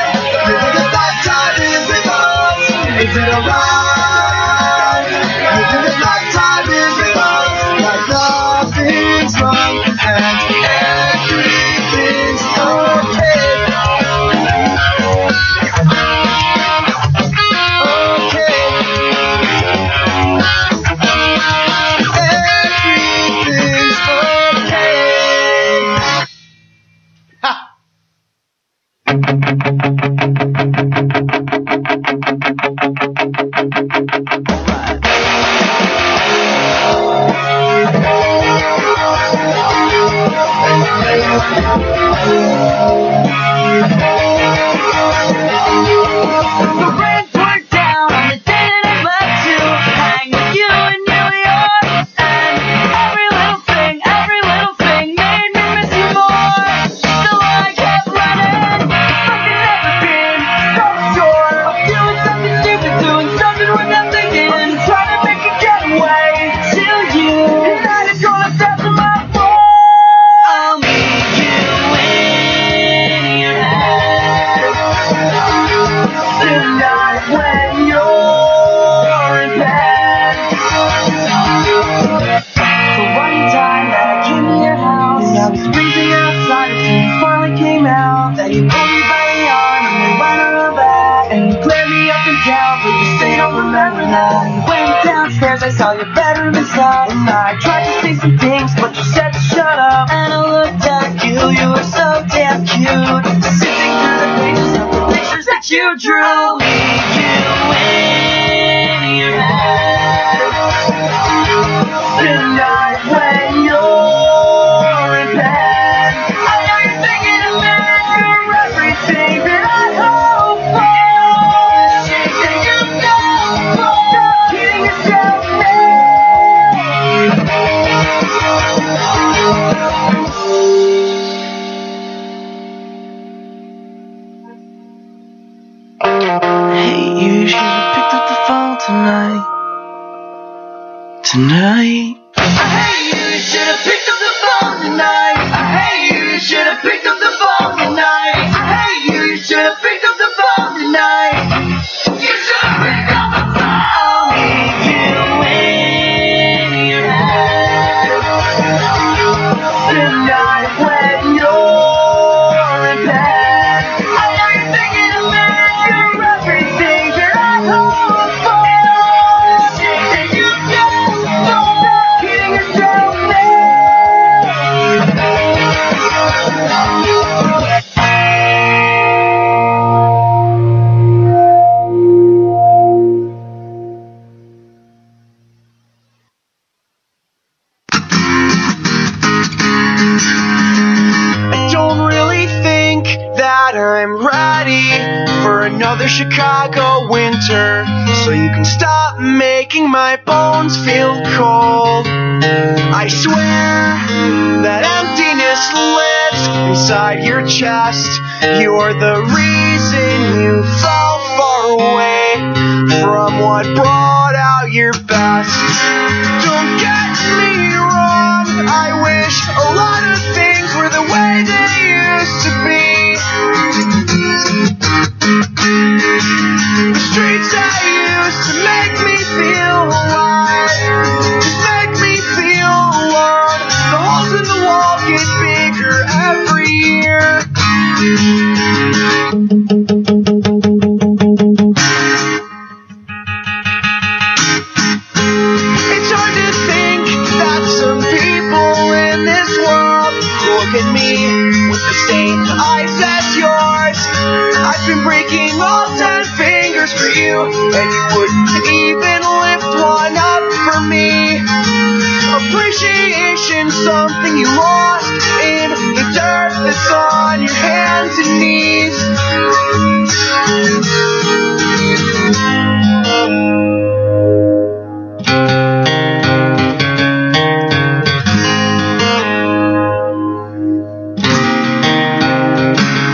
I: Living a lifetime in reverse. Is it alright? Living a lifetime in reverse. Like nothing's wrong and everything's okay. Okay. Everything's caught. And I tried to say some things, but you said to shut up. And I looked at you, you were so damn cute. Sitting on the pages of the pictures that you drew. Me, you, in your head. Tonight when you're in bed, I know you're thinking of me for everything that I hope for. Shaking your nose, fucking yourself, Hey, you should have picked up the phone tonight. Tonight. I hate you, you should have picked up the phone tonight. I hate you, you should have picked up the phone tonight. I hate you, you should have picked up the phone tonight. You should have picked up the phone. I'll meet you in your head. Tonight when you're in bed. I know you're thinking about your everything that I hope for. Shit that you know, don't stop kidding yourself, I don't really think that I'm ready for another Chicago winter. So you can stop making my bones feel cold. I swear that emptiness lives inside your chest. You are the reason you fell far away from what brought out your best. Don't get me wrong, I wish a lot of things were the way they used to be. The streets that used to make me feel alive, just make me feel alone. The holes in the wall get bigger every year. It's hard to think that some people in this world look at me with the same eyes as yours. I've been breaking all ten fingers for you, and you wouldn't even lift one up for me. Appreciation, something you lost in the dirt that's on your hands and knees.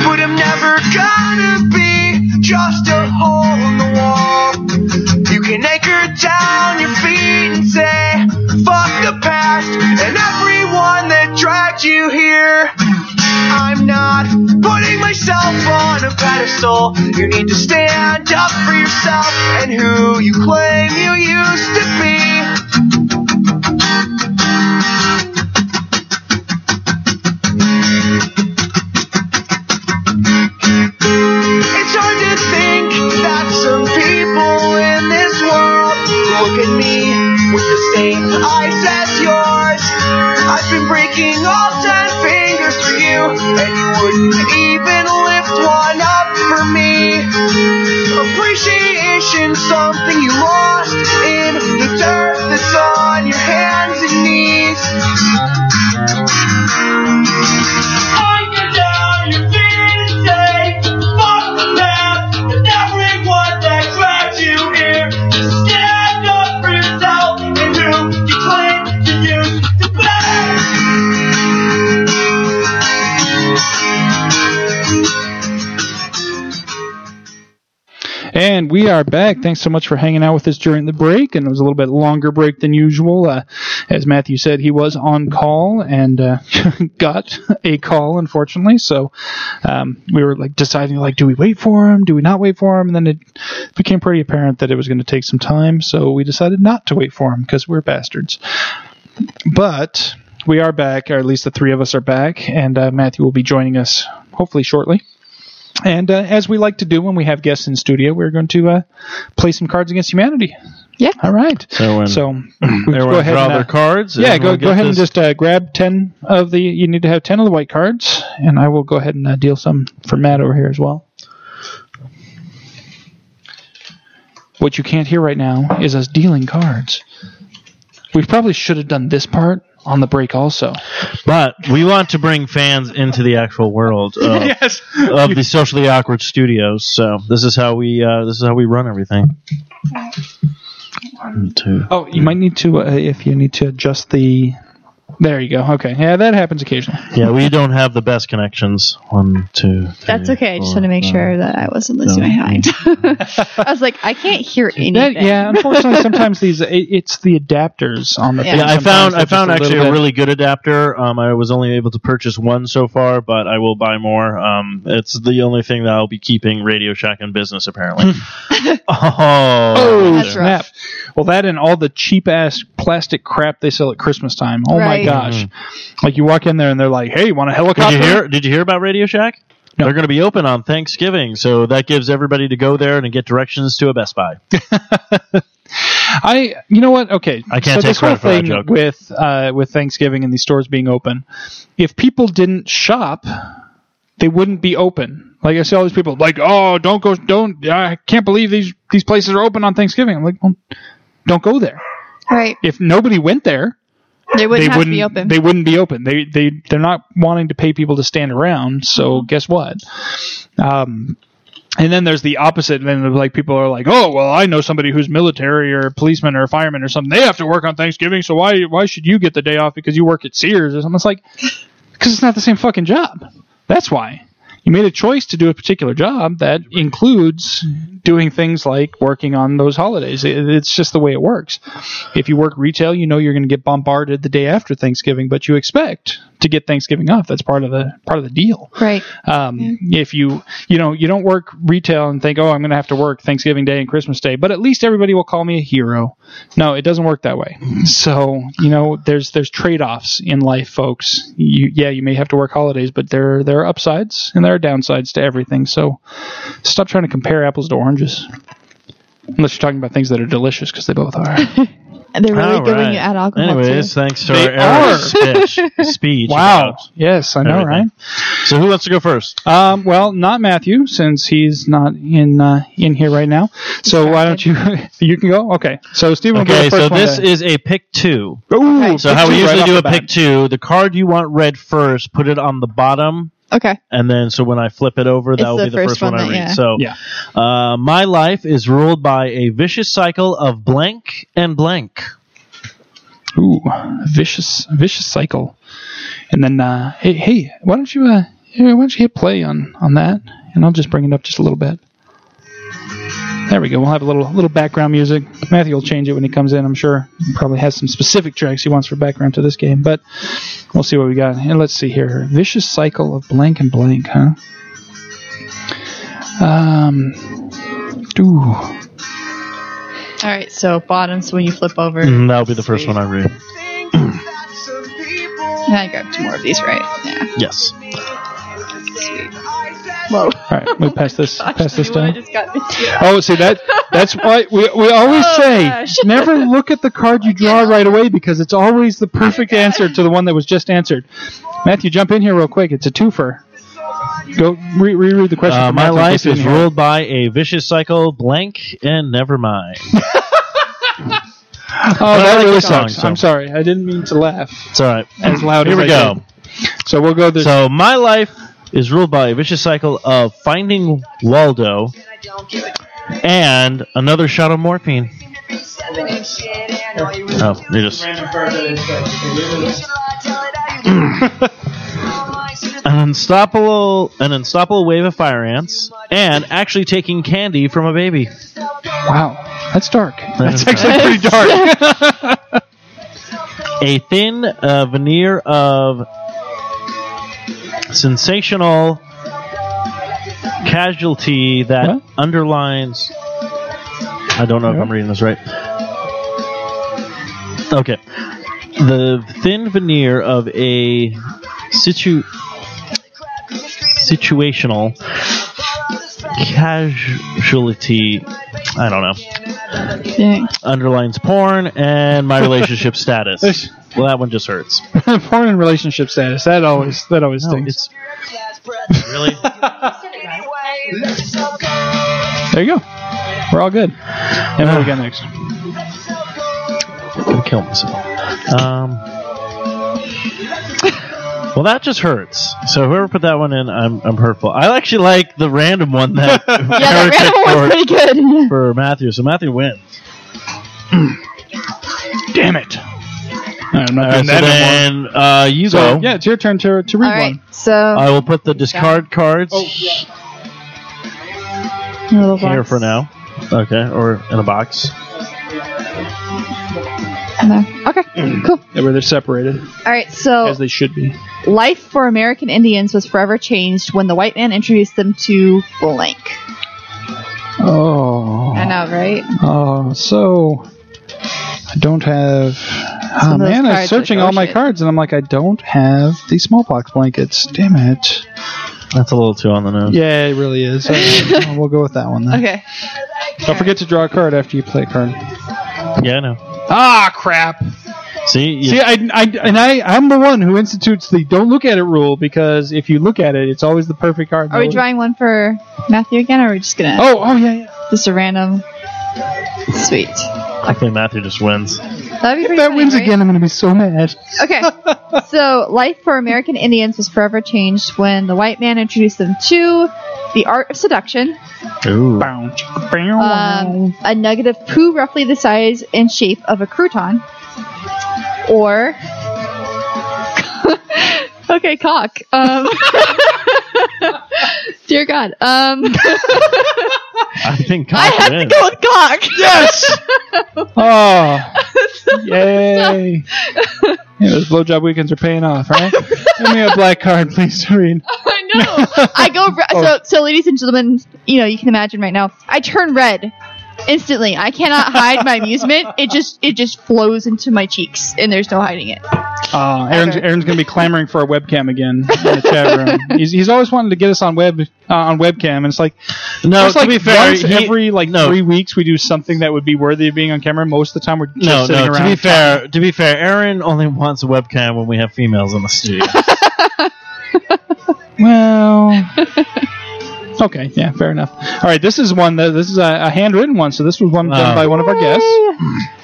I: But I'm never gonna be just a hole in the wall. You can anchor down your feet and say, fuck the past and everyone that dragged you here. I'm not putting myself on a pedestal. You need to stand up for yourself and who you claim you used to be. It's hard to think that some people in this world look at me with the same eyes as yours. I've been breaking all ten fingers for you, and you wouldn't even lift one up for me. Appreciation, something you lost in the dirt that's on your hands and knees. Anchor down your feet and say, fuck the past and everyone that dragged you here. Stand up for yourself and who you claim you used to be.
G: And we are back. Thanks so much for hanging out with us during the break. And it was a little bit longer break than usual. Uh, as Matthew said, he was on call and uh, got a call, unfortunately. So um, we were like deciding, like, do we wait for him? Do we not wait for him? And then it became pretty apparent that it was going to take some time. So we decided not to wait for him because we're bastards. But we are back, or at least the three of us are back. And uh, Matthew will be joining us hopefully shortly. And uh, as we like to do when we have guests in studio, we're going to uh, play some Cards Against Humanity.
F: Yeah.
G: All right.
H: So um, when
G: So
H: everyone
G: go ahead
H: draw
G: and, uh,
H: their cards,
G: yeah,
H: and
G: go
H: we'll
G: go
H: get
G: ahead and
H: this-
G: just uh, grab ten of the. You need to have ten of the white cards, and I will go ahead and uh, deal some for Matt over here as well. What you can't hear right now is us dealing cards. We probably should have done this part on the break also.
H: But we want to bring fans into the actual world of,
G: Yes.
H: of the socially awkward studios. So this is how we uh, this is how we run everything. One, two.
G: Oh, you might need to uh, if you need to adjust the. There you go. Okay. Yeah, that happens occasionally.
H: Yeah, we don't have the best connections. One, two.
F: That's okay. I just want to make sure that I wasn't losing my mind. I was like, I can't hear anything.
G: That- yeah, unfortunately, sometimes these it, it's the adapters on the.
F: Yeah.
G: thing
H: Yeah, I
G: sometimes
H: found
G: they're
H: I found
G: just
H: actually
G: little
H: a
G: bit-
H: really good adapter. Um, I was only able to purchase one so far, but I will buy more. Um, it's the only thing that I'll be keeping Radio Shack in business apparently. oh,
G: Oh
H: there.
G: snap! Well, that and all the cheap ass plastic crap they sell at Christmas time. Oh
F: Right.
G: my gosh! Like you walk in there and they're like, "Hey, you want a
H: Mm-hmm. Did
G: helicopter?"
H: you hear? Did you hear about Radio Shack? They're going to be open on Thanksgiving, so that gives everybody to go there and get directions to a Best Buy.
G: I, you know what? Okay,
H: I
G: so
H: can't take
G: this whole
H: credit for that
G: thing
H: joke.
G: with uh, with Thanksgiving and these stores being open. If people didn't shop, they wouldn't be open. Like I see all these people like, "Oh, don't go, don't! I can't believe these these places are open on Thanksgiving." I'm like, well, "Don't go there."
F: Right.
G: If nobody went there,
F: They wouldn't
G: they
F: have
G: wouldn't
F: to be open.
G: they wouldn't be open. They they they're not wanting to pay people to stand around. So
F: Mm-hmm.
G: guess what? Um, and then there's the opposite. And then like people are like, oh well, I know somebody who's military or a policeman or a fireman or something. They have to work on Thanksgiving, so why why should you get the day off because you work at Sears or something? It's like because it's not the same fucking job. That's why. You made a choice to do a particular job that includes doing things like working on those holidays. It- It's just the way it works. If you work retail, you know you're going to get bombarded the day after Thanksgiving, but you expect to get Thanksgiving off. That's part of the part of the deal.
F: right.
G: Um, If you you know you don't work retail and think, oh, I'm going to have to work Thanksgiving Day and Christmas Day, but at least everybody will call me a hero. No, it doesn't work that way. So you know there's there's trade offs in life, folks. You yeah, you may have to work holidays, but there there are upsides and there are downsides to everything. So stop trying to compare apples to oranges. Unless you're talking about things that are delicious, because they both are.
F: And they're really
H: All
F: good when
H: right.
F: you add alcohol.
H: Anyways, thanks to
G: They
H: our Eric's speech. speech
G: wow.
H: about
G: Yes, I know,
H: everything.
G: right?
H: So who wants to go first?
G: Um, well, not Matthew, since he's not in uh, in here right now. So why don't you you can go? Okay. So Stephen will
H: Okay,
G: be the first
H: so
G: one
H: this
G: to-
H: is a pick two.
G: Ooh,
H: So
G: pick
H: how we
G: two right
H: usually
G: off
H: do
G: the
H: a
G: bat.
H: pick two, the card you want read first, put it on the bottom,
F: too. Okay.
H: and then so when I flip it over,
F: It's
H: that will
F: the
H: be the
F: first
H: first, one,
F: one
H: I
F: that-
H: read.
F: yeah.
H: So
G: Yeah.
H: uh, my life is ruled by a vicious cycle of blank and blank.
G: Ooh, vicious vicious cycle. And then uh, hey hey, why don't you uh yeah, why don't you hit play on on that? And I'll just bring it up just a little bit. There we go. We'll have a little little background music. Matthew will change it when he comes in, I'm sure. He probably has some specific tracks he wants for background to this game, but we'll see what we got. And let's see here. Vicious cycle of blank and blank, huh? Um ooh.
F: All right. So bottoms when you flip over.
H: Mm, That'll be the first one I read.
F: And I grabbed two more of these, right? Yeah.
H: Yes.
F: Whoa.
G: All right, we pass this pass this
F: You know what I
G: down.
F: just got
G: Oh, see that that's why we, we always
F: Oh,
G: say
F: gosh.
G: never look at the card you draw right away because it's always the
F: Oh,
G: perfect answer to the one that was just answered. Matthew, jump in here real quick. It's a twofer. Go re- reread the question.
H: Uh,
G: for
H: my
G: Matthew.
H: life
G: Just
H: is
G: in here.
H: ruled by a vicious cycle, blank, and never mind.
G: Oh,
H: I
G: that
H: like
G: really
H: the song,
G: sucks.
H: so-
G: I'm sorry. I didn't mean to laugh
H: It's all right.
G: as loud
H: Here
G: as
H: we
G: I
H: go.
G: did. So we'll go this.
H: So my life is ruled by a vicious cycle of finding Waldo and another shot of morphine. Oh, they just an unstoppable an unstoppable wave of fire ants and actually taking candy from a baby.
G: wow, that's dark. That's
H: is
G: actually pretty dark.
H: A thin uh, veneer of sensational casualty that
G: What?
H: underlines. I don't know if I'm reading this right. Okay. The thin veneer of a situ situational casualty. I don't know. underlines porn and my relationship status. Well, that one just hurts.
G: Porn and relationship status. That always that always stinks.
H: Really?
G: There you go. We're all good. And
H: Ah.
G: what we got next?
H: I'll kill myself. Um, well, that just hurts. So whoever put that one in, I'm, I'm hurtful. I actually like the random one that yeah,
F: that random one's pretty good.
H: for Matthew. So Matthew wins.
G: Damn it! I'm
H: All
G: not
H: right,
G: doing
H: so
G: that anymore.
H: then uh, you
G: So,
H: go.
G: yeah, it's your turn to to read
F: All right.
G: one.
F: So
H: I will put the discard cards
F: in a little
H: here
F: box.
H: for now. Okay, or in a box.
F: In there. Okay. cool.
G: Yeah, where they're separated
F: All right. So
G: as they should be.
F: Life for American Indians was forever changed when the white man introduced them to blank.
G: Oh.
F: I know, right?
G: Oh, so I don't have. Oh
F: of those
G: man, I was
F: cards are oh,
G: searching all my
F: bullshit.
G: cards, and I'm like, I don't have the smallpox blankets. Damn it!
H: That's a little too on the nose.
G: Yeah, it really is. Okay, we'll go with that one then.
F: Okay.
G: Don't forget to draw a card after you play a card.
H: Yeah, I know.
G: Ah, crap!
H: See, you,
G: See, I, I, and I, I'm the one who institutes the don't look at it rule because if you look at it, it's always the perfect card.
F: Are we drawing one for Matthew again, or are we just gonna
G: Oh, oh yeah, yeah.
F: just a random? Sweet.
H: I think Matthew just wins.
F: That'd be
G: If
F: pretty
G: that
F: funny,
G: wins
F: right?
G: again, I'm gonna be so mad.
F: Okay. so life for American Indians was forever changed when the white man introduced them to the art of seduction,
H: Ooh.
G: Bow, chicka, bow.
F: um, a nugget of poo roughly the size and shape of a crouton, or okay, cock. Um, dear God, um,
H: I think
F: I
H: Kyle
F: have to
H: wins.
F: go with cock.
G: Yes. oh, yay! yeah, those blowjob weekends are paying off, right? Give me a black card, please, Doreen.
F: I know. I go re- so so, ladies and gentlemen. You know, you can imagine right now. I turn red instantly. I cannot hide my amusement. It just it just flows into my cheeks, and there's no hiding it.
H: Oh,
G: Uh, Aaron's,
F: Okay.
G: Aaron's gonna be clamoring for a webcam again in the chat room. He's, he's always wanted to get us on web uh, on webcam, and it's like
H: No,
G: There's
H: Oh, to
G: like
H: be fair,
G: once
H: he-
G: every like
H: no.
G: three weeks we do something that would be worthy of being on camera. Most of the time we're just
H: no,
G: sitting
H: no. To
G: around.
H: be fair, to be fair, Aaron only wants a webcam when we have females in the studio.
G: Well, okay, yeah, fair enough. All right, this is one. That, this is a, a handwritten one, so this was one done
H: Oh.
G: by one of our guests.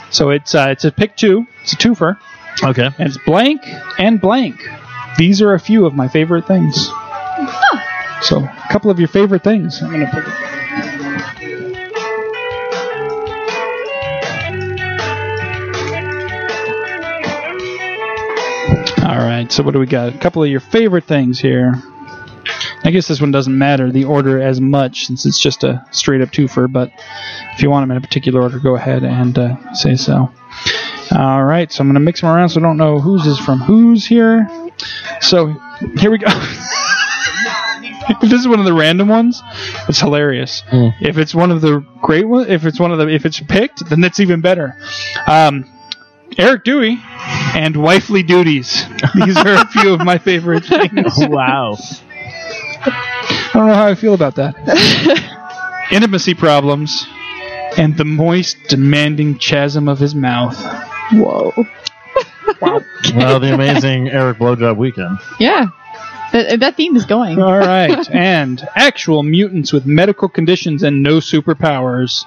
G: So it's uh, it's a pick two. It's a twofer,
H: okay.
G: and it's blank and blank. These are a few of my favorite things. So a couple of your favorite things. I'm gonna pick. All right. So what do we got? A couple of your favorite things here. I guess this one doesn't matter the order as much since it's just a straight up twofer. But if you want them in a particular order, go ahead and uh, say so. All right. So I'm gonna mix them around so I don't know whose is from whose here. So here we go. this is one of the random ones. It's hilarious. If it's one of the great ones, if it's one of the if it's picked, then that's even better. Um, Eric Dewey and wifely duties. These are a few of my favorite things.
H: Wow.
G: I don't know how I feel about that. Intimacy problems and the moist, demanding chasm of his mouth.
F: Whoa.
H: Well, the amazing Eric blowjob weekend.
F: Yeah. That, that theme is going.
G: All right, and actual mutants with medical conditions and no superpowers.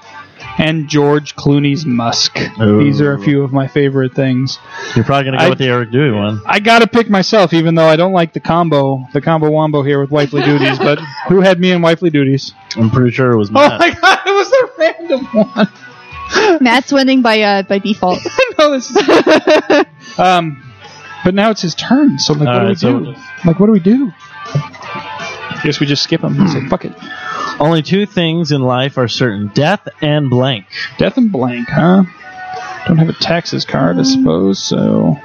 G: And George Clooney's Musk.
H: Ooh.
G: These are a few of my favorite things.
H: You're probably gonna go
G: I-
H: with the Eric Dewey one.
G: I gotta pick myself, even though I don't like the combo, the combo wombo here with wifely duties. But who had me in wifely duties?
H: I'm pretty sure it was
G: Oh
H: Matt.
G: my god, it was the random one.
F: Matt's winning by uh by default.
G: no, this is. um, but now Uh, it's his turn. So like, what do
H: Alright,
G: we
H: so-
G: do? Like, what do we do? Guess we just skip him. and Say fuck it.
H: Only two things in life are certain: death and blank.
G: Death and blank, huh? Don't have a taxes card, I suppose. So,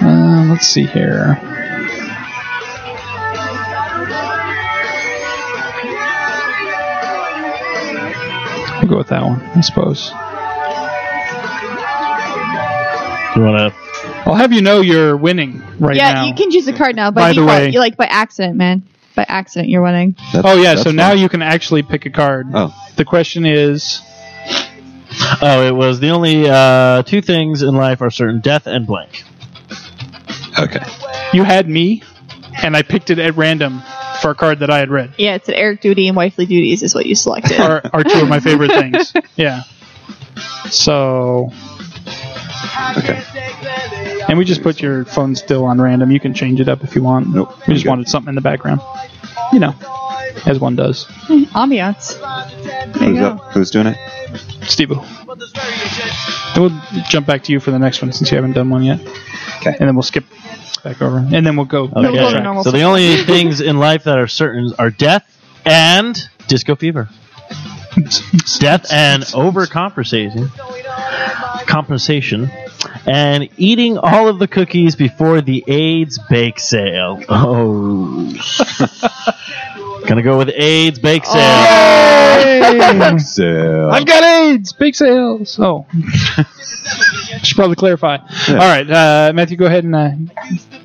G: uh, let's see here. We'll go with that one, I suppose.
H: You want to?
G: I'll have you know you're winning right
F: yeah,
G: now.
F: you can choose a card now by,
G: By the
F: default.
G: way-
F: you like by accident, man. by accident you're winning.
G: oh yeah, so now you can actually pick a card.
M: Oh.
G: The question is
H: Oh, it was the only uh, two things in life are certain: death and blank.
M: Okay.
G: you had me and I picked it at random for a card that I had read.
F: Yeah, it's an Eric duty and wifely duties is what you selected.
G: Are are two of my favorite things. Yeah. So
M: Okay.
G: and we just put your phone still on random. You can change it up if you want.
M: Nope.
G: We just
M: Good.
G: wanted something in the background. You know. As one does.
F: Ambiance. There you
M: Who's,
F: go.
M: up? Who's doing it?
G: Steve. We'll jump back to you for the next one since you haven't done one yet.
M: Okay.
G: And then we'll skip back over. And then we'll go.
H: Okay.
F: We'll go to normal
H: So the
F: stuff.
H: only things in life that are certain are death and disco fever. death and overcompensating, compensation, and eating all of the cookies before the AIDS bake sale. Oh, gonna go with AIDS bake sale.
M: So,
G: I've Oh, got AIDS! Big sales! Oh. Should probably clarify. All right, uh, Matthew, go ahead and uh,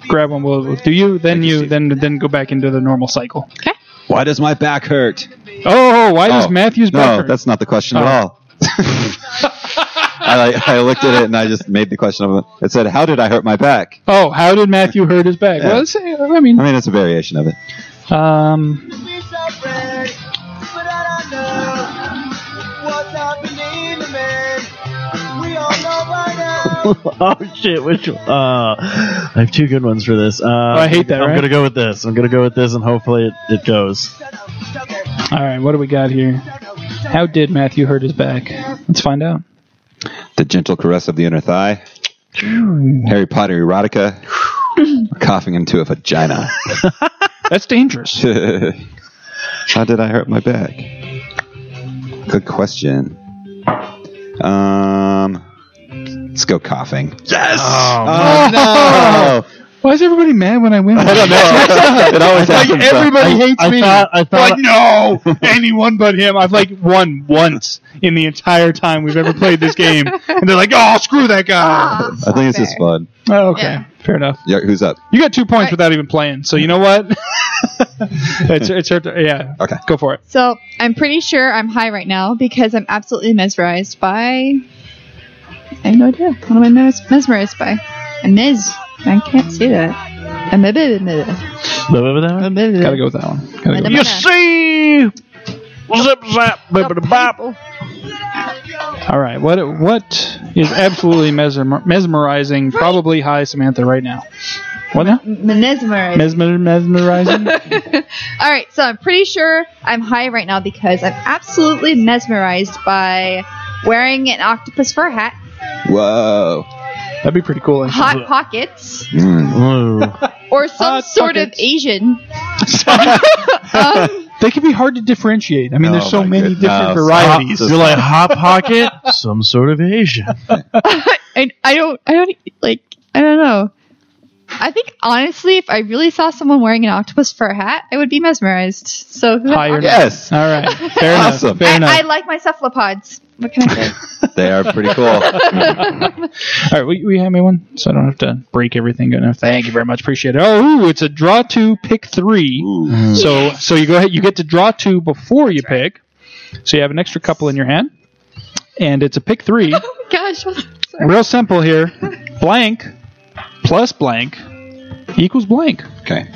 G: grab one. We'll, we'll do you, then you, then then go back into the normal cycle.
M: why does my back hurt?
G: Oh, why
M: Oh,
G: does Matthew's
M: no,
G: back hurt?
M: that's not the question
G: Oh.
M: at all. I like, I looked at it and I just made the question of it. It said, "How did I hurt my back?"
G: Oh, how did Matthew hurt his back?
M: Yeah.
G: Well, it's, uh, I mean,
M: I mean, it's a variation of it.
G: um,
H: oh shit! Which one? Uh, I have two good ones for this. Uh,
G: Oh, I hate that,
H: I'm
G: right?
H: gonna go with this. I'm gonna go with this, and hopefully it, it goes.
G: all right, what do we got here? How did Matthew hurt his back? Let's find out.
M: The gentle caress of the inner thigh. Harry Potter erotica. coughing into a vagina.
G: That's dangerous.
M: How did I hurt my back? Good question. Um, let's go coughing.
H: Yes.
M: Oh no!
G: Why is everybody mad when I win? I don't know.
M: it always
G: Like
M: happens.
G: everybody hates
H: I
G: me.
H: thought- I thought-
G: but no, anyone but him. I've like won once in the entire time we've ever played this game, and they're like, "Oh, screw that guy."
M: I think it's just fun.
G: Oh, okay,
F: Yeah.
G: fair enough.
M: Yeah, who's up?
G: You got two points without even playing, so you know what? it's it's her. tur- Yeah.
M: Okay.
G: Go for it.
F: So I'm pretty sure I'm high right now because I'm absolutely mesmerized by. I have no idea. What am I mes- mesmerized by? A miz. I can't see that. A mid- mid- mid-
H: Blah, blah, blah, blah.
F: a mid-
G: Gotta go with that one. Gotta go with
F: Madam-
G: that.
H: You see, zip zap, bibbidi bop.
G: All right. What what is absolutely mesmer- mesmerizing? Probably high Samantha right now. What now?
F: Mm-hmm. Mesmerized.
G: Mesmer mesmerizing.
F: All right, so I'm pretty sure I'm high right now because I'm absolutely mesmerized by wearing an octopus fur hat,
M: Whoa.
G: That'd be pretty cool. actually.
F: hot pockets,
M: Mm.
H: Ooh.
F: or some
G: Hot
F: sort
G: pockets.
F: of Asian.
G: They can be hard to differentiate. I mean,
M: Oh
G: there's so
M: my
G: many
M: goodness.
G: different
M: No,
G: varieties.
M: stop.
H: You're like hot pocket, some sort of Asian.
F: And I don't, I don't like, I don't know. I think honestly, if I really saw someone wearing an octopus fur hat, I would be mesmerized. So who-
G: Higher.
M: Yes,
G: All right, fair enough.
M: Awesome.
G: Fair enough.
F: I, I like my cephalopods. What can I say?
M: they are pretty cool.
G: All right, will you, will you hand me one so I don't have to break everything. Good enough. Thank you very much. Appreciate it. Oh, ooh, it's a draw two, pick three. So, so you go ahead. You get to draw two before you pick. So you have an extra couple in your hand, and it's a pick three.
F: Gosh, what's,
G: Real simple here. Blank plus blank equals blank.
M: Okay.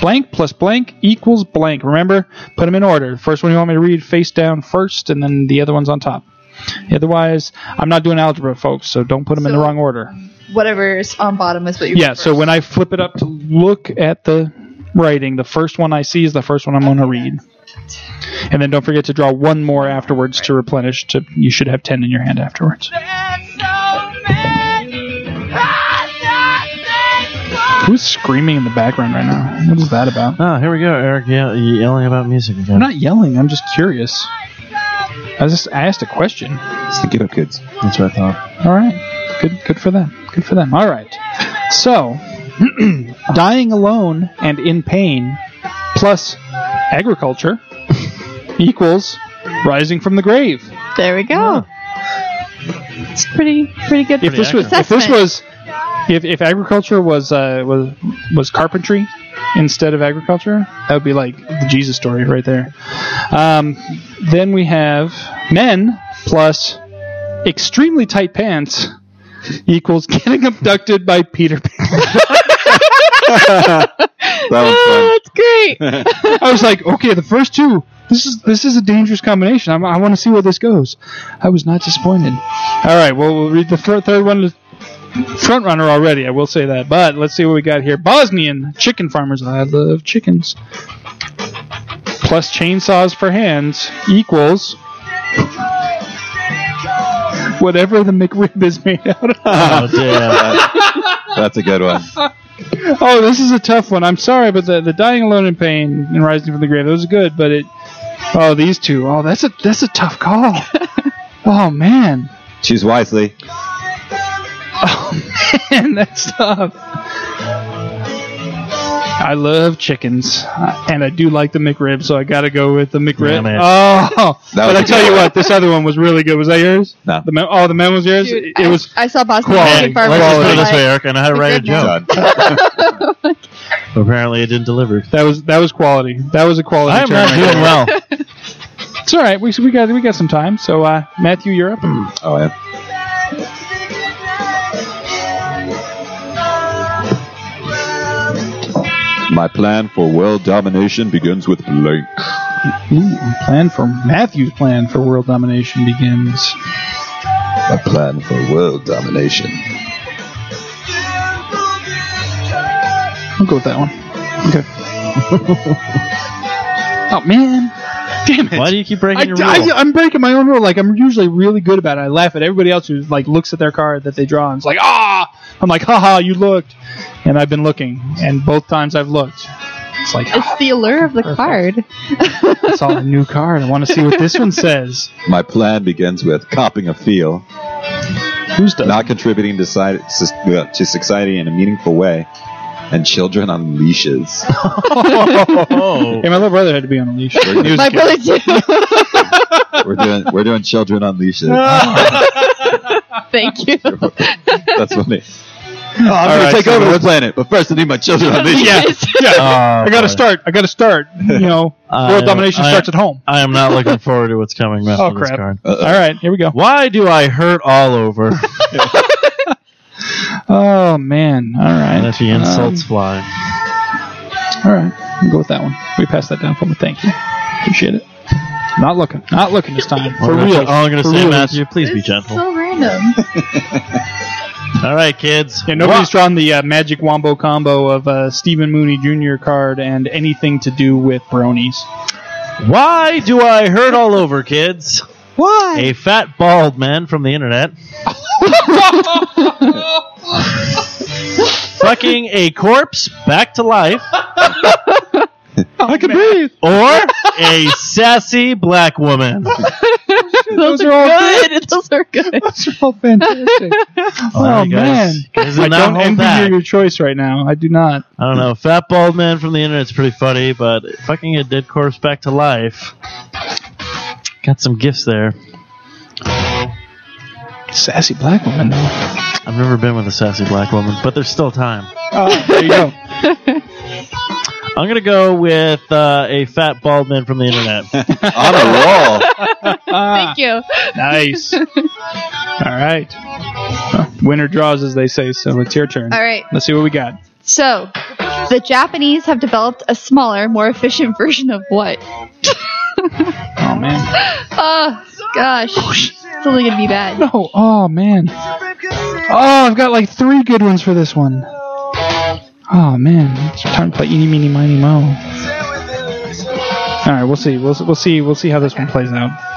G: blank plus blank equals blank. Remember, put them in order. First one you want me to read face down first, and then the other one's on top. Otherwise, I'm not doing algebra, folks, so don't put them in the
F: So-
G: wrong order.
F: whatever's on bottom is what you.
G: Yeah, so when I flip it up to look at the writing, the first one I see is the first one I'm going to read. And then don't forget to draw one more afterwards to replenish. To you should have ten in your hand afterwards. Who's screaming in the background right now? What is that about?
H: Oh, here we go, Eric. Yeah, you yelling about music again.
G: I'm not yelling. I'm just curious. I just I asked a question.
M: It's the ghetto kids.
H: That's what I thought.
G: All right. Good good for them. Good for them. All right. So, dying alone and in pain plus agriculture equals rising from the grave.
F: There we go. It's pretty, pretty good.
G: If this was if this
F: assessment.
G: was If, if agriculture was uh, was was carpentry instead of agriculture, that would be like the Jesus story right there. Um, then we have men plus extremely tight pants equals getting abducted by Peter Pan.
F: Oh,
G: um,
F: That's great.
G: I was like, okay, the first two. This is this is a dangerous combination. I'm, I want to see where this goes. I was not disappointed. All right, well we'll read the fir- third one. is Front runner already. I will say that. But let's see what we got here. Bosnian chicken farmers. I love chickens. Plus chainsaws for hands equals whatever the McRib is made out of.
M: Oh, damn. That's a good one.
G: oh, this is a tough one. I'm sorry, but the, the dying alone in pain and rising from the grave, those are good, but it Oh, these two. Oh, that's a that's a tough call. oh man.
M: Choose wisely.
G: Oh, man, that's tough. I love chickens, uh, and I do like the McRib, so I got to go with the McRib.
M: Damn it.
G: oh,
M: That
G: but
M: was
G: I
M: a
G: tell
M: good
G: you
M: one.
G: what, this other one was really good. Was that yours?
M: No.
G: The mem- oh, the memo was yours.
F: Dude,
G: it
F: I,
G: was
F: I saw Boston
G: quality.
F: Chicken Farmers.
G: Let's just
F: and
G: put it
F: was
G: this way,
F: like,
H: Eric, and I had to
F: the
H: write a
F: good man.
H: joke. Apparently, it didn't deliver.
G: That was that was quality. That was a quality.
H: I am
G: turn
H: not
G: right
H: doing
G: there.
H: well.
G: It's all right. We, we got we got some time. So uh, Matthew, you're up.
M: Oh yeah. My plan for world domination begins with Blake.
G: Ooh, plan for Matthew's plan for world domination begins.
M: My plan for world domination.
G: I'll go with that one. Okay. oh man, damn it!
H: Why do you keep
G: I,
H: breaking your rule?
G: I, am breaking my own rule. Like I'm usually really good about it. I laugh at everybody else who like looks at their card that they draw and is like, ah. I'm like, haha, you looked, and I've been looking, and both times I've looked, it's like
F: It's the allure of the card.
G: I saw a new card. I want to see what this one says.
M: My plan begins with copping a feel,
G: Who's the
M: not contributing to, si- sus- uh, to society in a meaningful way, and children on leashes.
H: Oh.
G: Hey, my little brother had to be on a leash. He was
F: My
G: a kid.
F: brother too.
M: we're doing we're doing children on leashes.
F: Thank you.
M: That's funny. Oh, I'm gonna take over the planet, but first I need my children on leashes.
G: Yeah, yeah.
H: Oh,
G: I got to
H: boy.
G: start. I got to start. You know,
H: I-
G: world domination
H: I-
G: starts at home.
H: I am not looking forward to what's coming.
G: Oh,
H: Oh,
G: crap.
H: crap. Card.
M: Uh-oh.
G: All right, here we go.
H: Why do I hurt all over?
G: Oh man! All
H: and
G: right,
H: if the insults fly.
G: all right. I'll go with that one. We passed that down for me. Thank you. Appreciate it. Not looking. Not looking this time.
H: All
G: For
H: I'm Oh, gonna-
G: real.
H: All I'm going
G: For
H: to say,
G: reals.
H: Matthew, please be
F: This is
H: gentle.
F: So random.
H: All right, kids.
G: Yeah, nobody's drawn the uh, magic wombo combo of uh, Stephen Mooney Jr. card and anything to do with bronies.
H: Why do I hurt all over, kids?
G: Why?
H: A fat bald man from the internet. Fucking a corpse back to life.
G: I can breathe.
H: Or a sassy black woman.
G: Oh, Those, are all
F: Oh, good. Those are good.
G: Those are all fantastic. oh man.
H: you guys- guys did
G: I
H: not
G: don't
H: hold
G: envy
H: back.
G: your, your choice right now. I do not.
H: I don't know. Fat bald man from the internet's pretty funny, but fucking a dead corpse back to life. Got some gifts there.
G: Sassy black woman though.
H: I've never been with a sassy black woman, but there's still time.
G: Oh, there you go.
H: I'm gonna go with uh, a fat bald man from the internet.
M: On a roll.
F: Thank you.
G: Nice. All right. Well, winner draws, as they say, so it's your turn.
F: All right.
G: Let's see what we got.
F: So, the Japanese have developed a smaller, more efficient version of what?
G: Oh, man.
F: Oh, gosh. It's only going to be bad.
G: No. Oh, man. Oh, I've got like three good ones for this one. Oh, man. It's time to play Eeny, Meeny, Miny, Mo. All right, we'll see. We'll, we'll see. We'll see how this one plays out.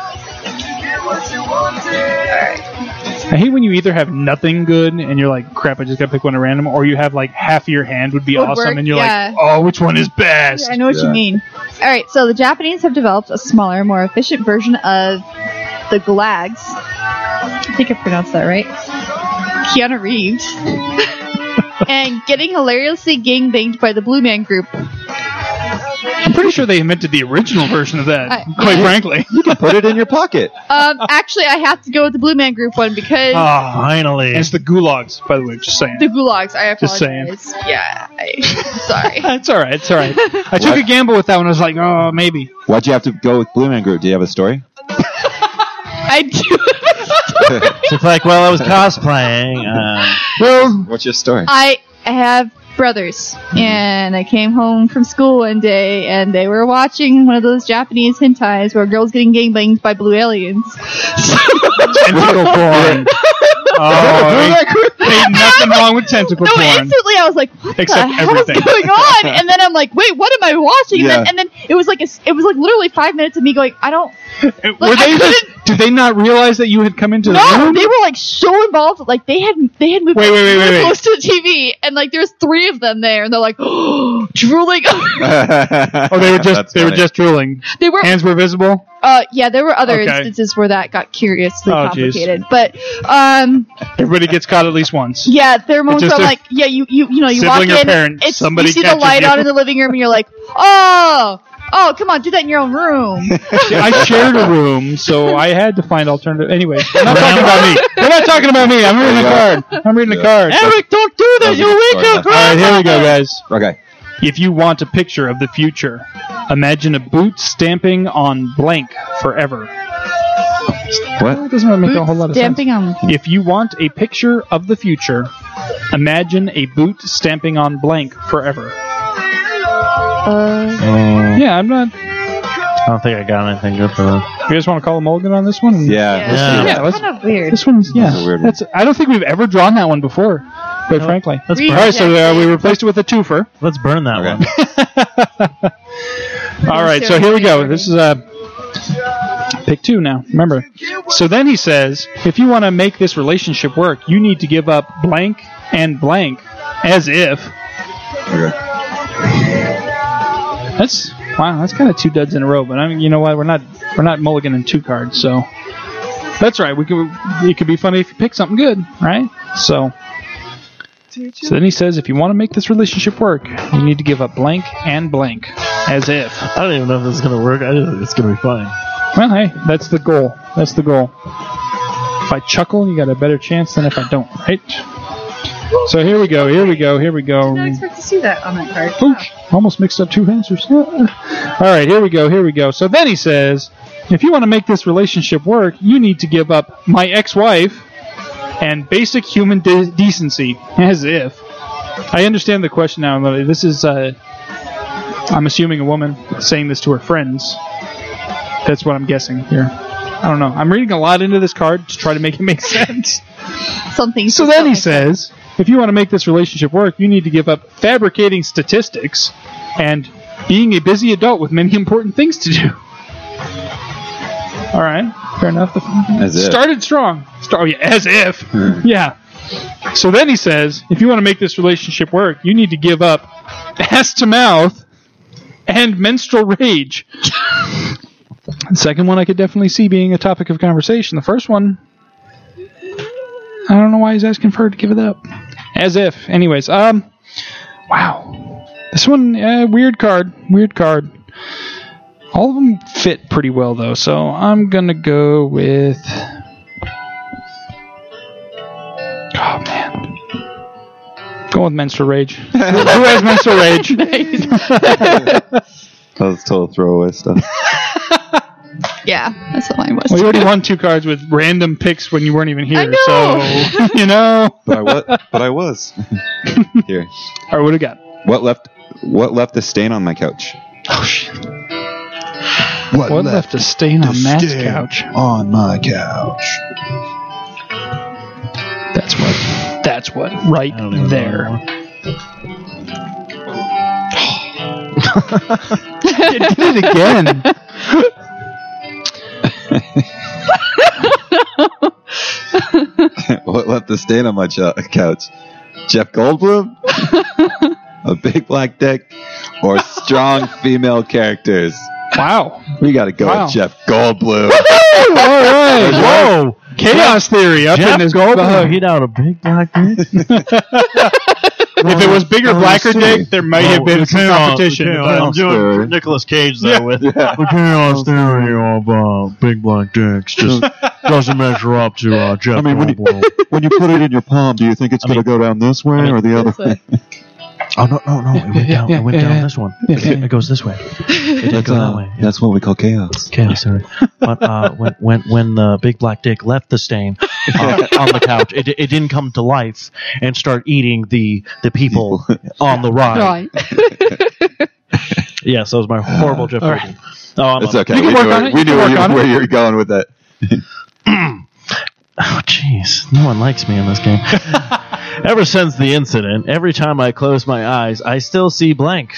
G: I hate when you either have nothing good and you're like, crap, I just gotta pick one at random, or you have like half of your hand would be
F: Would
G: awesome
F: work,
G: and you're
F: yeah.
G: like, oh, which one is best?
F: I know what
M: Yeah.
F: you mean. All right. So, the Japanese have developed a smaller, more efficient version of the Galags. I think I pronounced that right. Keanu Reeves. and getting hilariously gangbanged by the Blue Man Group.
G: I'm pretty sure they invented the original version of that.
F: I-
G: quite frankly,
M: you can put it in your pocket.
F: Um, actually, I have to go with the Blue Man Group one because
G: Oh. finally, it's the gulags. By the way, just saying.
F: the gulags. I apologize.
G: Just saying.
F: Yeah, I, sorry.
G: Uh, it's all right. It's all right. I took a gamble with that one. I was like, oh, maybe.
M: Why'd you have to go with Blue Man Group? Do you have a story?
F: I do.
H: it's like, well, I was cosplaying. Um,
G: well,
M: what's your story?
F: I have brothers, and I came home from school one day, and they were watching one of those Japanese hentais where girls getting gangbanged by blue aliens.
G: tentacle porn. Oh, ain't, ain't nothing wrong with tentacle
F: No,
G: porn.
F: instantly I was like, "What the
G: Except
F: hell
G: everything.
F: is going on?" And then I'm like, "Wait, what am I watching?" And, then,
G: Yeah.
F: and then it was like a s it was like literally five minutes of me going, "I don't." Like,
G: Were
F: I
G: they just? Did they not realize that you had come into the
F: No,
G: room?
F: they were like so involved. Like they had they had moved
G: Wait, wait, wait, wait,
F: really
G: wait.
F: close to the TV, and like there's three of them there, and they're like drooling.
G: oh, they were just they were
F: funny.
G: just drooling.
F: They were-
G: hands were visible.
F: uh, yeah, there were other
G: Okay.
F: instances where that got curiously
G: Oh, geez.
F: complicated, but um,
G: Everybody gets caught at least once.
F: yeah, there are moments
G: just
F: where I'm
G: a-
F: like, yeah, you you you know you
G: Sibling
F: walk
G: or
F: in,
G: parent,
F: it's
G: somebody
F: you see the
G: catches
F: light
G: you.
F: on in the living room, and you're like, oh oh, come on, do that in your own room.
G: I shared a room, so I had to find alternative. Anyway, we're not talking about me. We're not talking about me. I'm reading the card. I'm reading the card. Eric, don't do that. You
M: wake your
G: All right, here we go, guys.
M: Okay.
G: If you want a picture of the future, imagine a boot stamping on blank forever.
M: What?
G: That doesn't really make a whole lot of sense.
F: Stamping on
G: If you want a picture of the future, imagine a boot stamping on blank forever.
F: Uh,
G: yeah, I'm not.
H: I don't think I got anything good for that.
G: You guys want to call a mulligan on this one?
H: Yeah. Yeah.
G: Let's do it.
H: Yeah,
G: let's-
F: kind of weird.
G: This one's yeah.
H: That's a weird one.
G: That's- I don't think we've ever drawn that one before. Quite frankly.
H: that's
G: all
H: Rejected.
G: right. So uh, we replaced it with a twofer.
H: Let's burn that
G: one. all right. So here we go. This is uh, pick two now. Remember. So then he says, if you want to make this relationship work, you need to give up blank and blank, as if. That's wow. That's kind of two duds in a row. But I mean, you know what? We're not we're not mulliganing two cards. So that's right. We could it could be funny if you pick something good, right? So. So then he says, if you want to make this relationship work, you need to give up blank and blank, as if.
H: I don't even know if this is gonna work. I just think it's gonna be funny.
G: Well, hey, that's the goal. That's the goal. If I chuckle, you got a better chance than if I don't, right? So here we go. Here we go. Here we go.
F: expect to see that on that card.
G: Ouch. Almost mixed up two answers. All right, here we go. Here we go. So then he says, if you want to make this relationship work, you need to give up my ex-wife and basic human de- decency, as if. I understand the question now. but This is, uh, I'm assuming, a woman saying this to her friends. That's what I'm guessing here. I don't know. I'm reading a lot into this card to try to make it make sense.
F: Oh, Something.
G: So then he says, if you want to make this relationship work, you need to give up fabricating statistics and being a busy adult with many important things to do. All right, fair enough. The-
M: As if. Hmm.
G: started strong. Star- oh, yeah, as if. yeah. So then he says, if you want to make this relationship work, you need to give up ass to mouth and menstrual rage. the second one I could definitely see being a topic of conversation. The first one, I don't know why he's asking for her to give it up. As if. Anyways, um, wow. This one, uh, weird card. Weird card. All of them fit pretty well, though, so I'm gonna go with. Oh, man. Go with Menstrual Rage. Who has Menstrual Rage?
M: That was total throwaway stuff.
F: yeah, that's what mine was.
G: Well, you already won two cards with random picks when you weren't even here.
F: I know.
G: So you know.
M: But I was. But I was. Here.
G: Or what do we got?
M: What left? What left a stain on my couch?
G: What, left, a stain on Matt's couch?
M: On my couch.
G: That's what. That's what. Right there. I did it again.
M: what left a stain on my ch- couch? Jeff Goldblum, a big black dick, or strong female characters?
G: Wow.
M: We got to go
G: Wow.
M: with Jeff Goldblum.
G: All right. Whoa. Chaos theory up in
H: Oh, Jeff
G: this
H: Goldblum,
G: bug.
H: he down a big black dick.
G: if it was bigger, blacker dick, there might
H: Oh,
G: have been some competition.
N: I'm doing Nicolas Cage though with
H: We can't all stereo of uh, big black dicks. Just doesn't measure up to uh, Jeff.
I: I mean, when you, when you put it in your palm, do you think it's going to go down this way or the other way?
H: oh no, no, no! It went down. It went down this one. It goes this way. It did
I: That's,
H: go that
I: uh,
H: way.
I: that's what we call chaos.
H: Chaos, sorry. But uh, when when when the big black dick left the stain uh, on the couch, it, it didn't come to life and start eating the the people on the ride. Yes, that was my horrible Jeff.
N: All right.
H: Goldblum. Oh, I'm-
I: It's okay. we knew, where- we knew where, you, where you were going with that.
H: Oh, jeez. No one likes me in this game. Ever since the incident, every time I close my eyes, I still see blank.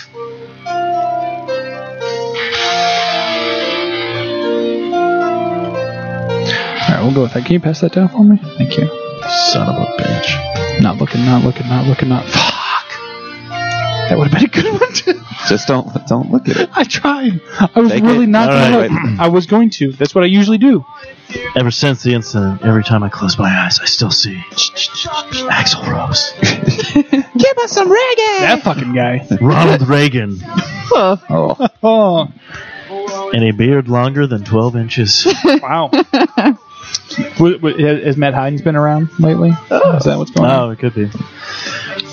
G: All right, we'll go with that. Can you pass that down for me? Thank you.
H: Son of a bitch.
G: Not looking, not looking, not looking, not. Fuck. That would have been a good one. too.
I: Just don't don't look at it.
G: I tried. I was
H: Take
G: really
H: it.
G: not
H: All
G: gonna
H: right.
G: look. I was going to. That's what I usually do.
H: Ever since the incident, every time I close my eyes, I still see Axel Rose.
G: Give us some reggae. That fucking guy.
H: Ronald Reagan.
I: Oh.
G: oh.
H: And a beard longer than 12 inches.
G: Wow. W- w- has has Matt Hyden's been around lately? Is that what's going on?
H: Oh, it could be.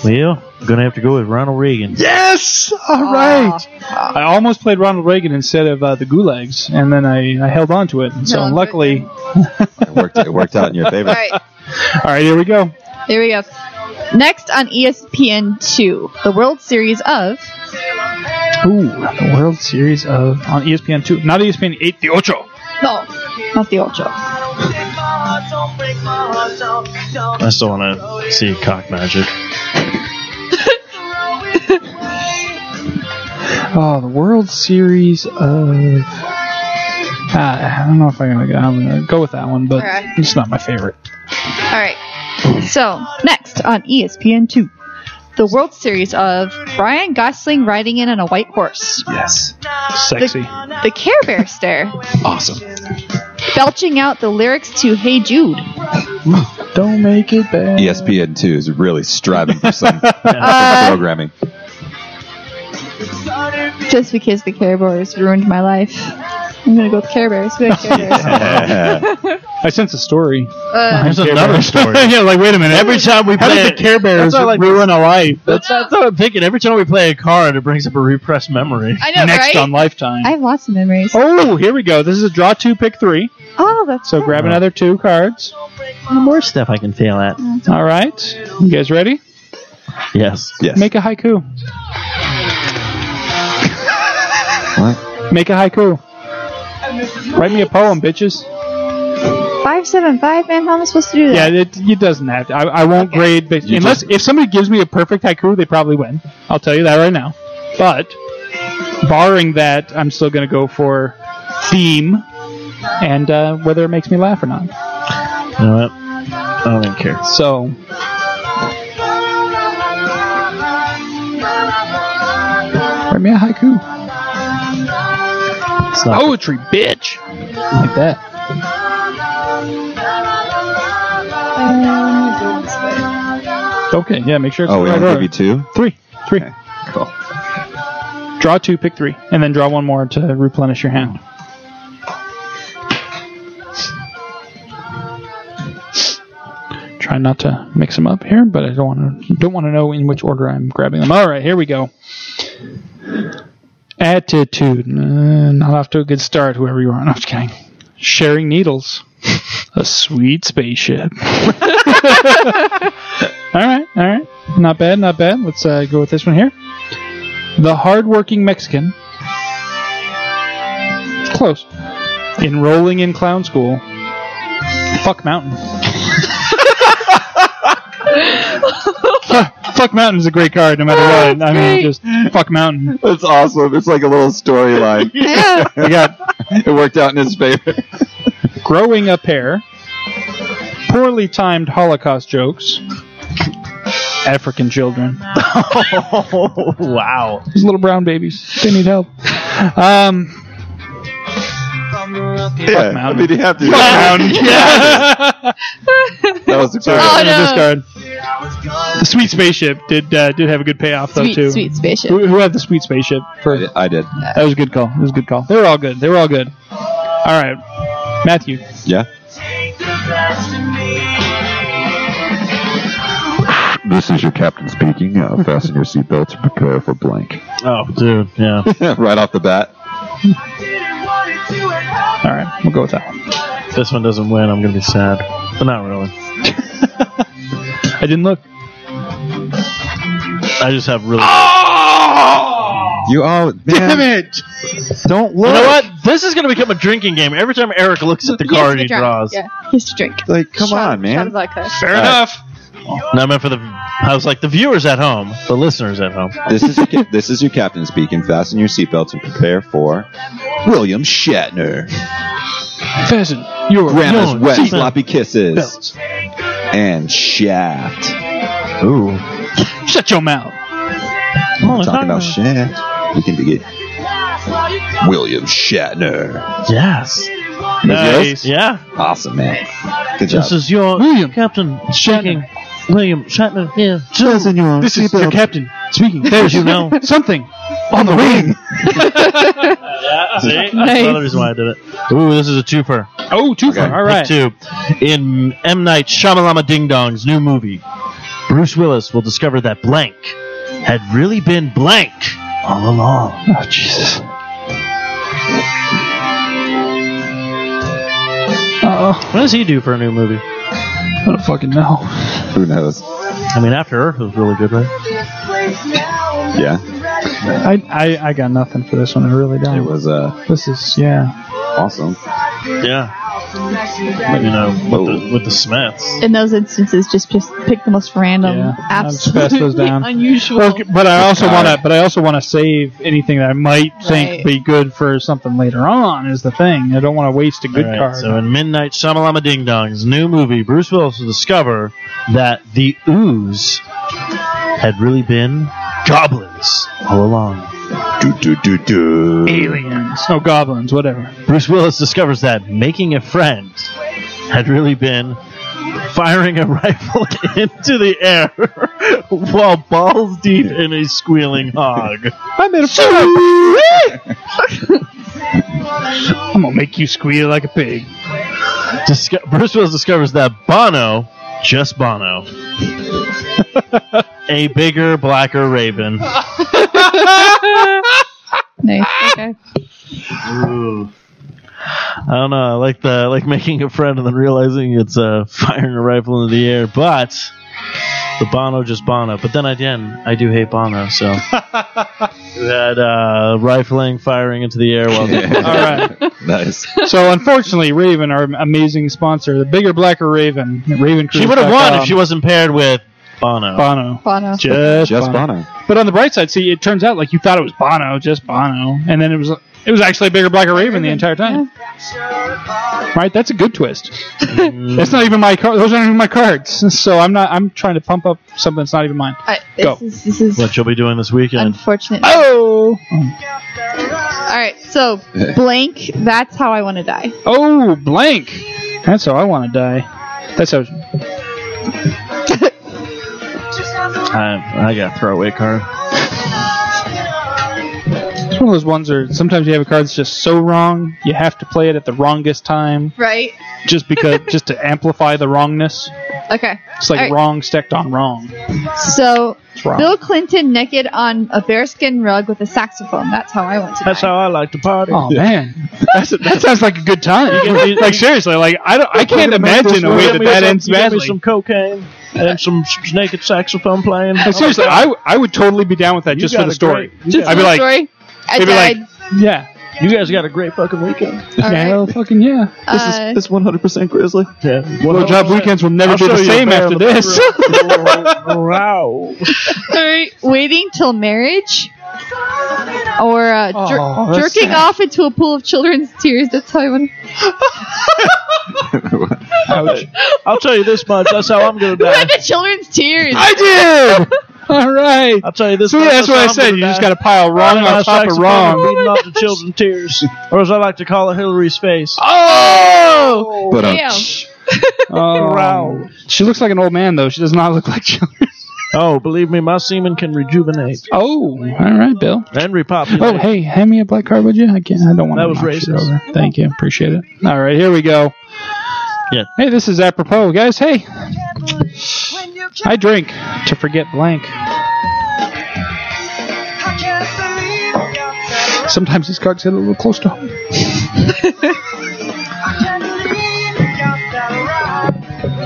H: Well, I'm going to have to go with Ronald Reagan.
G: Yes! All right. I almost played Ronald Reagan instead of uh, the Gulags, and then I, I held on to it. And so luckily.
I: It worked, it worked out in your favor.
F: All right.
G: All right, here we go.
F: Here we go. Next on E ESPN2, the World Series of.
G: Ooh, the World Series of. On E ESPN 2. Not ESPN 8, the Ocho.
F: No, not the Ocho.
H: I still want to see cock magic.
G: Oh, the World Series of. Ah, I don't know if I'm gonna go. I'm gonna go with that one, but
F: Okay.
G: it's not my favorite.
F: All right. So, next on E ESPN2, the World Series of Ryan Gosling riding in on a white horse.
G: Yes. Sexy.
F: The, the Care Bear stare,
G: Awesome.
F: belching out the lyrics to Hey Jude.
G: Don't make it bad.
I: ESPN two is really striving for some
F: Uh,
I: programming.
F: Just because the Care Bears ruined my life. I'm gonna go with Care Bears. Good Care Bears.
G: I sense a story.
F: Uh,
G: There's
H: another story.
G: yeah, like wait a minute.
H: Every time we
G: How
H: play
G: did
H: it-
G: the Care Bears
H: That's why I like
G: ruin a life?
H: That's, that's what I'm thinking. Every time we play a card, it brings up a repressed memory.
F: I know, right?
G: Next on Lifetime.
F: I have lots of memories.
G: oh, here we go. This is a draw two, pick three.
F: Oh, that's
G: So grab another two cards.
H: More stuff I can fail at.
G: All right. You guys ready?
H: Yes.
I: Yes.
G: Make a haiku.
I: what?
G: Make a haiku. Write me a poem, bitches.
F: five seven five. Man, how am I supposed to do
G: Yeah,
F: that?
G: it, it doesn't have to. I, I won't grade, but
I: You
G: unless
I: just-
G: if somebody gives me a perfect haiku, they probably win. I'll tell you that right now. But barring that, I'm still going to go for theme and uh, whether it makes me laugh or not.
H: You know what? I don't even care.
G: So write me a haiku.
H: It's not
G: Poetry, bitch. Like that. Okay. Yeah. Make sure it's
I: Oh,
G: the
I: we
G: right
I: only
G: order.
I: give you two.
G: three. Three.
I: Cool.
G: Draw two, pick three, and then draw one more to replenish your hand. Try not to mix them up here, but I don't want to don't want to know in which order I'm grabbing them. All right, here we go. Attitude. Uh, not off to a good start, whoever you are. No, I'm just kidding. Sharing needles. a sweet spaceship. all right, all right. Not bad, not bad. Let's uh, go with this one here. The hardworking Mexican. Close. Enrolling in clown school. Fuck Mountain. fuck, fuck Mountain is a great card, no matter what. I mean, just fuck Mountain.
I: That's awesome. It's like a little storyline.
G: We got
I: it worked out in his favor.
G: growing a pair, poorly timed Holocaust jokes, African children.
H: Oh, wow.
G: These little brown babies, they need help. Um,
I: Yeah, I
G: Mountain.
I: mean, you have to.
G: yeah.
I: That was a
G: Sorry,
F: Oh,
G: I'm gonna
I: card.
F: no.
G: discard. The Sweet Spaceship did uh, did have a good payoff though
F: Sweet-
G: too.
F: Sweet Spaceship.
G: Who, who had the Sweet Spaceship? For
M: I did.
G: that was a good call. It was a good call. They were all good. They were all good. All right, Matthew.
M: Yeah. This is your captain speaking. Uh, fasten your seatbelt to prepare for blank.
H: Oh, dude, yeah.
M: right off the bat.
G: All right, we'll go with that one.
H: If this one doesn't win, I'm gonna be sad, but not really.
G: I didn't look.
H: I just have really.
G: Oh!
M: You all
H: Damn
G: it!
M: Don't
H: You know what? This is gonna become a drinking game. Every time Eric looks at the card, he draws.
F: Yeah, he has to drink.
M: Like, come on, man.
F: Sounds like a
G: Fair
H: All right.
G: enough.
H: Now I meant for the. I was like the viewers at home, the listeners at home.
M: This is your ca- this is your captain speaking. Fasten your seatbelts and prepare for William Shatner.
G: Pheasant, your
M: Grandma's
G: your
M: wet
G: seat
M: sloppy kisses
G: belts.
M: and Shaft. Ooh,
G: Shut your mouth.
M: I'm talking about Shaft. We can begin. William Shatner.
H: Yes.
M: Is yours?
H: Yeah.
M: Awesome, man. Good job.
O: This is your captain speaking. William Shatner here.
G: This is your captain speaking. There's
O: you know.
G: something on the wing.
H: Yeah, uh, see? That's
G: Nice.
H: another reason why I did it. Ooh, this is a twofer.
G: Oh, two for all right.
H: Pick two. In M. Night Shyamalama Ding Dong's new movie, Bruce Willis will discover that blank had really been blank all along. Oh, Jesus.
G: Uh-oh.
H: What does he do for a new movie?
G: I don't fucking know.
M: Who knows?
H: I mean, After Earth was really good, right?
M: Yeah,
G: I, I I got nothing for this one. I really
M: it
G: don't.
M: was uh,
G: This is yeah.
M: awesome.
H: Yeah. But, you know, with the, with the Smiths.
F: in those instances, just just pick the most random,
G: Yeah, I'll just pass
F: absolutely
G: those down.
F: unusual.
G: Well, but I also
M: God.
G: want to. But I also want to save anything that I might think
F: Right.
G: be good for something later on. Is the thing. I don't want to waste a good
H: All right,
G: card.
H: So in Midnight Shamalama Ding Dong's new movie, Bruce Willis will discover that the ooze had really been goblins all along.
M: Do do do do.
G: Aliens, no Oh, goblins, whatever.
H: Bruce Willis discovers that making a friend had really been firing a rifle into the air while balls deep in a squealing hog.
G: I made a friend. I'm gonna make you squeal like a pig.
H: Disco- Bruce Willis discovers that Bono, just Bono, a bigger, blacker raven.
F: nice.
G: Ah!
F: Okay.
H: I don't know. I like the I like making a friend and then realizing it's uh, firing a rifle into the air, but the Bono just Bono. But then again, I do hate Bono, so that uh, rifling firing into the air while
G: All right.
M: Nice.
G: So unfortunately, Raven, our amazing sponsor, the bigger, blacker Raven, Raven.
H: she would have won if she wasn't paired with Bono.
G: Bono.
F: Bono.
G: Just,
M: Just
G: Bono.
M: Bono.
G: But on the bright side, see, it turns out like you thought it was Bono, just Bono, and then it was it was actually bigger, blacker Raven the entire time. Right? That's a good twist.
H: Mm.
G: that's not even my card. Those aren't even my cards. So I'm not. I'm trying to pump up something that's not even mine.
F: I,
G: Go.
F: this is this is
H: What you'll be doing this weekend?
F: unfortunate.
G: Oh,
F: All right, so blank. That's how I want to die.
G: oh, blank. That's how I want to die. That's how.
H: I, I got a throwaway card.
G: It's one of those ones where sometimes you have a card that's just so wrong, you have to play it at the wrongest time,
F: Right.
G: just because, just to amplify the wrongness.
F: Okay.
G: It's like
F: All right.
G: wrong stacked on wrong.
F: So
G: It's wrong.
F: Bill Clinton naked on a bearskin rug with a saxophone. That's how I want to die.
H: That's how I like to party.
G: Oh man, That's that sounds like a good time. like seriously, like I don't, I can't imagine a way that that ends badly.
H: some cocaine and some s- naked saxophone playing.
G: Like, seriously, I, w- I would totally be down with that
H: You
G: just for
H: got
G: the
H: a
G: story.
H: great- you got
G: I'd be
F: True
G: like,
F: story. I
G: they'd be
F: died.
G: like, yeah,
H: You guys got a great fucking weekend.
F: All right.
G: yeah, fucking yeah.
F: Uh,
M: This 100% Grizzly.
H: Yeah.
G: Well, job weekends will never be the same after this.
H: wow.
F: all right. Waiting till marriage. Or uh, jer-
G: Oh, that's
F: jerking
G: sad.
F: off into a pool of children's tears. That's how I want.
G: Ouch.
H: I'll tell you this much. That's how I'm gonna
F: Who had
H: die.
F: the children's tears?
G: I did. All right.
H: I'll tell you this.
G: So
H: much,
G: yeah, that's what I
H: how I'm
G: said.
H: gonna
G: You just
H: die.
G: got to pile wrong
H: Riding my
G: on top of
H: saxophone and
G: wrong.
H: beating off the children tears, or as I like to call it, Hillary's face.
G: Oh.
M: But um,
F: Damn.
G: Um, She looks like an old man though. She does not look like children.
H: Oh, believe me, my semen can rejuvenate.
G: Oh, all right, Bill.
H: And repopulate.
G: Oh, hey, hand me a black card, would you? I can't. I don't want
H: That
G: to
H: was
G: knock shit
H: racist.
G: over. Thank you. Appreciate it. All right, here we go.
H: Yeah.
G: Hey, this is apropos, guys. Hey, I drink to forget blank. Sometimes these cards hit a little close to home.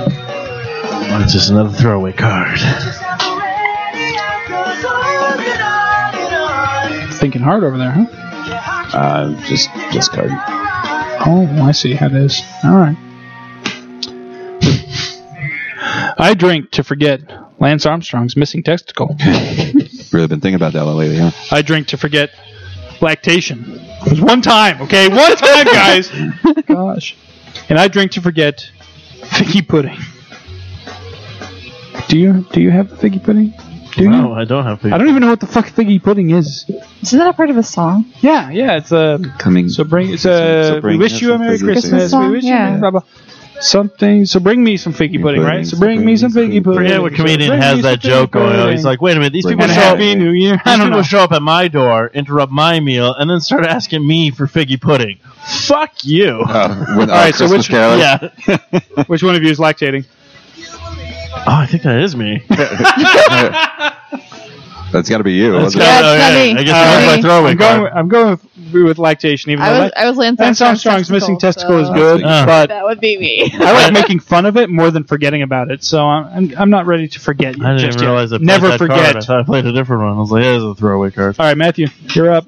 H: It's just another throwaway card.
G: Thinking hard over there, huh? Uh, just just card. Oh, I see how it is. All right. I drink to forget Lance Armstrong's missing testicle.
I: Really been thinking about that one lately, huh?
G: I drink to forget lactation. It was one time, okay? One time, guys! Gosh. And I drink to forget figgy pudding. Do you do you have the figgy pudding? Do you?
H: No, I don't have people.
G: I don't even know what the fuck figgy pudding is.
F: Isn't that a part of a song?
G: Yeah, yeah, it's a
I: coming.
G: So bring it's a.
I: So bring
G: we wish
I: us
G: you a
I: some
G: merry
I: figgy
G: Christmas.
I: pudding.
G: We wish
F: Yeah.
G: you a blah, blah. something. So bring me some figgy pudding, right? So bring me some figgy pudding.
H: Forget what comedian
G: Bring me
H: has
G: some
H: that
G: figgy
H: joke going on. He's
G: pudding.
H: like, wait a minute, these
G: Bring
H: people
G: me
H: show
G: some
H: up.
G: Happy New Year. I
H: These
G: don't
H: people
G: know.
H: show up at my door, interrupt my meal, and then start asking me for figgy pudding. Fuck you.
G: Uh,
I: All right, so which Carolers?
H: Yeah.
G: Which one of you is lactating?
H: Oh, I think that is me.
I: That's got to be you.
H: That's
I: wasn't it?
H: gotta- Yeah, it's not me. I guess that was Oh my
G: Alright.
H: throwaway
G: I'm going,
H: card.
G: with, I'm going with, with lactation, even
F: I
G: though
F: was- I was Lance
G: Armstrong's
F: Armstrong's
G: missing testicle
F: testicle,
G: is
F: so-
G: good,
H: Uh.
G: but
F: That would be me.
G: I like making fun of it more than forgetting about it. So I'm I'm, I'm not ready to forget you.
H: I didn't
G: just
H: even
G: yet.
H: realize I played
G: Never
H: that card.
G: forget.
H: I thought I played a different one. I was like, yeah, this is a throwaway card.
G: All right, Matthew, you're up.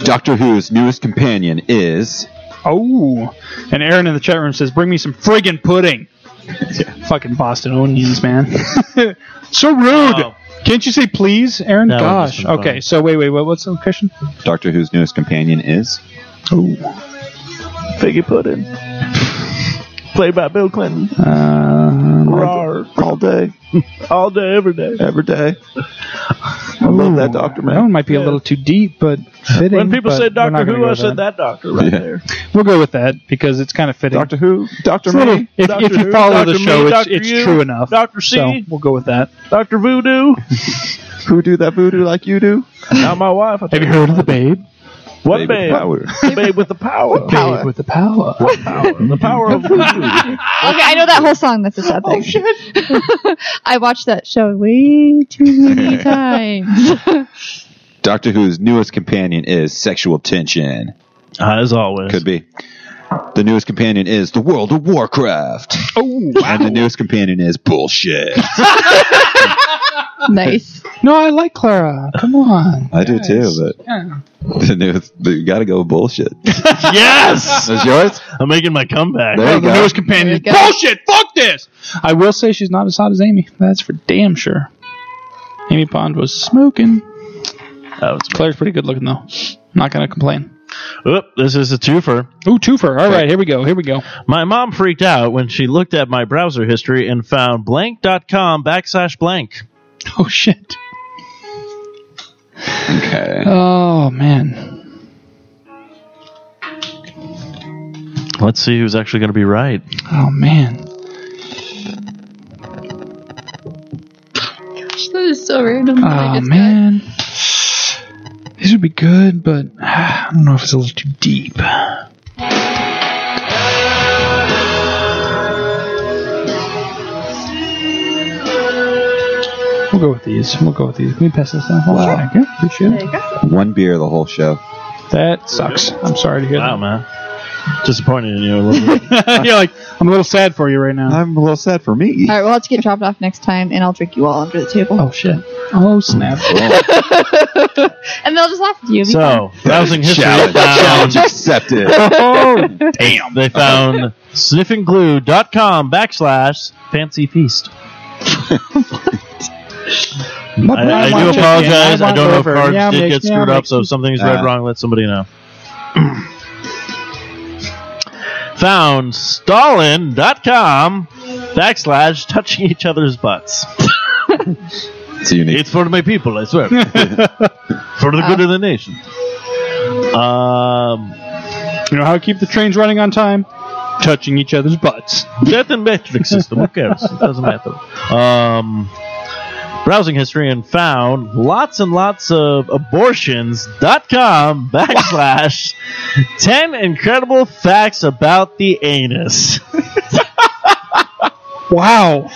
I: Doctor Who's newest companion is
G: Oh, and Aaron in the chat room says, "Bring me some friggin' pudding." Fucking Bostonians, man. so rude.
H: Wow.
G: Can't you say please, Aaron?
I: That would've
G: Gosh.
I: been fun.
G: Okay. So wait, wait. What, what's the question?
I: Doctor Who's newest companion is
G: Oh.
H: Figgy pudding. Played by Bill Clinton.
I: uh, all day,
H: All day, every day.
I: every day.
G: I
I: love that Doctor
G: That one might be a little too deep, but fitting.
H: When people
G: but
H: say
G: we're not
H: Doctor
G: gonna
H: Who,
G: go
H: I
G: with
H: said that doctor right there.
G: We'll go with that because it's kind of fitting.
I: Doctor Who, Doctor
G: It's a little-
I: Me,
G: if,
H: Doctor
G: if you
H: Who,
G: follow
H: Doctor
G: the
H: Me,
G: show, it's,
H: Doctor
G: it's
H: You,
G: true enough.
H: Doctor C.
G: So we'll go with that.
H: Doctor Voodoo.
I: who do that voodoo like you do?
H: Not my wife. I
G: Have
H: tell
G: you heard of the babe?
H: What
I: Baby
H: babe?
I: power.
H: babe with the power.
G: Babe with the power.
H: The power of
F: Okay, I know that whole song. That's a sad thing. I watched that show way too many times.
I: Doctor Who's newest companion is sexual tension.
G: Uh,
H: As always.
I: Could be. The newest companion is the World of Warcraft,
G: oh,
I: and the newest companion is bullshit.
F: nice.
G: no, I like Clara. Come on.
I: I do too,
G: Yeah.
I: but the newest, but you got to go with bullshit.
H: Yes!
I: That's yours.
H: I'm making my comeback.
I: There you
G: The
I: go.
G: newest companion.
F: There you go.
G: Bullshit. Fuck this. I will say she's not as hot as Amy. That's for damn sure. Amy Pond was smoking.
H: Oh, it's
G: Claire's pretty good looking though. Not gonna complain.
H: Oop, this is a twofer.
G: Ooh, two for. All right, here we go. Here we go.
H: My mom freaked out when she looked at my browser history and found blank.com backslash blank.
G: Oh shit.
I: Okay.
G: Oh man.
H: Let's see who's actually going to be right.
G: Oh man.
F: Gosh, that is so random. that I
G: Oh
F: just
G: man. These would be good, but ah, I don't know if it's a little too deep. We'll go with these. We'll go with these. Can we pass this down?
I: Wow.
G: Thank you. Appreciate it.
I: One beer the whole show.
G: That sucks. I'm sorry to hear
H: Wow, man. Disappointed in you a little bit.
G: that. You're like, I'm a little sad for you right now.
I: I'm a little sad for me.
F: got- All right, we'll have to get dropped off next time, and I'll drink you all under the table,
G: Oh shit. Oh snap.
F: and they'll just laugh at you.
H: So, browsing history
I: Challenge, challenge
H: found,
I: accepted.
H: Oh, damn. they found sniffingglue.com backslash fancy feast. I, I do apologize. I don't know if cards did get screwed up, so if something's
I: Uh.
H: read wrong, let somebody know. Found Stalin.com backslash touching each other's butts.
I: It's unique.
H: It's for my people, I swear. for the good of the nation. Um,
G: You know how I keep the trains running on time? Touching each other's butts.
H: Death and metric system. Who cares? It doesn't matter. Um, browsing history and found lots and lots of abortions.com backslash 10 incredible facts about the anus.
G: wow.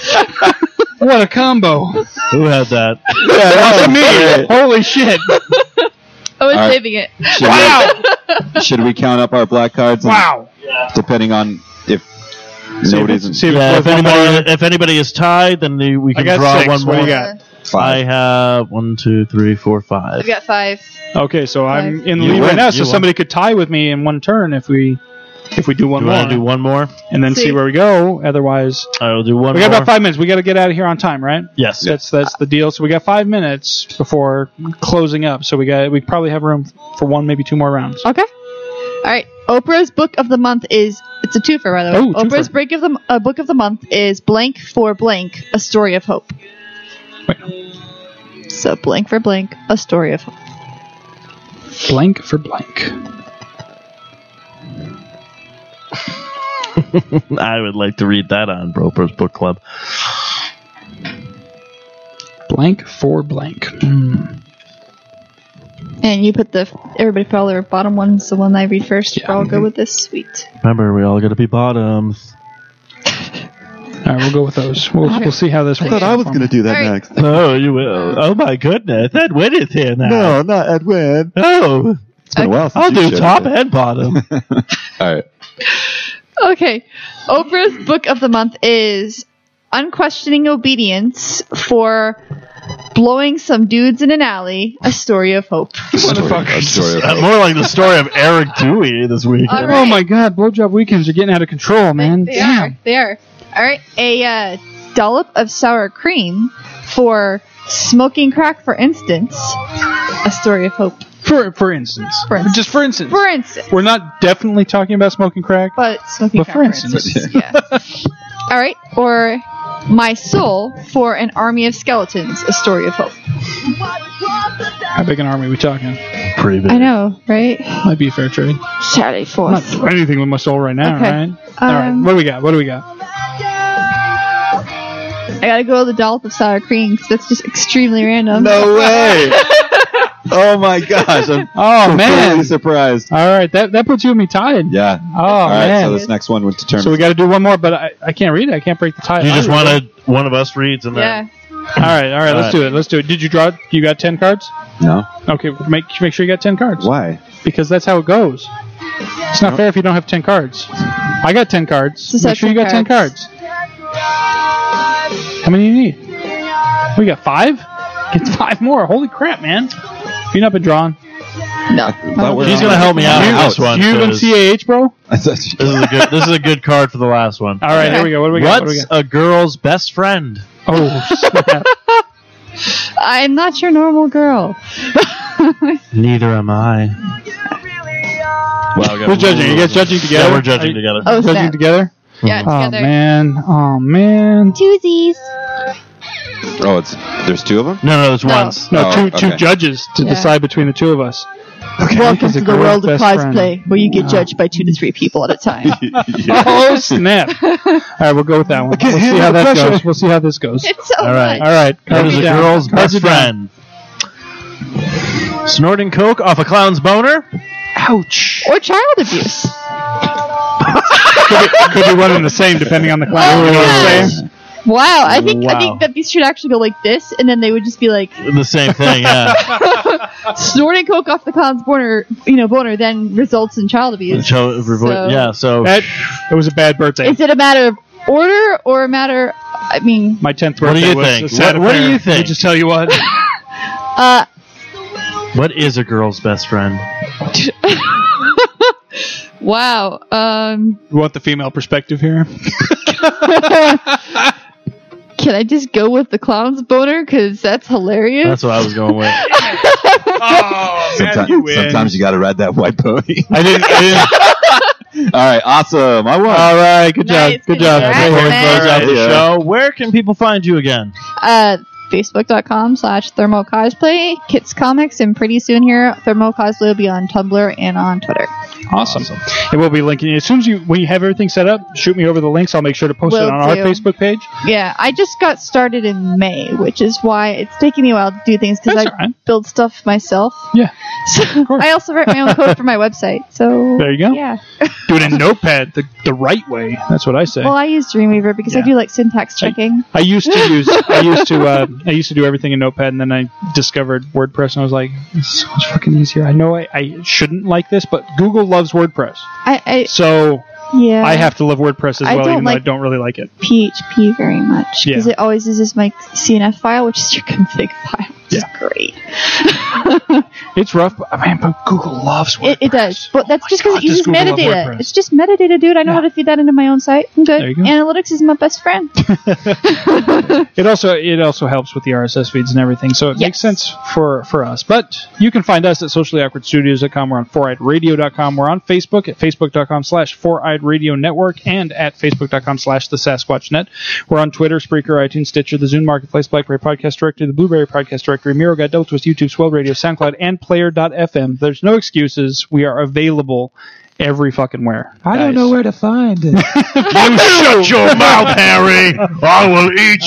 G: what a combo.
H: Who had that?
G: That's me. Holy shit.
F: I was
M: All right.
F: Oh, saving it.
M: Should We, should we count up our black cards? and-
G: Wow.
M: Depending on if
H: See if-
M: nobody's in.
H: see if- Yeah, if, anybody, if anybody is tied, then the- we
G: I
H: can
G: got
H: draw
G: six.
H: one
G: What
H: more.
G: do you got?
H: I have one, two, three, four,
F: I've
H: five.
F: got five.
G: Okay, so I'm in the
H: You
G: lead right
H: win.
G: now,
H: You
G: so
H: won.
G: somebody could tie with me in one turn if we if we do one
H: Do you
G: more.
H: want to do one more?
G: and then see.
F: See.
G: where we go. Otherwise,
H: I'll do one
G: we got
H: more.
G: about five minutes. We got to get out of here on time, right?
H: Yes.
G: That's that's the deal. So we got five minutes before closing up. So we got we probably have room for one, maybe two more rounds.
F: Okay. All right. Oprah's book of the month is it's a twofer by the way.
G: Oh, twofer.
F: Oprah's break of the uh, book of the month is blank for blank, a story of hope. So blank for blank, a story of hope.
G: Blank for blank.
H: I would like to read that on Broper's Book Club.
G: Blank for blank.
F: And you put the everybody put all their bottom ones, the one I read first. We're all
G: Mm-hmm.
F: good with this. Sweet.
H: Remember, we all got to be bottoms.
G: All right, we'll go with those. We'll, we'll see how this works.
P: thought I was going to do that
F: All right.
P: next.
H: No, you will. Oh my goodness, Edwin is here now.
P: No, not Edwin.
H: Oh,
P: It's been a while since
H: I'll
P: you
H: do
P: showed
H: top
P: it.
H: and bottom.
M: All right.
F: Okay. Oprah's book of the month is Unquestioning Obedience for Blowing Some Dudes in an Alley, a story of hope.
M: Story- a story of
H: Uh,
M: hope.
H: More like the story of Eric Dewey this week.
F: All
G: Oh
F: right.
G: my god, blowjob weekends are getting out of control, man.
F: They
G: Damn.
F: are. They are. All right. A uh, dollop of sour cream for smoking crack, for instance. A story of hope.
G: For for instance,
F: For instance.
G: just for instance,
F: For instance.
G: we're not definitely talking about smoking crack.
F: But smoking
G: But
F: crack,
G: for instance.
F: yeah. All right. Or my soul for an army of skeletons, a story of hope.
G: How big an army are we talking?
H: Pretty big.
F: I know, right?
G: Might be a fair trade.
F: Shadow
G: I'm not
F: force.
G: doing anything with my soul right now,
F: Okay.
G: right? All right,
F: Um,
G: what do we got? What do we got?
F: I gotta go with the dollop of sour cream because that's just extremely random.
P: No way. oh my gosh. I'm
G: Oh man!
P: really surprised.
G: All right, that that puts you and me tied.
P: Yeah.
G: Oh
P: All right.
G: man!
P: So this next one would determine.
G: So we got to do one more, but I, I can't read it. I can't break the tie.
H: You just wanted one of us reads and
F: Yeah.
H: then
G: All right, all right.
H: All
G: Let's
H: right.
G: do it. Let's do it. Did you draw? You got ten cards?
P: no.
G: Okay, make make sure you got ten cards.
P: Why?
G: Because that's how it goes. It's not fair if you don't have ten cards. I got ten cards.
F: Just
G: Make
F: have
G: sure you
F: 10
G: got ten
F: cards.
G: cards. How many do you need? We got five. Get five more. Holy crap, man! Have you not been drawn?
F: No.
P: But we're
H: he's
P: on-
H: gonna help me out on this one.
G: Do you even
H: 'cause
G: CAH, bro? All
P: I thought you-
H: This is a good. This is a good card for the last one.
G: right, here we go. What do we got? What do we
H: What's
G: got?
H: a girl's best friend?
G: Oh, snap.
F: I'm not your normal girl.
H: Neither am I.
M: Wow,
G: we're judging. You guys judging together?
H: Yeah, we're judging
G: Are you
H: together.
F: Oh,
G: Judging
F: snap.
G: together?
F: Yeah,
G: Oh
F: together.
G: man! Oh man!
F: Doozies.
M: Oh, it's there's two of them.
H: No, no, there's
F: No.
H: once.
G: No,
M: Oh,
G: two two
M: okay.
G: judges to
F: Yeah.
G: decide between the two of us.
F: Welcome
G: He's a
F: to the
G: girl's
F: world of
G: best
F: cosplay,
G: friend.
F: where you get judged by two to three people at a time.
G: Oh snap! All right, we'll go with that one. We'll see how that goes. We'll see how this goes.
F: it's so
H: All right.
F: much.
G: All right,
H: That
G: cards
H: is
G: are
H: a
G: down.
H: girl's
G: Cards
H: best
G: are down.
H: friend. Snorting coke off a clown's boner.
G: Ouch!
F: Or child abuse.
G: Could be one and the same, depending on the clown.
F: Oh,
G: You know what I'm saying?
F: Wow, I think I
H: Wow.
F: think that these should actually go like this, and then they would just be like
H: The same thing. Yeah.
F: snorting coke off the clown's boner, you know, boner, then results in child abuse.
H: So,
F: So-
H: yeah. So
G: That it was a bad birthday.
F: Is it a matter of order or a matter? I mean,
G: My tenth
H: What do
G: birthday
H: you
G: was
H: think?
G: a sad
H: What- what do
G: affair.
H: you think?
G: Let me just tell you what.
F: uh,
H: What is a girl's best friend?
F: wow. Um,
G: You want the female perspective here?
F: can I just go with the clown's boner? Because that's hilarious.
H: That's what I was going with.
G: Oh,
M: Sometimes you, sometimes you got to ride that white pony.
G: I didn't. I didn't
M: All right, awesome. I won.
G: All right, good
F: Nice,
G: job, good
F: good
G: job.
F: job.
G: Great work,
F: Congrats,
G: guys.
H: Of the
M: Yeah.
H: show. Where can people find you again?
F: uh, Facebook.com slash thermal cosplay, kits comics, and pretty soon here, thermal cosplay will be on Tumblr and on Twitter.
G: Awesome. And we'll be linking you as soon as you when you have everything set up. Shoot me over the links. I'll make sure to post
F: Will
G: it on
F: do.
G: our Facebook page.
F: Yeah, I just got started in May, which is why it's taking me a while to do things because I
G: That's all right.
F: build stuff myself.
G: Yeah.
F: So I also write my own code for my website. So
G: There you go.
F: Yeah.
G: Do it in Notepad the, the right way. That's what I say.
F: Well, I use Dreamweaver because I do like syntax checking.
G: I used to use I used to uh, I used to do everything in Notepad, and then I discovered WordPress, and I was like, this is so much fucking easier. I know I, I shouldn't like this, but Google loves WordPress,
F: I, I
G: so
F: yeah.
G: I have to love WordPress as
F: I
G: well,
F: don't
G: even though I
F: like-
G: don't really like it.
F: PHP very much because
G: Yeah.
F: it always uses my CNF file, which is your config file. yeah. great.
G: it's rough, but, man, but Google loves WordPress. Oh
F: It, it does, but that's just because
G: God,
F: it uses
G: does Google love
F: metadata.
G: WordPress?
F: It's just metadata, dude. I know how to feed that into my own site. I'm good.
G: There you go.
F: Analytics is my best friend.
G: It also it also helps with the RSS feeds and everything, so it makes sense for for us. But you can find us at sociallyawkwardstudios.com. We're on foureyedradio.com. We're on Facebook at facebook.com slash four-eyed radio network and at facebook.com slash the Sasquatch net. We're on Twitter, Spreaker, iTunes, Stitcher, the Zune Marketplace, BlackBerry Podcast Directory, the Blueberry Podcast Directory, Miro Guide, Double Twist, YouTube, Swell Radio, SoundCloud, and Player.fm. There's no excuses. We are available every fucking where.
Q: I don't know where to find it.
G: You shut
Q: your mouth,
G: Harry! I will eat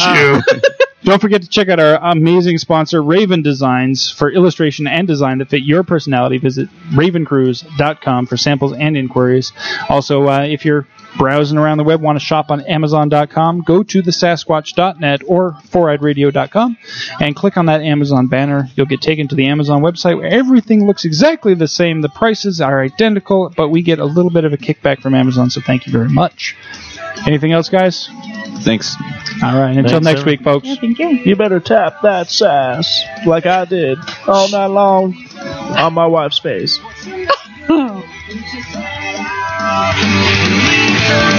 Q: you.
G: Don't forget to check out our amazing sponsor, Raven Designs, for illustration and design that fit your personality. Visit ravencruise.com for samples and inquiries. Also, uh, if you're browsing around the web, want to shop on amazon.com, go to the sasquatch.net or foureyedradio.com and click on that Amazon banner. You'll get taken to the Amazon website where everything looks exactly the same. The prices are identical, but we get a little bit of a kickback from Amazon, so thank you very much. Anything else, guys?
M: Thanks.
G: All right. Until
M: Thanks,
G: next
M: everyone.
G: week, folks.
F: thank you.
O: You better tap that sass like I did all night long on my wife's face.
I: Leave the